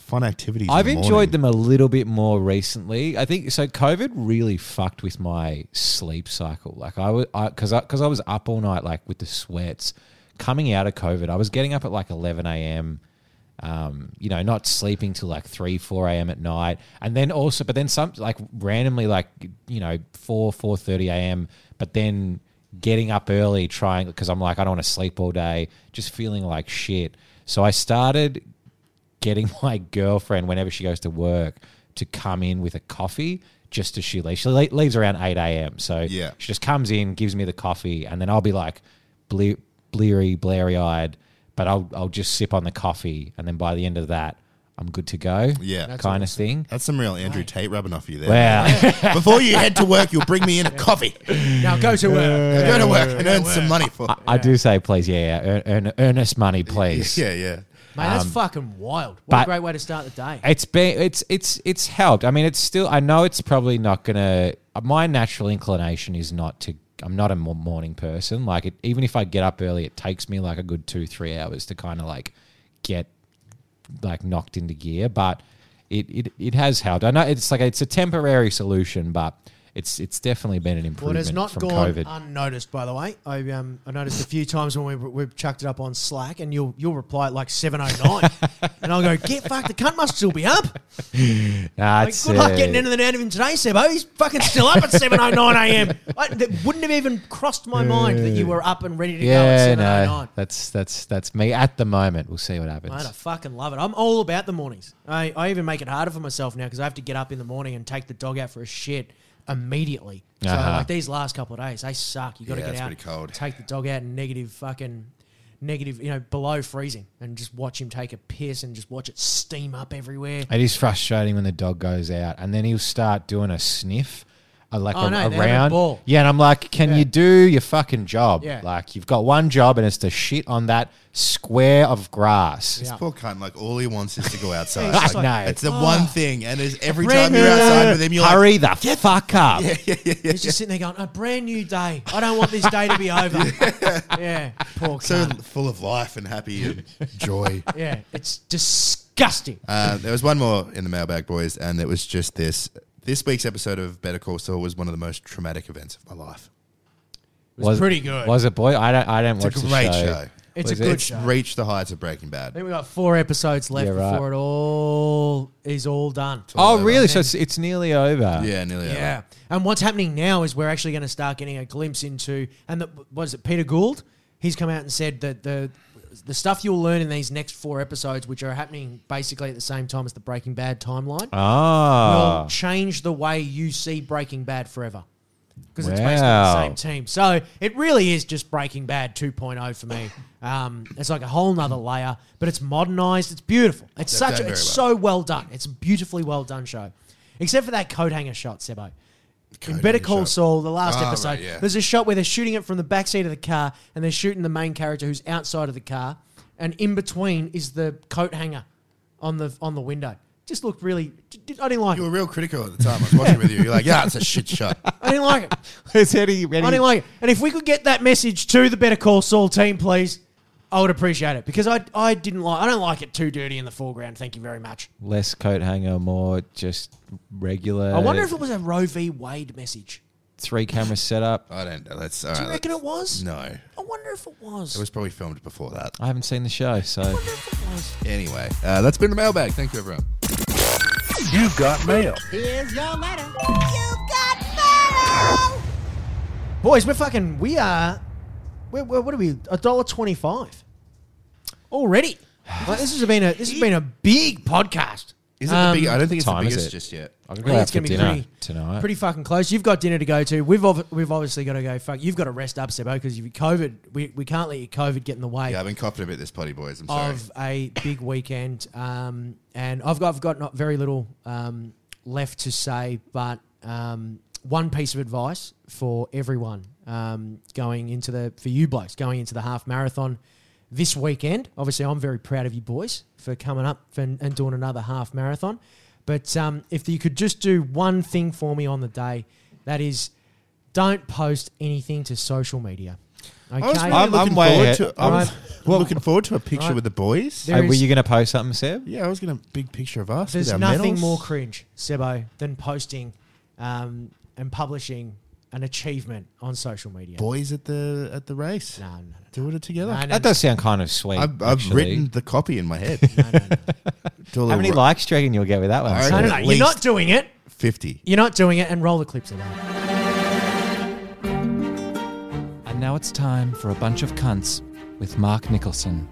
S2: fun activities. in
S3: I've
S2: the
S3: enjoyed
S2: morning.
S3: them a little bit more recently. I think so. COVID really fucked with my sleep cycle. Like I was, because I because I, was up all night, like with the sweats. Coming out of COVID, I was getting up at like eleven a.m. Um, you know, not sleeping till like three, four a.m. at night, and then also, but then some like randomly, like you know, four, four thirty a.m. But then getting up early, trying because I'm like I don't want to sleep all day, just feeling like shit. So I started getting [LAUGHS] my girlfriend whenever she goes to work to come in with a coffee just as she leaves. She le- leaves around eight a.m. So
S2: Yeah.
S3: she just comes in, gives me the coffee, and then I'll be like ble- bleary, blairy eyed, but I'll I'll just sip on the coffee, and then by the end of that, I'm good to go.
S2: Yeah.
S3: kind
S2: That's
S3: of thing.
S2: [LAUGHS] That's some real Andrew Tate rubbing off you there. [LAUGHS]
S3: Wow.
S2: Before you head to work, you'll bring me in a coffee.
S1: Now go to work.
S2: [LAUGHS] Go to work and earn some money
S3: [LAUGHS]
S2: for.
S3: I do say, please, yeah, yeah, earn, earn earnest money, please.
S2: Yeah, yeah.
S1: Mate, that's fucking wild. What
S3: but-
S1: a great way to start the day.
S3: It's been it's it's it's helped. I mean, it's still. I know it's probably not gonna. My natural inclination is not to. I'm not a mo- morning person. Like, it, even if I get up early, it takes me like a good two three hours to kind of like get like knocked into gear. But it, it it has helped. I know it's like it's a temporary solution, but it's it's definitely been an
S1: Well, it
S3: improvement
S1: has not
S3: from
S1: gone
S3: COVID.
S1: unnoticed, by the way. I um, I noticed a few times when we we chucked it up on Slack, and you'll you'll reply at like seven oh
S3: [LAUGHS]
S1: nine, and I'll go get fucked. The cunt must still be up.
S3: Nah,
S1: Like,
S3: it's,
S1: good luck
S3: uh,
S1: getting anything out of him today, Sebo. He's fucking still up at seven oh nine a.m.
S3: [LAUGHS]
S1: I, that wouldn't have even crossed my mind that you were up and ready to go at
S3: Yeah,
S1: seven oh
S3: no,
S1: nine.
S3: that's that's that's me at the moment. We'll see what happens.
S1: Mate, I fucking love it. I'm all about the mornings. I, I even make it harder for myself now because I have to get up in the morning and take the dog out for a shit immediately. So
S3: Uh-huh.
S1: like these last couple of days, they suck. You got to
S2: Yeah,
S1: get
S2: it's
S1: out,
S2: pretty cold.
S1: take the dog out in negative fucking negative, you know, below freezing, and just watch him take a piss and just watch it
S2: [LAUGHS]
S1: steam up everywhere.
S3: It is frustrating when the dog goes out and then he'll start doing a sniff are like
S1: Oh,
S3: a-
S1: no, they have a
S3: around.
S1: ball.
S3: Yeah, and I'm like, can you do your fucking job?
S1: Yeah.
S3: Like you've got one job, and it's to shit on that square of grass. [LAUGHS]
S1: Yeah.
S2: Poor cunt. Like all he wants is to
S1: [LAUGHS]
S2: go outside.
S3: just
S2: like,
S3: like,
S2: It's the
S1: "Ah."
S2: one thing, and it's every time you're outside with him, you're like,
S3: Hurry the fuck up.
S1: He's just sitting there going, a brand new day. I don't want this day to
S2: [LAUGHS]
S1: be over. yeah. Poor
S2: so
S1: cunt.
S2: full of life and happy
S1: [LAUGHS]
S2: and joy.
S1: Yeah. It's disgusting.
S2: Uh, there was one more in the mailbag, boys, and it was just this. This week's episode of Better Call Saul was one of the most traumatic events of my life.
S1: was pretty good.
S3: Was it, boy? I don't. I don't watch
S2: It's a
S3: the
S2: great
S3: show.
S2: show.
S1: It's
S3: Was
S1: a
S3: it-
S1: good
S2: It's
S1: show.
S2: reached the heights of Breaking
S1: I
S2: Bad.
S1: think we got four episodes left
S3: Yeah, right.
S1: before it all is all done.
S3: Oh, really? So it's, it's nearly over.
S2: Yeah, nearly.
S1: Yeah. And what's happening now is we're actually going to start getting a glimpse into, and the, what is it, Peter Gould? He's come out and said that the the stuff you'll learn in these next four episodes, which are happening basically at the same time as the Breaking Bad timeline,
S3: Ah.
S1: will [LAUGHS] change the way you see Breaking Bad forever. Because it's
S3: Wow.
S1: basically the same team. So it really is just Breaking Bad 2.0 for me. Um, it's like a whole nother layer, but it's modernized. It's beautiful. It's
S2: They've
S1: such.
S2: done
S1: A, it's
S2: very
S1: so well done. It's a beautifully well done show, except for that coat hanger shot, Sebo. In Better
S2: hanger
S1: Call
S2: shot.
S1: Saul, the last
S2: Ah, right,
S1: episode,
S2: yeah.
S1: there's a shot where they're shooting it from the back seat of the car, and they're shooting the main character who's outside of the car, and in between is the coat hanger on the on the window. Just looked really. I didn't like
S2: You
S1: it.
S2: were real critical at the time. I was watching with you. You're like, yeah, it's a shit shot.
S1: I didn't
S2: [LAUGHS]
S1: like it.
S3: Is Eddie ready?
S1: I didn't like it. And if we could get that message to the Better Call Saul team, please, I would appreciate it because I I didn't like I don't like it too dirty in the foreground. Thank you very much.
S3: Less coat hanger, more just regular.
S1: I wonder if it was a Roe v Wade message.
S3: three camera setup.
S2: I don't know. That's all right.
S1: Do you reckon it was?
S2: No,
S1: I wonder if it was.
S2: it was probably filmed before that.
S3: I haven't seen the show,
S1: I
S3: so
S1: wonder if it was.
S2: Anyway, uh, that's been the mailbag. Thank you, everyone.
S5: You got mail.
S1: Boys, we're fucking. We are. We're, we're, what are we? A dollar twenty-five already. Like, this has been a this has been a big podcast.
S2: Is it
S1: Um,
S2: the big? I don't think it's the
S3: time is
S2: biggest
S3: it?
S2: just yet.
S1: I
S3: I'm gonna
S1: think it's
S3: go out for
S1: going to be
S3: dinner
S1: pretty,
S3: tonight.
S1: pretty fucking close. You've got dinner to go to. We've ov- we've obviously got to go. Fuck, you've got to rest up, Sebo, because you've COVID. We, we can't let your COVID get in the way
S2: Yeah, I've been coughing a bit this potty, boys. I'm sorry.
S1: of a big weekend. Um, and I've got I've got not very little um, left to say, but um, one piece of advice for everyone um, going into the for you blokes going into the half marathon this weekend. Obviously, I'm very proud of you boys for coming up for, and doing another half marathon. But um, if you could just do one thing for me on the day, that is, don't post anything to social media. Okay,
S2: I was really
S3: I'm-
S2: looking
S3: I'm way
S2: forward
S3: ahead.
S2: to.
S1: [LAUGHS]
S2: I was
S1: Alright.
S2: looking forward to a picture
S1: Alright.
S2: with the boys.
S1: There
S3: Hey, were
S1: is-
S3: you going to post something, Seb?
S2: yeah, I was gonna big picture of us.
S1: There's
S2: with our
S1: nothing
S2: medals.
S1: more cringe, Sebo, than posting um, and publishing an achievement on social media.
S2: [LAUGHS] boys at the at the race.
S1: No, no, no.
S2: Doing it together.
S1: No, no,
S3: That does sound kind of sweet.
S2: I've, I've
S3: actually.
S2: written the copy in my
S1: [LAUGHS]
S2: head.
S1: no, no, no.
S2: [LAUGHS] Do a
S3: How
S2: little
S3: many
S2: ro-
S3: likes do you reckon you'll get with that one?
S2: I
S3: Seb?
S1: No, no, no.
S2: At
S1: You're not
S2: least-
S1: doing it.
S2: Fifty.
S1: You're not doing it. And roll the clips of that.
S6: And now it's time for a bunch of cunts with Mark Nicholson.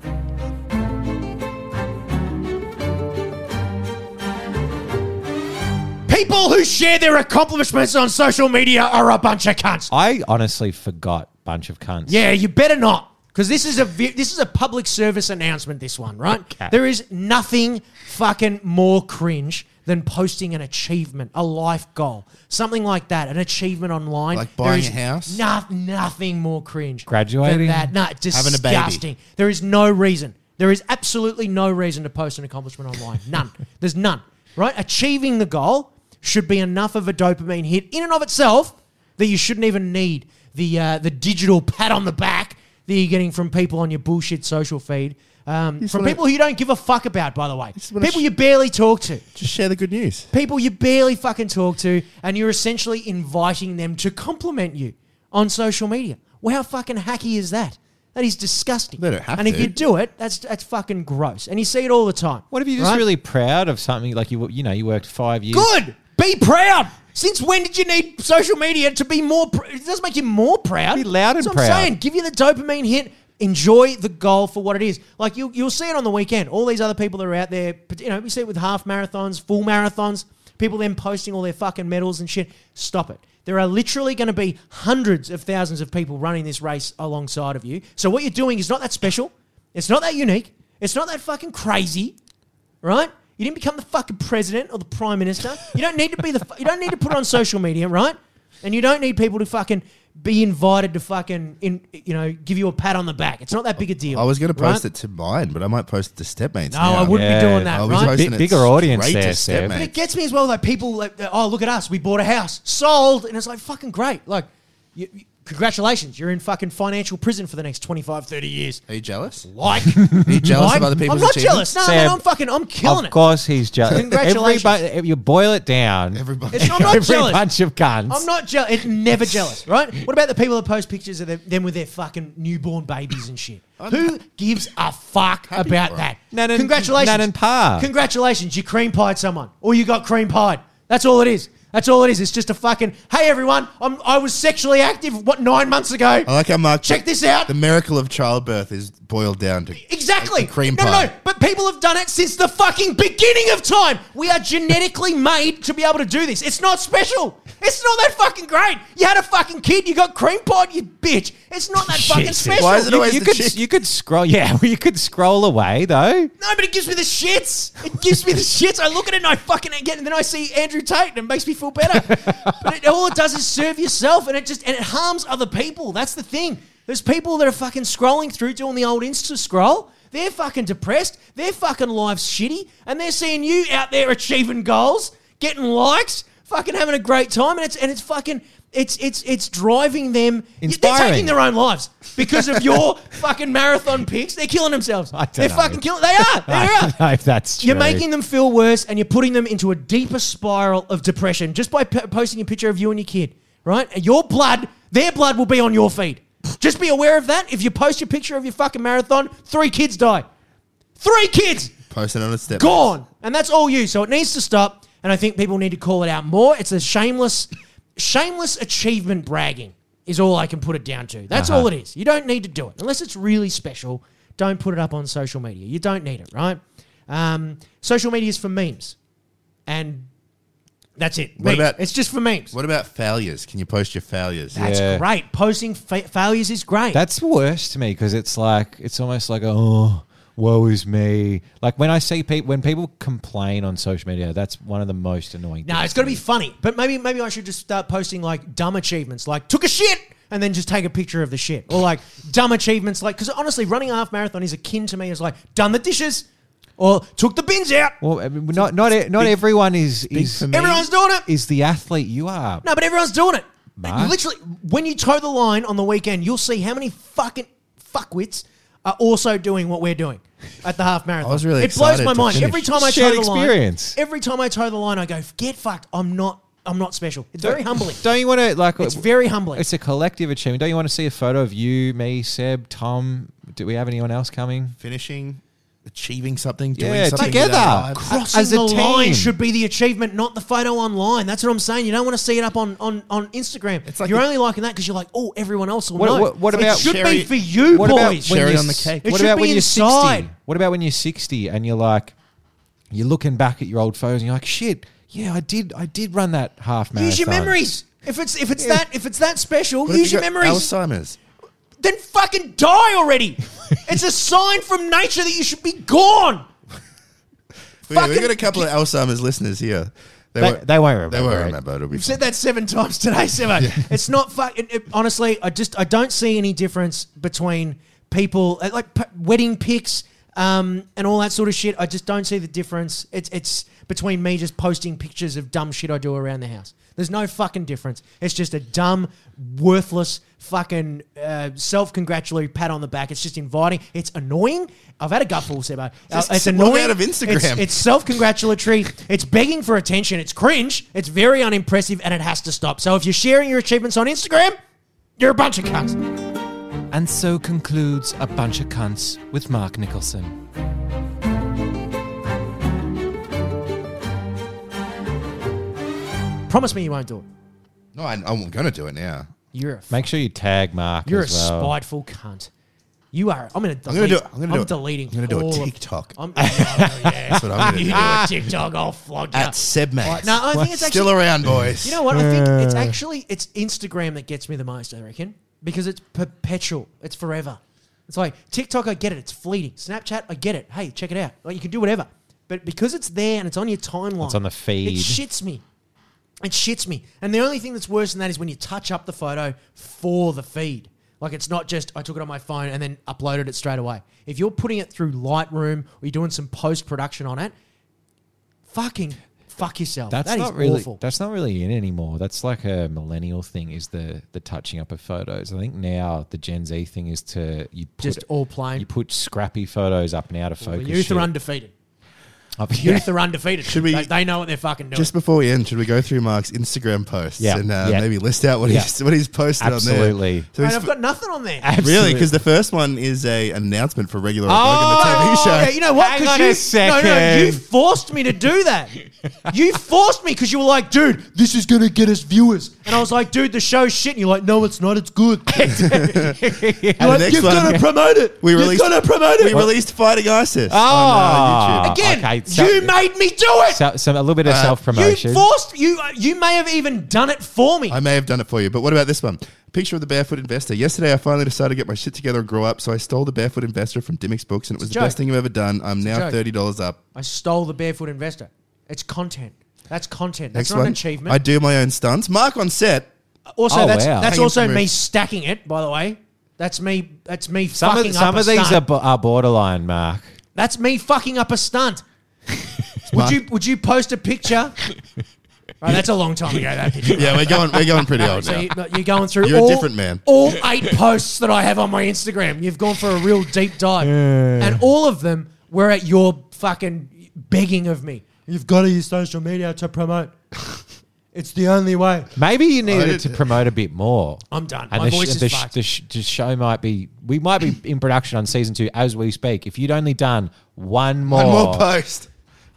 S1: People who share their accomplishments on social media are a bunch of cunts.
S3: I honestly forgot bunch of cunts.
S1: Yeah, you better not. Because this is a vi- this is a public service announcement. This one, right?
S3: Okay.
S1: There is nothing fucking more cringe than posting an achievement, a life goal, something like that, an achievement online,
S2: Like
S1: There
S2: buying
S1: is
S2: a house?
S1: No, nothing more cringe.
S3: Graduating?
S1: Than that. No,
S2: Having a
S1: disgusting.
S2: baby.
S1: There is no reason. There is absolutely no reason to post an accomplishment online. None. There's none. Right? Achieving the goal should be enough of a dopamine hit in and of itself that you shouldn't even need the uh, the digital pat on the back that you're getting from people on your bullshit social feed. Um,
S2: Just
S1: from
S2: wanna-
S1: people who you don't give a fuck about, by the way.
S2: Just wanna
S1: People
S2: sh-
S1: you barely talk to
S2: Just share the good news.
S1: people you barely fucking talk to, and you're essentially inviting them to compliment you on social media. Well, how fucking hacky is that? That is disgusting.
S2: They don't have
S1: and if
S2: to.
S1: you do it, that's that's fucking gross. And you see it all the time.
S3: What if you're just
S1: right?
S3: really proud of something? Like you, you know, you worked five years.
S1: good? Be proud. Since when did you need social media to be more? Pr- it does make you more proud.
S3: Be loud and
S1: That's what
S3: proud.
S1: I'm saying, give you the dopamine hit. Enjoy the goal for what it is. Like you, you'll see it on the weekend. All these other people that are out there, but, you know, we see it with half marathons, full marathons. People then posting all their fucking medals and shit. Stop it. There are literally going to be hundreds of thousands of people running this race alongside of you. So what you're doing is not that special. It's not that unique. It's not that fucking crazy right? You didn't become the fucking president or the prime minister. You don't need to be the. fu- You don't need to put it on social media, right? And you don't need people to fucking be invited to fucking in, you know give you a pat on the back. It's not that big a deal.
S2: I was going to
S1: right?
S2: post it to mine, but I might post it to stepmates.
S1: No,
S2: now.
S1: I wouldn't
S3: Yeah.
S1: be doing that,
S2: I'll be
S1: right?
S2: posting
S3: Big-
S2: it
S3: bigger audience
S2: straight to
S3: there, Seb.
S1: But it
S2: stepmates.
S1: gets me as well though. People, like, oh look at us, we bought a house, sold, and it's like fucking great. Like, you, you- congratulations, you're in fucking financial prison for the next 25, 30 years.
S2: Are you jealous?
S1: Like,
S2: [LAUGHS] Are you jealous of other people's
S1: I'm not
S2: achievements?
S1: jealous. No,
S3: Sam,
S1: man, I'm fucking, I'm killing
S3: of
S1: it.
S3: course, he's jealous.
S1: Congratulations.
S3: Everybody, e, you boil it down.
S2: Everybody.
S1: It's not, I'm not
S3: Every
S1: jealous.
S3: bunch of cunts.
S1: I'm not jealous. It's never jealous, right? What about the people that post pictures of them, them with their fucking newborn babies and shit? Who gives a fuck
S2: Happy
S1: about
S2: for 'em.
S1: that?
S3: Nan and-
S1: Congratulations.
S3: Nan and Pa.
S1: Congratulations. You cream pied someone or you got cream pied. That's all it is. That's all it is. It's just a fucking, hey, everyone, I'm, I was sexually active, what, nine months ago?
S2: I like how Mark.
S1: Check this out.
S2: The miracle of childbirth is boiled down to
S1: Exactly.
S2: a cream
S1: no,
S2: pie.
S1: no, no. But people have done it since the fucking beginning of time. We are genetically [LAUGHS] made to be able to do this. It's not special. It's not that fucking great. You had a fucking kid. You got cream pod. You bitch. It's not that fucking
S3: Jesus.
S1: special.
S2: Why is it
S1: You-
S2: always
S3: You
S2: the
S3: could,
S2: chick?
S3: you could scroll. [LAUGHS] Yeah, well, you could scroll away though.
S1: no, but it gives me the shits. It gives
S3: [LAUGHS]
S1: me the shits. I look at it and I fucking get, and then I see Andrew Tate and it makes me feel better. but it, all it does is serve yourself, and it just and it harms other people. That's the thing. There's people that are fucking scrolling through doing the old Insta scroll. They're fucking depressed. Their fucking life's shitty, and they're seeing you out there achieving goals, getting likes, fucking having a great time, and it's and it's fucking. It's it's it's driving them. They're
S3: Inspiring.
S1: taking their own lives because
S3: [LAUGHS]
S1: of your fucking marathon pics. They're killing themselves.
S3: I don't
S1: They're
S3: know.
S1: fucking killing. They are.
S3: [LAUGHS]
S1: They
S3: I
S1: are.
S3: don't know if that's true.
S1: You're making them feel worse and you're putting them into a deeper spiral of depression just by p- posting a picture of you and your kid, right? And Your blood, their blood will be on your feed. Just be aware of that. If you post your picture of your fucking marathon, three kids die. Three kids
S2: posted on a step.
S1: gone. And that's all you. So it needs to stop. And I think people need to call it out more. It's a shameless, shameless achievement bragging is all I can put it down to. That's
S2: Uh-huh.
S1: all it is. You don't need to do it unless it's really special. Don't put it up on social media. You don't need it, right? Um, social media is for memes, and that's it.
S2: What
S1: Memes.
S2: about-
S1: it's just for memes.
S2: What about failures? Can you post your failures?
S1: that's
S3: Yeah.
S1: great. Posting fa- failures is great.
S3: That's worse to me because it's like it's almost like oh woe is me. Like when I see people when people complain on social media, that's one of the most annoying.
S1: No,
S3: things
S1: it's got to be funny. But maybe maybe I should just start posting like dumb achievements, like took a shit and then just take a picture of the shit, or like dumb achievements, like because honestly, running a half marathon is akin to me as like done the dishes or took the bins out.
S3: Well, I mean, not not e- not everyone is is
S2: for me.
S1: Everyone's doing it.
S3: is the athlete you are.
S1: No, but everyone's doing it.
S3: Mark?
S1: Literally, when you toe the line on the weekend, you'll see how many fucking fuckwits are also doing what we're doing at the half marathon.
S2: I was really
S1: it blows
S2: excited
S1: my
S2: to
S1: mind every
S2: finish.
S1: time I toe
S3: Shared
S1: the
S3: experience.
S1: line. Every time I toe the line, I go get fucked. I'm not. I'm not special. It's very humbling.
S3: Don't you want to like?
S1: It's very humbling.
S3: It's a collective achievement. Don't you want to see a photo of you, me, Seb, Tom? Do we have anyone else coming?
S2: Finishing, achieving something,
S3: Yeah,
S2: doing something
S3: together.
S2: with our lives.
S1: Crossing
S3: As a
S1: the line
S3: team.
S1: should be the achievement, not the photo online. That's what I'm saying. You don't want to see it up on on, on Instagram.
S2: It's like
S1: you're
S2: the-
S1: only liking that because you're like, oh, everyone else will
S3: What-
S1: know.
S3: what- what
S1: it
S3: about
S1: should
S2: Sherry-
S1: be for you,
S3: What about when
S1: boys?
S2: Sherry
S3: you're
S2: on the
S3: s-
S2: cake.
S1: It
S3: What
S1: should
S3: about
S1: be
S3: when you're
S1: inside.
S3: sixty? What about when you're sixty and you're like, you're looking back at your old photos and you're like, shit, yeah, I did, I did run that half marathon.
S1: Use your memories. If it's if it's that if it's that special,
S2: What if
S1: use
S2: you
S1: your
S2: got
S1: memories.
S2: Alzheimer's.
S1: then fucking die
S3: [LAUGHS]
S1: already. it's a sign from nature that you should be gone.
S2: Yeah,
S1: Fucking
S2: we've got a couple of Alzheimer's listeners here. They,
S3: They,
S2: won't,
S3: they won't remember.
S2: they won't
S3: it.
S2: remember. It'll be
S1: You've said that seven times today, [LAUGHS] Simo. It's not fuck. It, it- honestly, I just I don't see any difference between people uh, like p- wedding pics um, and all that sort of shit. I just don't see the difference. It's it's between me just posting pictures of dumb shit I do around the house. There's no fucking difference. It's just a dumb, worthless fucking uh, self-congratulatory pat on the back. It's just inviting. It's annoying. I've had a gutful, Sebo. Uh,
S2: Just
S1: it's
S2: one
S1: annoying.
S2: out of Instagram.
S1: It's- it's self-congratulatory. It's begging for attention. It's cringe. It's very unimpressive, and it has to stop. So if you're sharing your achievements on Instagram, you're a bunch of cunts.
S6: And so concludes A Bunch of Cunts with Mark Nicholson.
S1: Promise me you won't do it.
S2: No, I, I'm going to do it now.
S1: You're a f-
S3: Make sure you tag Mark.
S1: you're a
S3: as well.
S1: spiteful cunt. You are. I'm gonna. Delete,
S2: I'm going to do it. I'm going to do it.
S1: deleting.
S2: I'm going to do
S1: all
S2: a
S1: of-
S2: TikTok.
S1: I'm. oh, yeah.
S2: That's
S1: [LAUGHS]
S2: what I'm going to
S1: You
S2: do.
S1: do a
S2: [LAUGHS]
S1: TikTok. I'll flog you.
S2: At Sebmax.
S1: no, I think it's actually
S2: Still around, boys.
S1: You know what? I think
S3: Hmm.
S1: it's actually it's Instagram that gets me the most. I reckon because it's perpetual. It's forever. It's like TikTok. I get it. It's fleeting. Snapchat. I get it. Hey, check it out. Like you can do whatever. But because it's there and it's on your timeline,
S3: It's on the feed.
S1: It shits me. It shits me. And the only thing that's worse than that is when you touch up the photo for the feed. Like it's not just I took it on my phone and then uploaded it straight away. If you're putting it through Lightroom or you're doing some post production on it, fucking fuck yourself.
S3: That's
S1: That is
S3: not really
S1: awful.
S3: that's not really in anymore. That's like a millennial thing is the the touching up of photos. I think now the Gen Z thing is to you put,
S1: just all plain.
S3: you put scrappy photos up and out of
S1: The
S3: focus.
S1: youth
S3: shit. [LAUGHS]
S1: are undefeated.
S3: Up- yeah.
S1: Youth are undefeated.
S2: Should we-
S1: they, they know what they're fucking doing.
S2: Just before we end, should we go through Mark's Instagram posts
S3: Yeah,
S2: and uh,
S3: yeah.
S2: maybe list out what
S3: Yeah.
S2: he's what he's posted on there?
S3: Absolutely.
S2: So
S1: Mate,
S2: he's,
S1: I've got nothing on there.
S2: really,
S3: Absolutely.
S2: because the first one is a an announcement for regular
S3: Oh,
S2: Oblong and the TV show.
S1: Yeah, you know what?
S3: Hang
S1: 'Cause
S3: on
S1: you,
S3: a second.
S1: No, no, you forced me to do
S3: [LAUGHS]
S1: that. you forced me because you were like, dude, this is going to get us viewers. And I was like, dude, the show's shit. And you're like, no, it's not. It's
S3: [LAUGHS]
S1: good. You're like,
S2: next
S1: You've
S2: one-
S1: got to promote it.
S2: we
S1: You've
S2: released
S1: got to promote
S2: we
S1: it.
S2: released fighting ISIS on
S3: Oh.
S2: uh,
S1: [LAUGHS]
S2: YouTube.
S1: Again,
S3: Okay, so-
S1: you made me do it.
S3: So, so a little bit of self
S1: Uh, You
S3: promotion.
S1: forced you. You may have even done it for me.
S2: I may have done it for you, but what about this one? Picture of the barefoot investor. Yesterday, I finally decided to get my shit together and grow up, so I stole the barefoot investor from Dimmick's books, and it was the
S1: joke.
S2: best thing I've ever done. I'm now
S1: joke.
S2: thirty dollars up.
S1: I stole the barefoot investor. It's content. That's content. That's
S2: Next
S1: not
S2: one,
S1: an achievement.
S2: I do my own stunts. Mark on set.
S1: Also,
S3: Oh,
S1: that's
S3: wow.
S1: that's
S2: Hanging
S1: also
S2: from
S1: me
S2: roof.
S1: stacking it. By the way, that's me. That's me.
S3: some
S1: fucking
S3: of, some
S1: up
S3: of
S1: a
S3: these are,
S1: stunt.
S3: bo- are borderline, Mark.
S1: That's me fucking up a
S3: [LAUGHS]
S1: stunt. would you Would you post a picture? right, that's a long time ago. That picture.
S2: Yeah, we're going. We're going [LAUGHS] pretty old
S1: So
S2: now.
S1: you, are going through.
S2: You're a
S1: all,
S2: different man.
S1: All eight posts that I have on my Instagram, you've gone for a real deep dive, and all of them were at your fucking begging of me. You've got to use social media to promote. it's the only way.
S3: Maybe you needed
S2: did-
S3: to promote a bit more.
S1: I'm done.
S3: And
S1: my
S3: the,
S1: voice
S3: sh-
S1: is
S3: the, sh-
S1: fucked.
S3: the, sh- the show might be, we might be in production on season two as we speak. If you'd only done one more,
S2: One more post.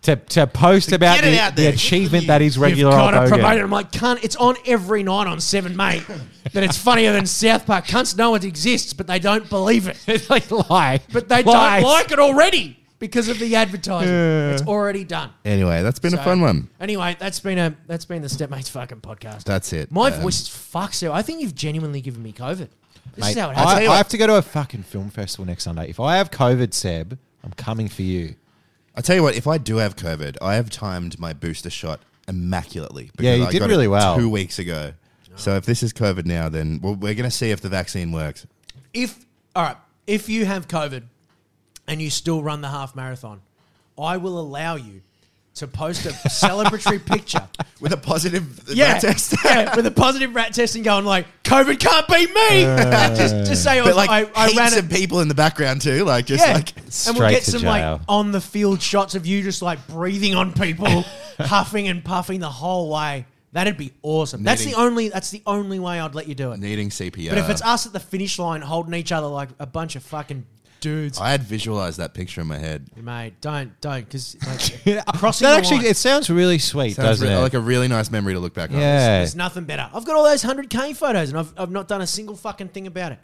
S3: to, to post about
S2: get it
S3: the,
S2: out
S3: the
S2: there.
S3: achievement that is regular.
S1: You've got to
S3: Old Hogan.
S1: promote
S3: [LAUGHS]
S1: it. I'm like, cunt, it's on every night on 7 Mate. that it's funnier than South Park. Cunts know it exists, but they don't believe [LAUGHS] it.
S3: they lie,
S1: But they
S3: Lies.
S1: don't like it already because of the advertising. It's already done.
S2: Anyway, that's been a fun one.
S1: Anyway, that's been a that's been the Stepmates fucking podcast.
S2: That's it.
S1: My
S2: Um,
S1: voice is fucked, so I think you've genuinely given me COVID. This
S3: Mate,
S1: is how it
S3: I,
S1: happens.
S3: I have to go to a fucking film festival next Sunday. If I have COVID, Seb, I'm coming for you.
S2: I tell you what, if I do have COVID, I have timed my booster shot immaculately. because
S3: Yeah, you
S2: I
S3: did
S2: got it
S3: really well.
S2: two weeks ago. So if this is COVID now, then well, we're going to see if the vaccine works.
S1: if all right, if you have COVID and you still run the half marathon, I will allow you to post [LAUGHS] a celebratory picture
S2: With a positive
S1: yeah,
S2: test.
S1: yeah, with a positive rat test and going like, COVID can't beat me. and [LAUGHS] just, just say, oh,
S2: but like
S1: I, I
S2: heaps
S1: ran it.
S2: of people in the background too, like just
S1: Yeah.
S2: like
S1: and we'll
S3: Straight
S1: get
S3: to
S1: some like
S3: jail.
S1: on the field shots of you just like breathing on
S2: [LAUGHS]
S1: people, huffing and puffing the whole way. That'd be awesome. That's the
S2: Needing-
S1: only. That's the only way I'd let you do it.
S2: needing CPR.
S1: But if it's us at the finish line holding each other like a bunch of fucking dudes,
S2: I had visualized that picture in my head.
S1: mate, don't don't because
S2: [LAUGHS]
S1: like, crossing
S3: That
S1: the
S3: actually,
S1: line-
S3: it sounds really sweet,
S2: Sounds
S3: doesn't
S2: re-
S3: it?
S2: like a really nice memory to look back on.
S3: yeah.
S1: There's nothing better. I've got all those 100K photos and I've, I've not done a single fucking thing about it.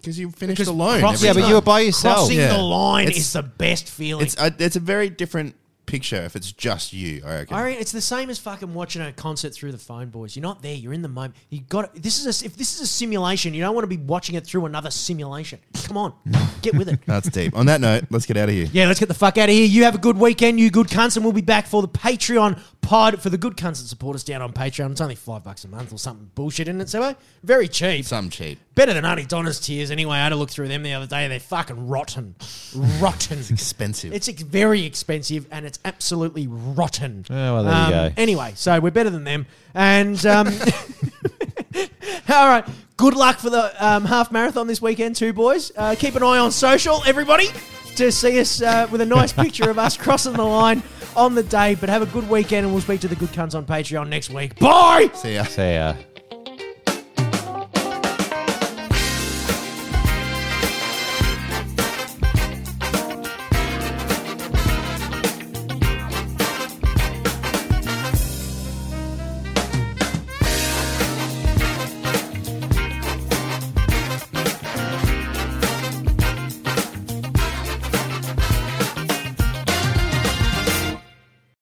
S2: because you finished alone.
S1: crossing-
S2: every
S3: Yeah, but
S2: time.
S3: you were by yourself.
S1: Crossing
S2: Yeah.
S1: the line
S2: It's-
S1: is the best feeling.
S2: It's a, it's a very different picture if it's just you. I reckon.
S1: I reckon it's the same as fucking watching a concert through the phone, boys. You're not there. You're in the moment. You got this is a, if this is a simulation, you don't want to be watching it through another simulation. Come on, get with it.
S2: That's deep. On that note, let's get out of here.
S1: Yeah, let's get the fuck out of here. You have a good weekend, you good cunts, and we'll be back for the Patreon pod for the good cunts that support us down on Patreon. It's only five bucks a month or something bullshit, isn't it, Sebo? Very cheap.
S2: Something cheap.
S1: Better than Auntie Donna's tears anyway. I had a look through them the other day. They're fucking rotten. rotten.
S2: Expensive.
S1: It's ex- very expensive and it's absolutely rotten. Oh,
S3: well, there you go.
S1: Anyway, so we're better than them. And um, [LAUGHS] all right, good luck for the um, half marathon this weekend, too, boys. Uh, keep an eye on social, everybody, to see us uh, with a nice picture of us [LAUGHS] crossing the line on the day. But have a good weekend, and we'll speak to the good cunts on Patreon next week. Bye.
S2: See ya.
S3: Say, uh,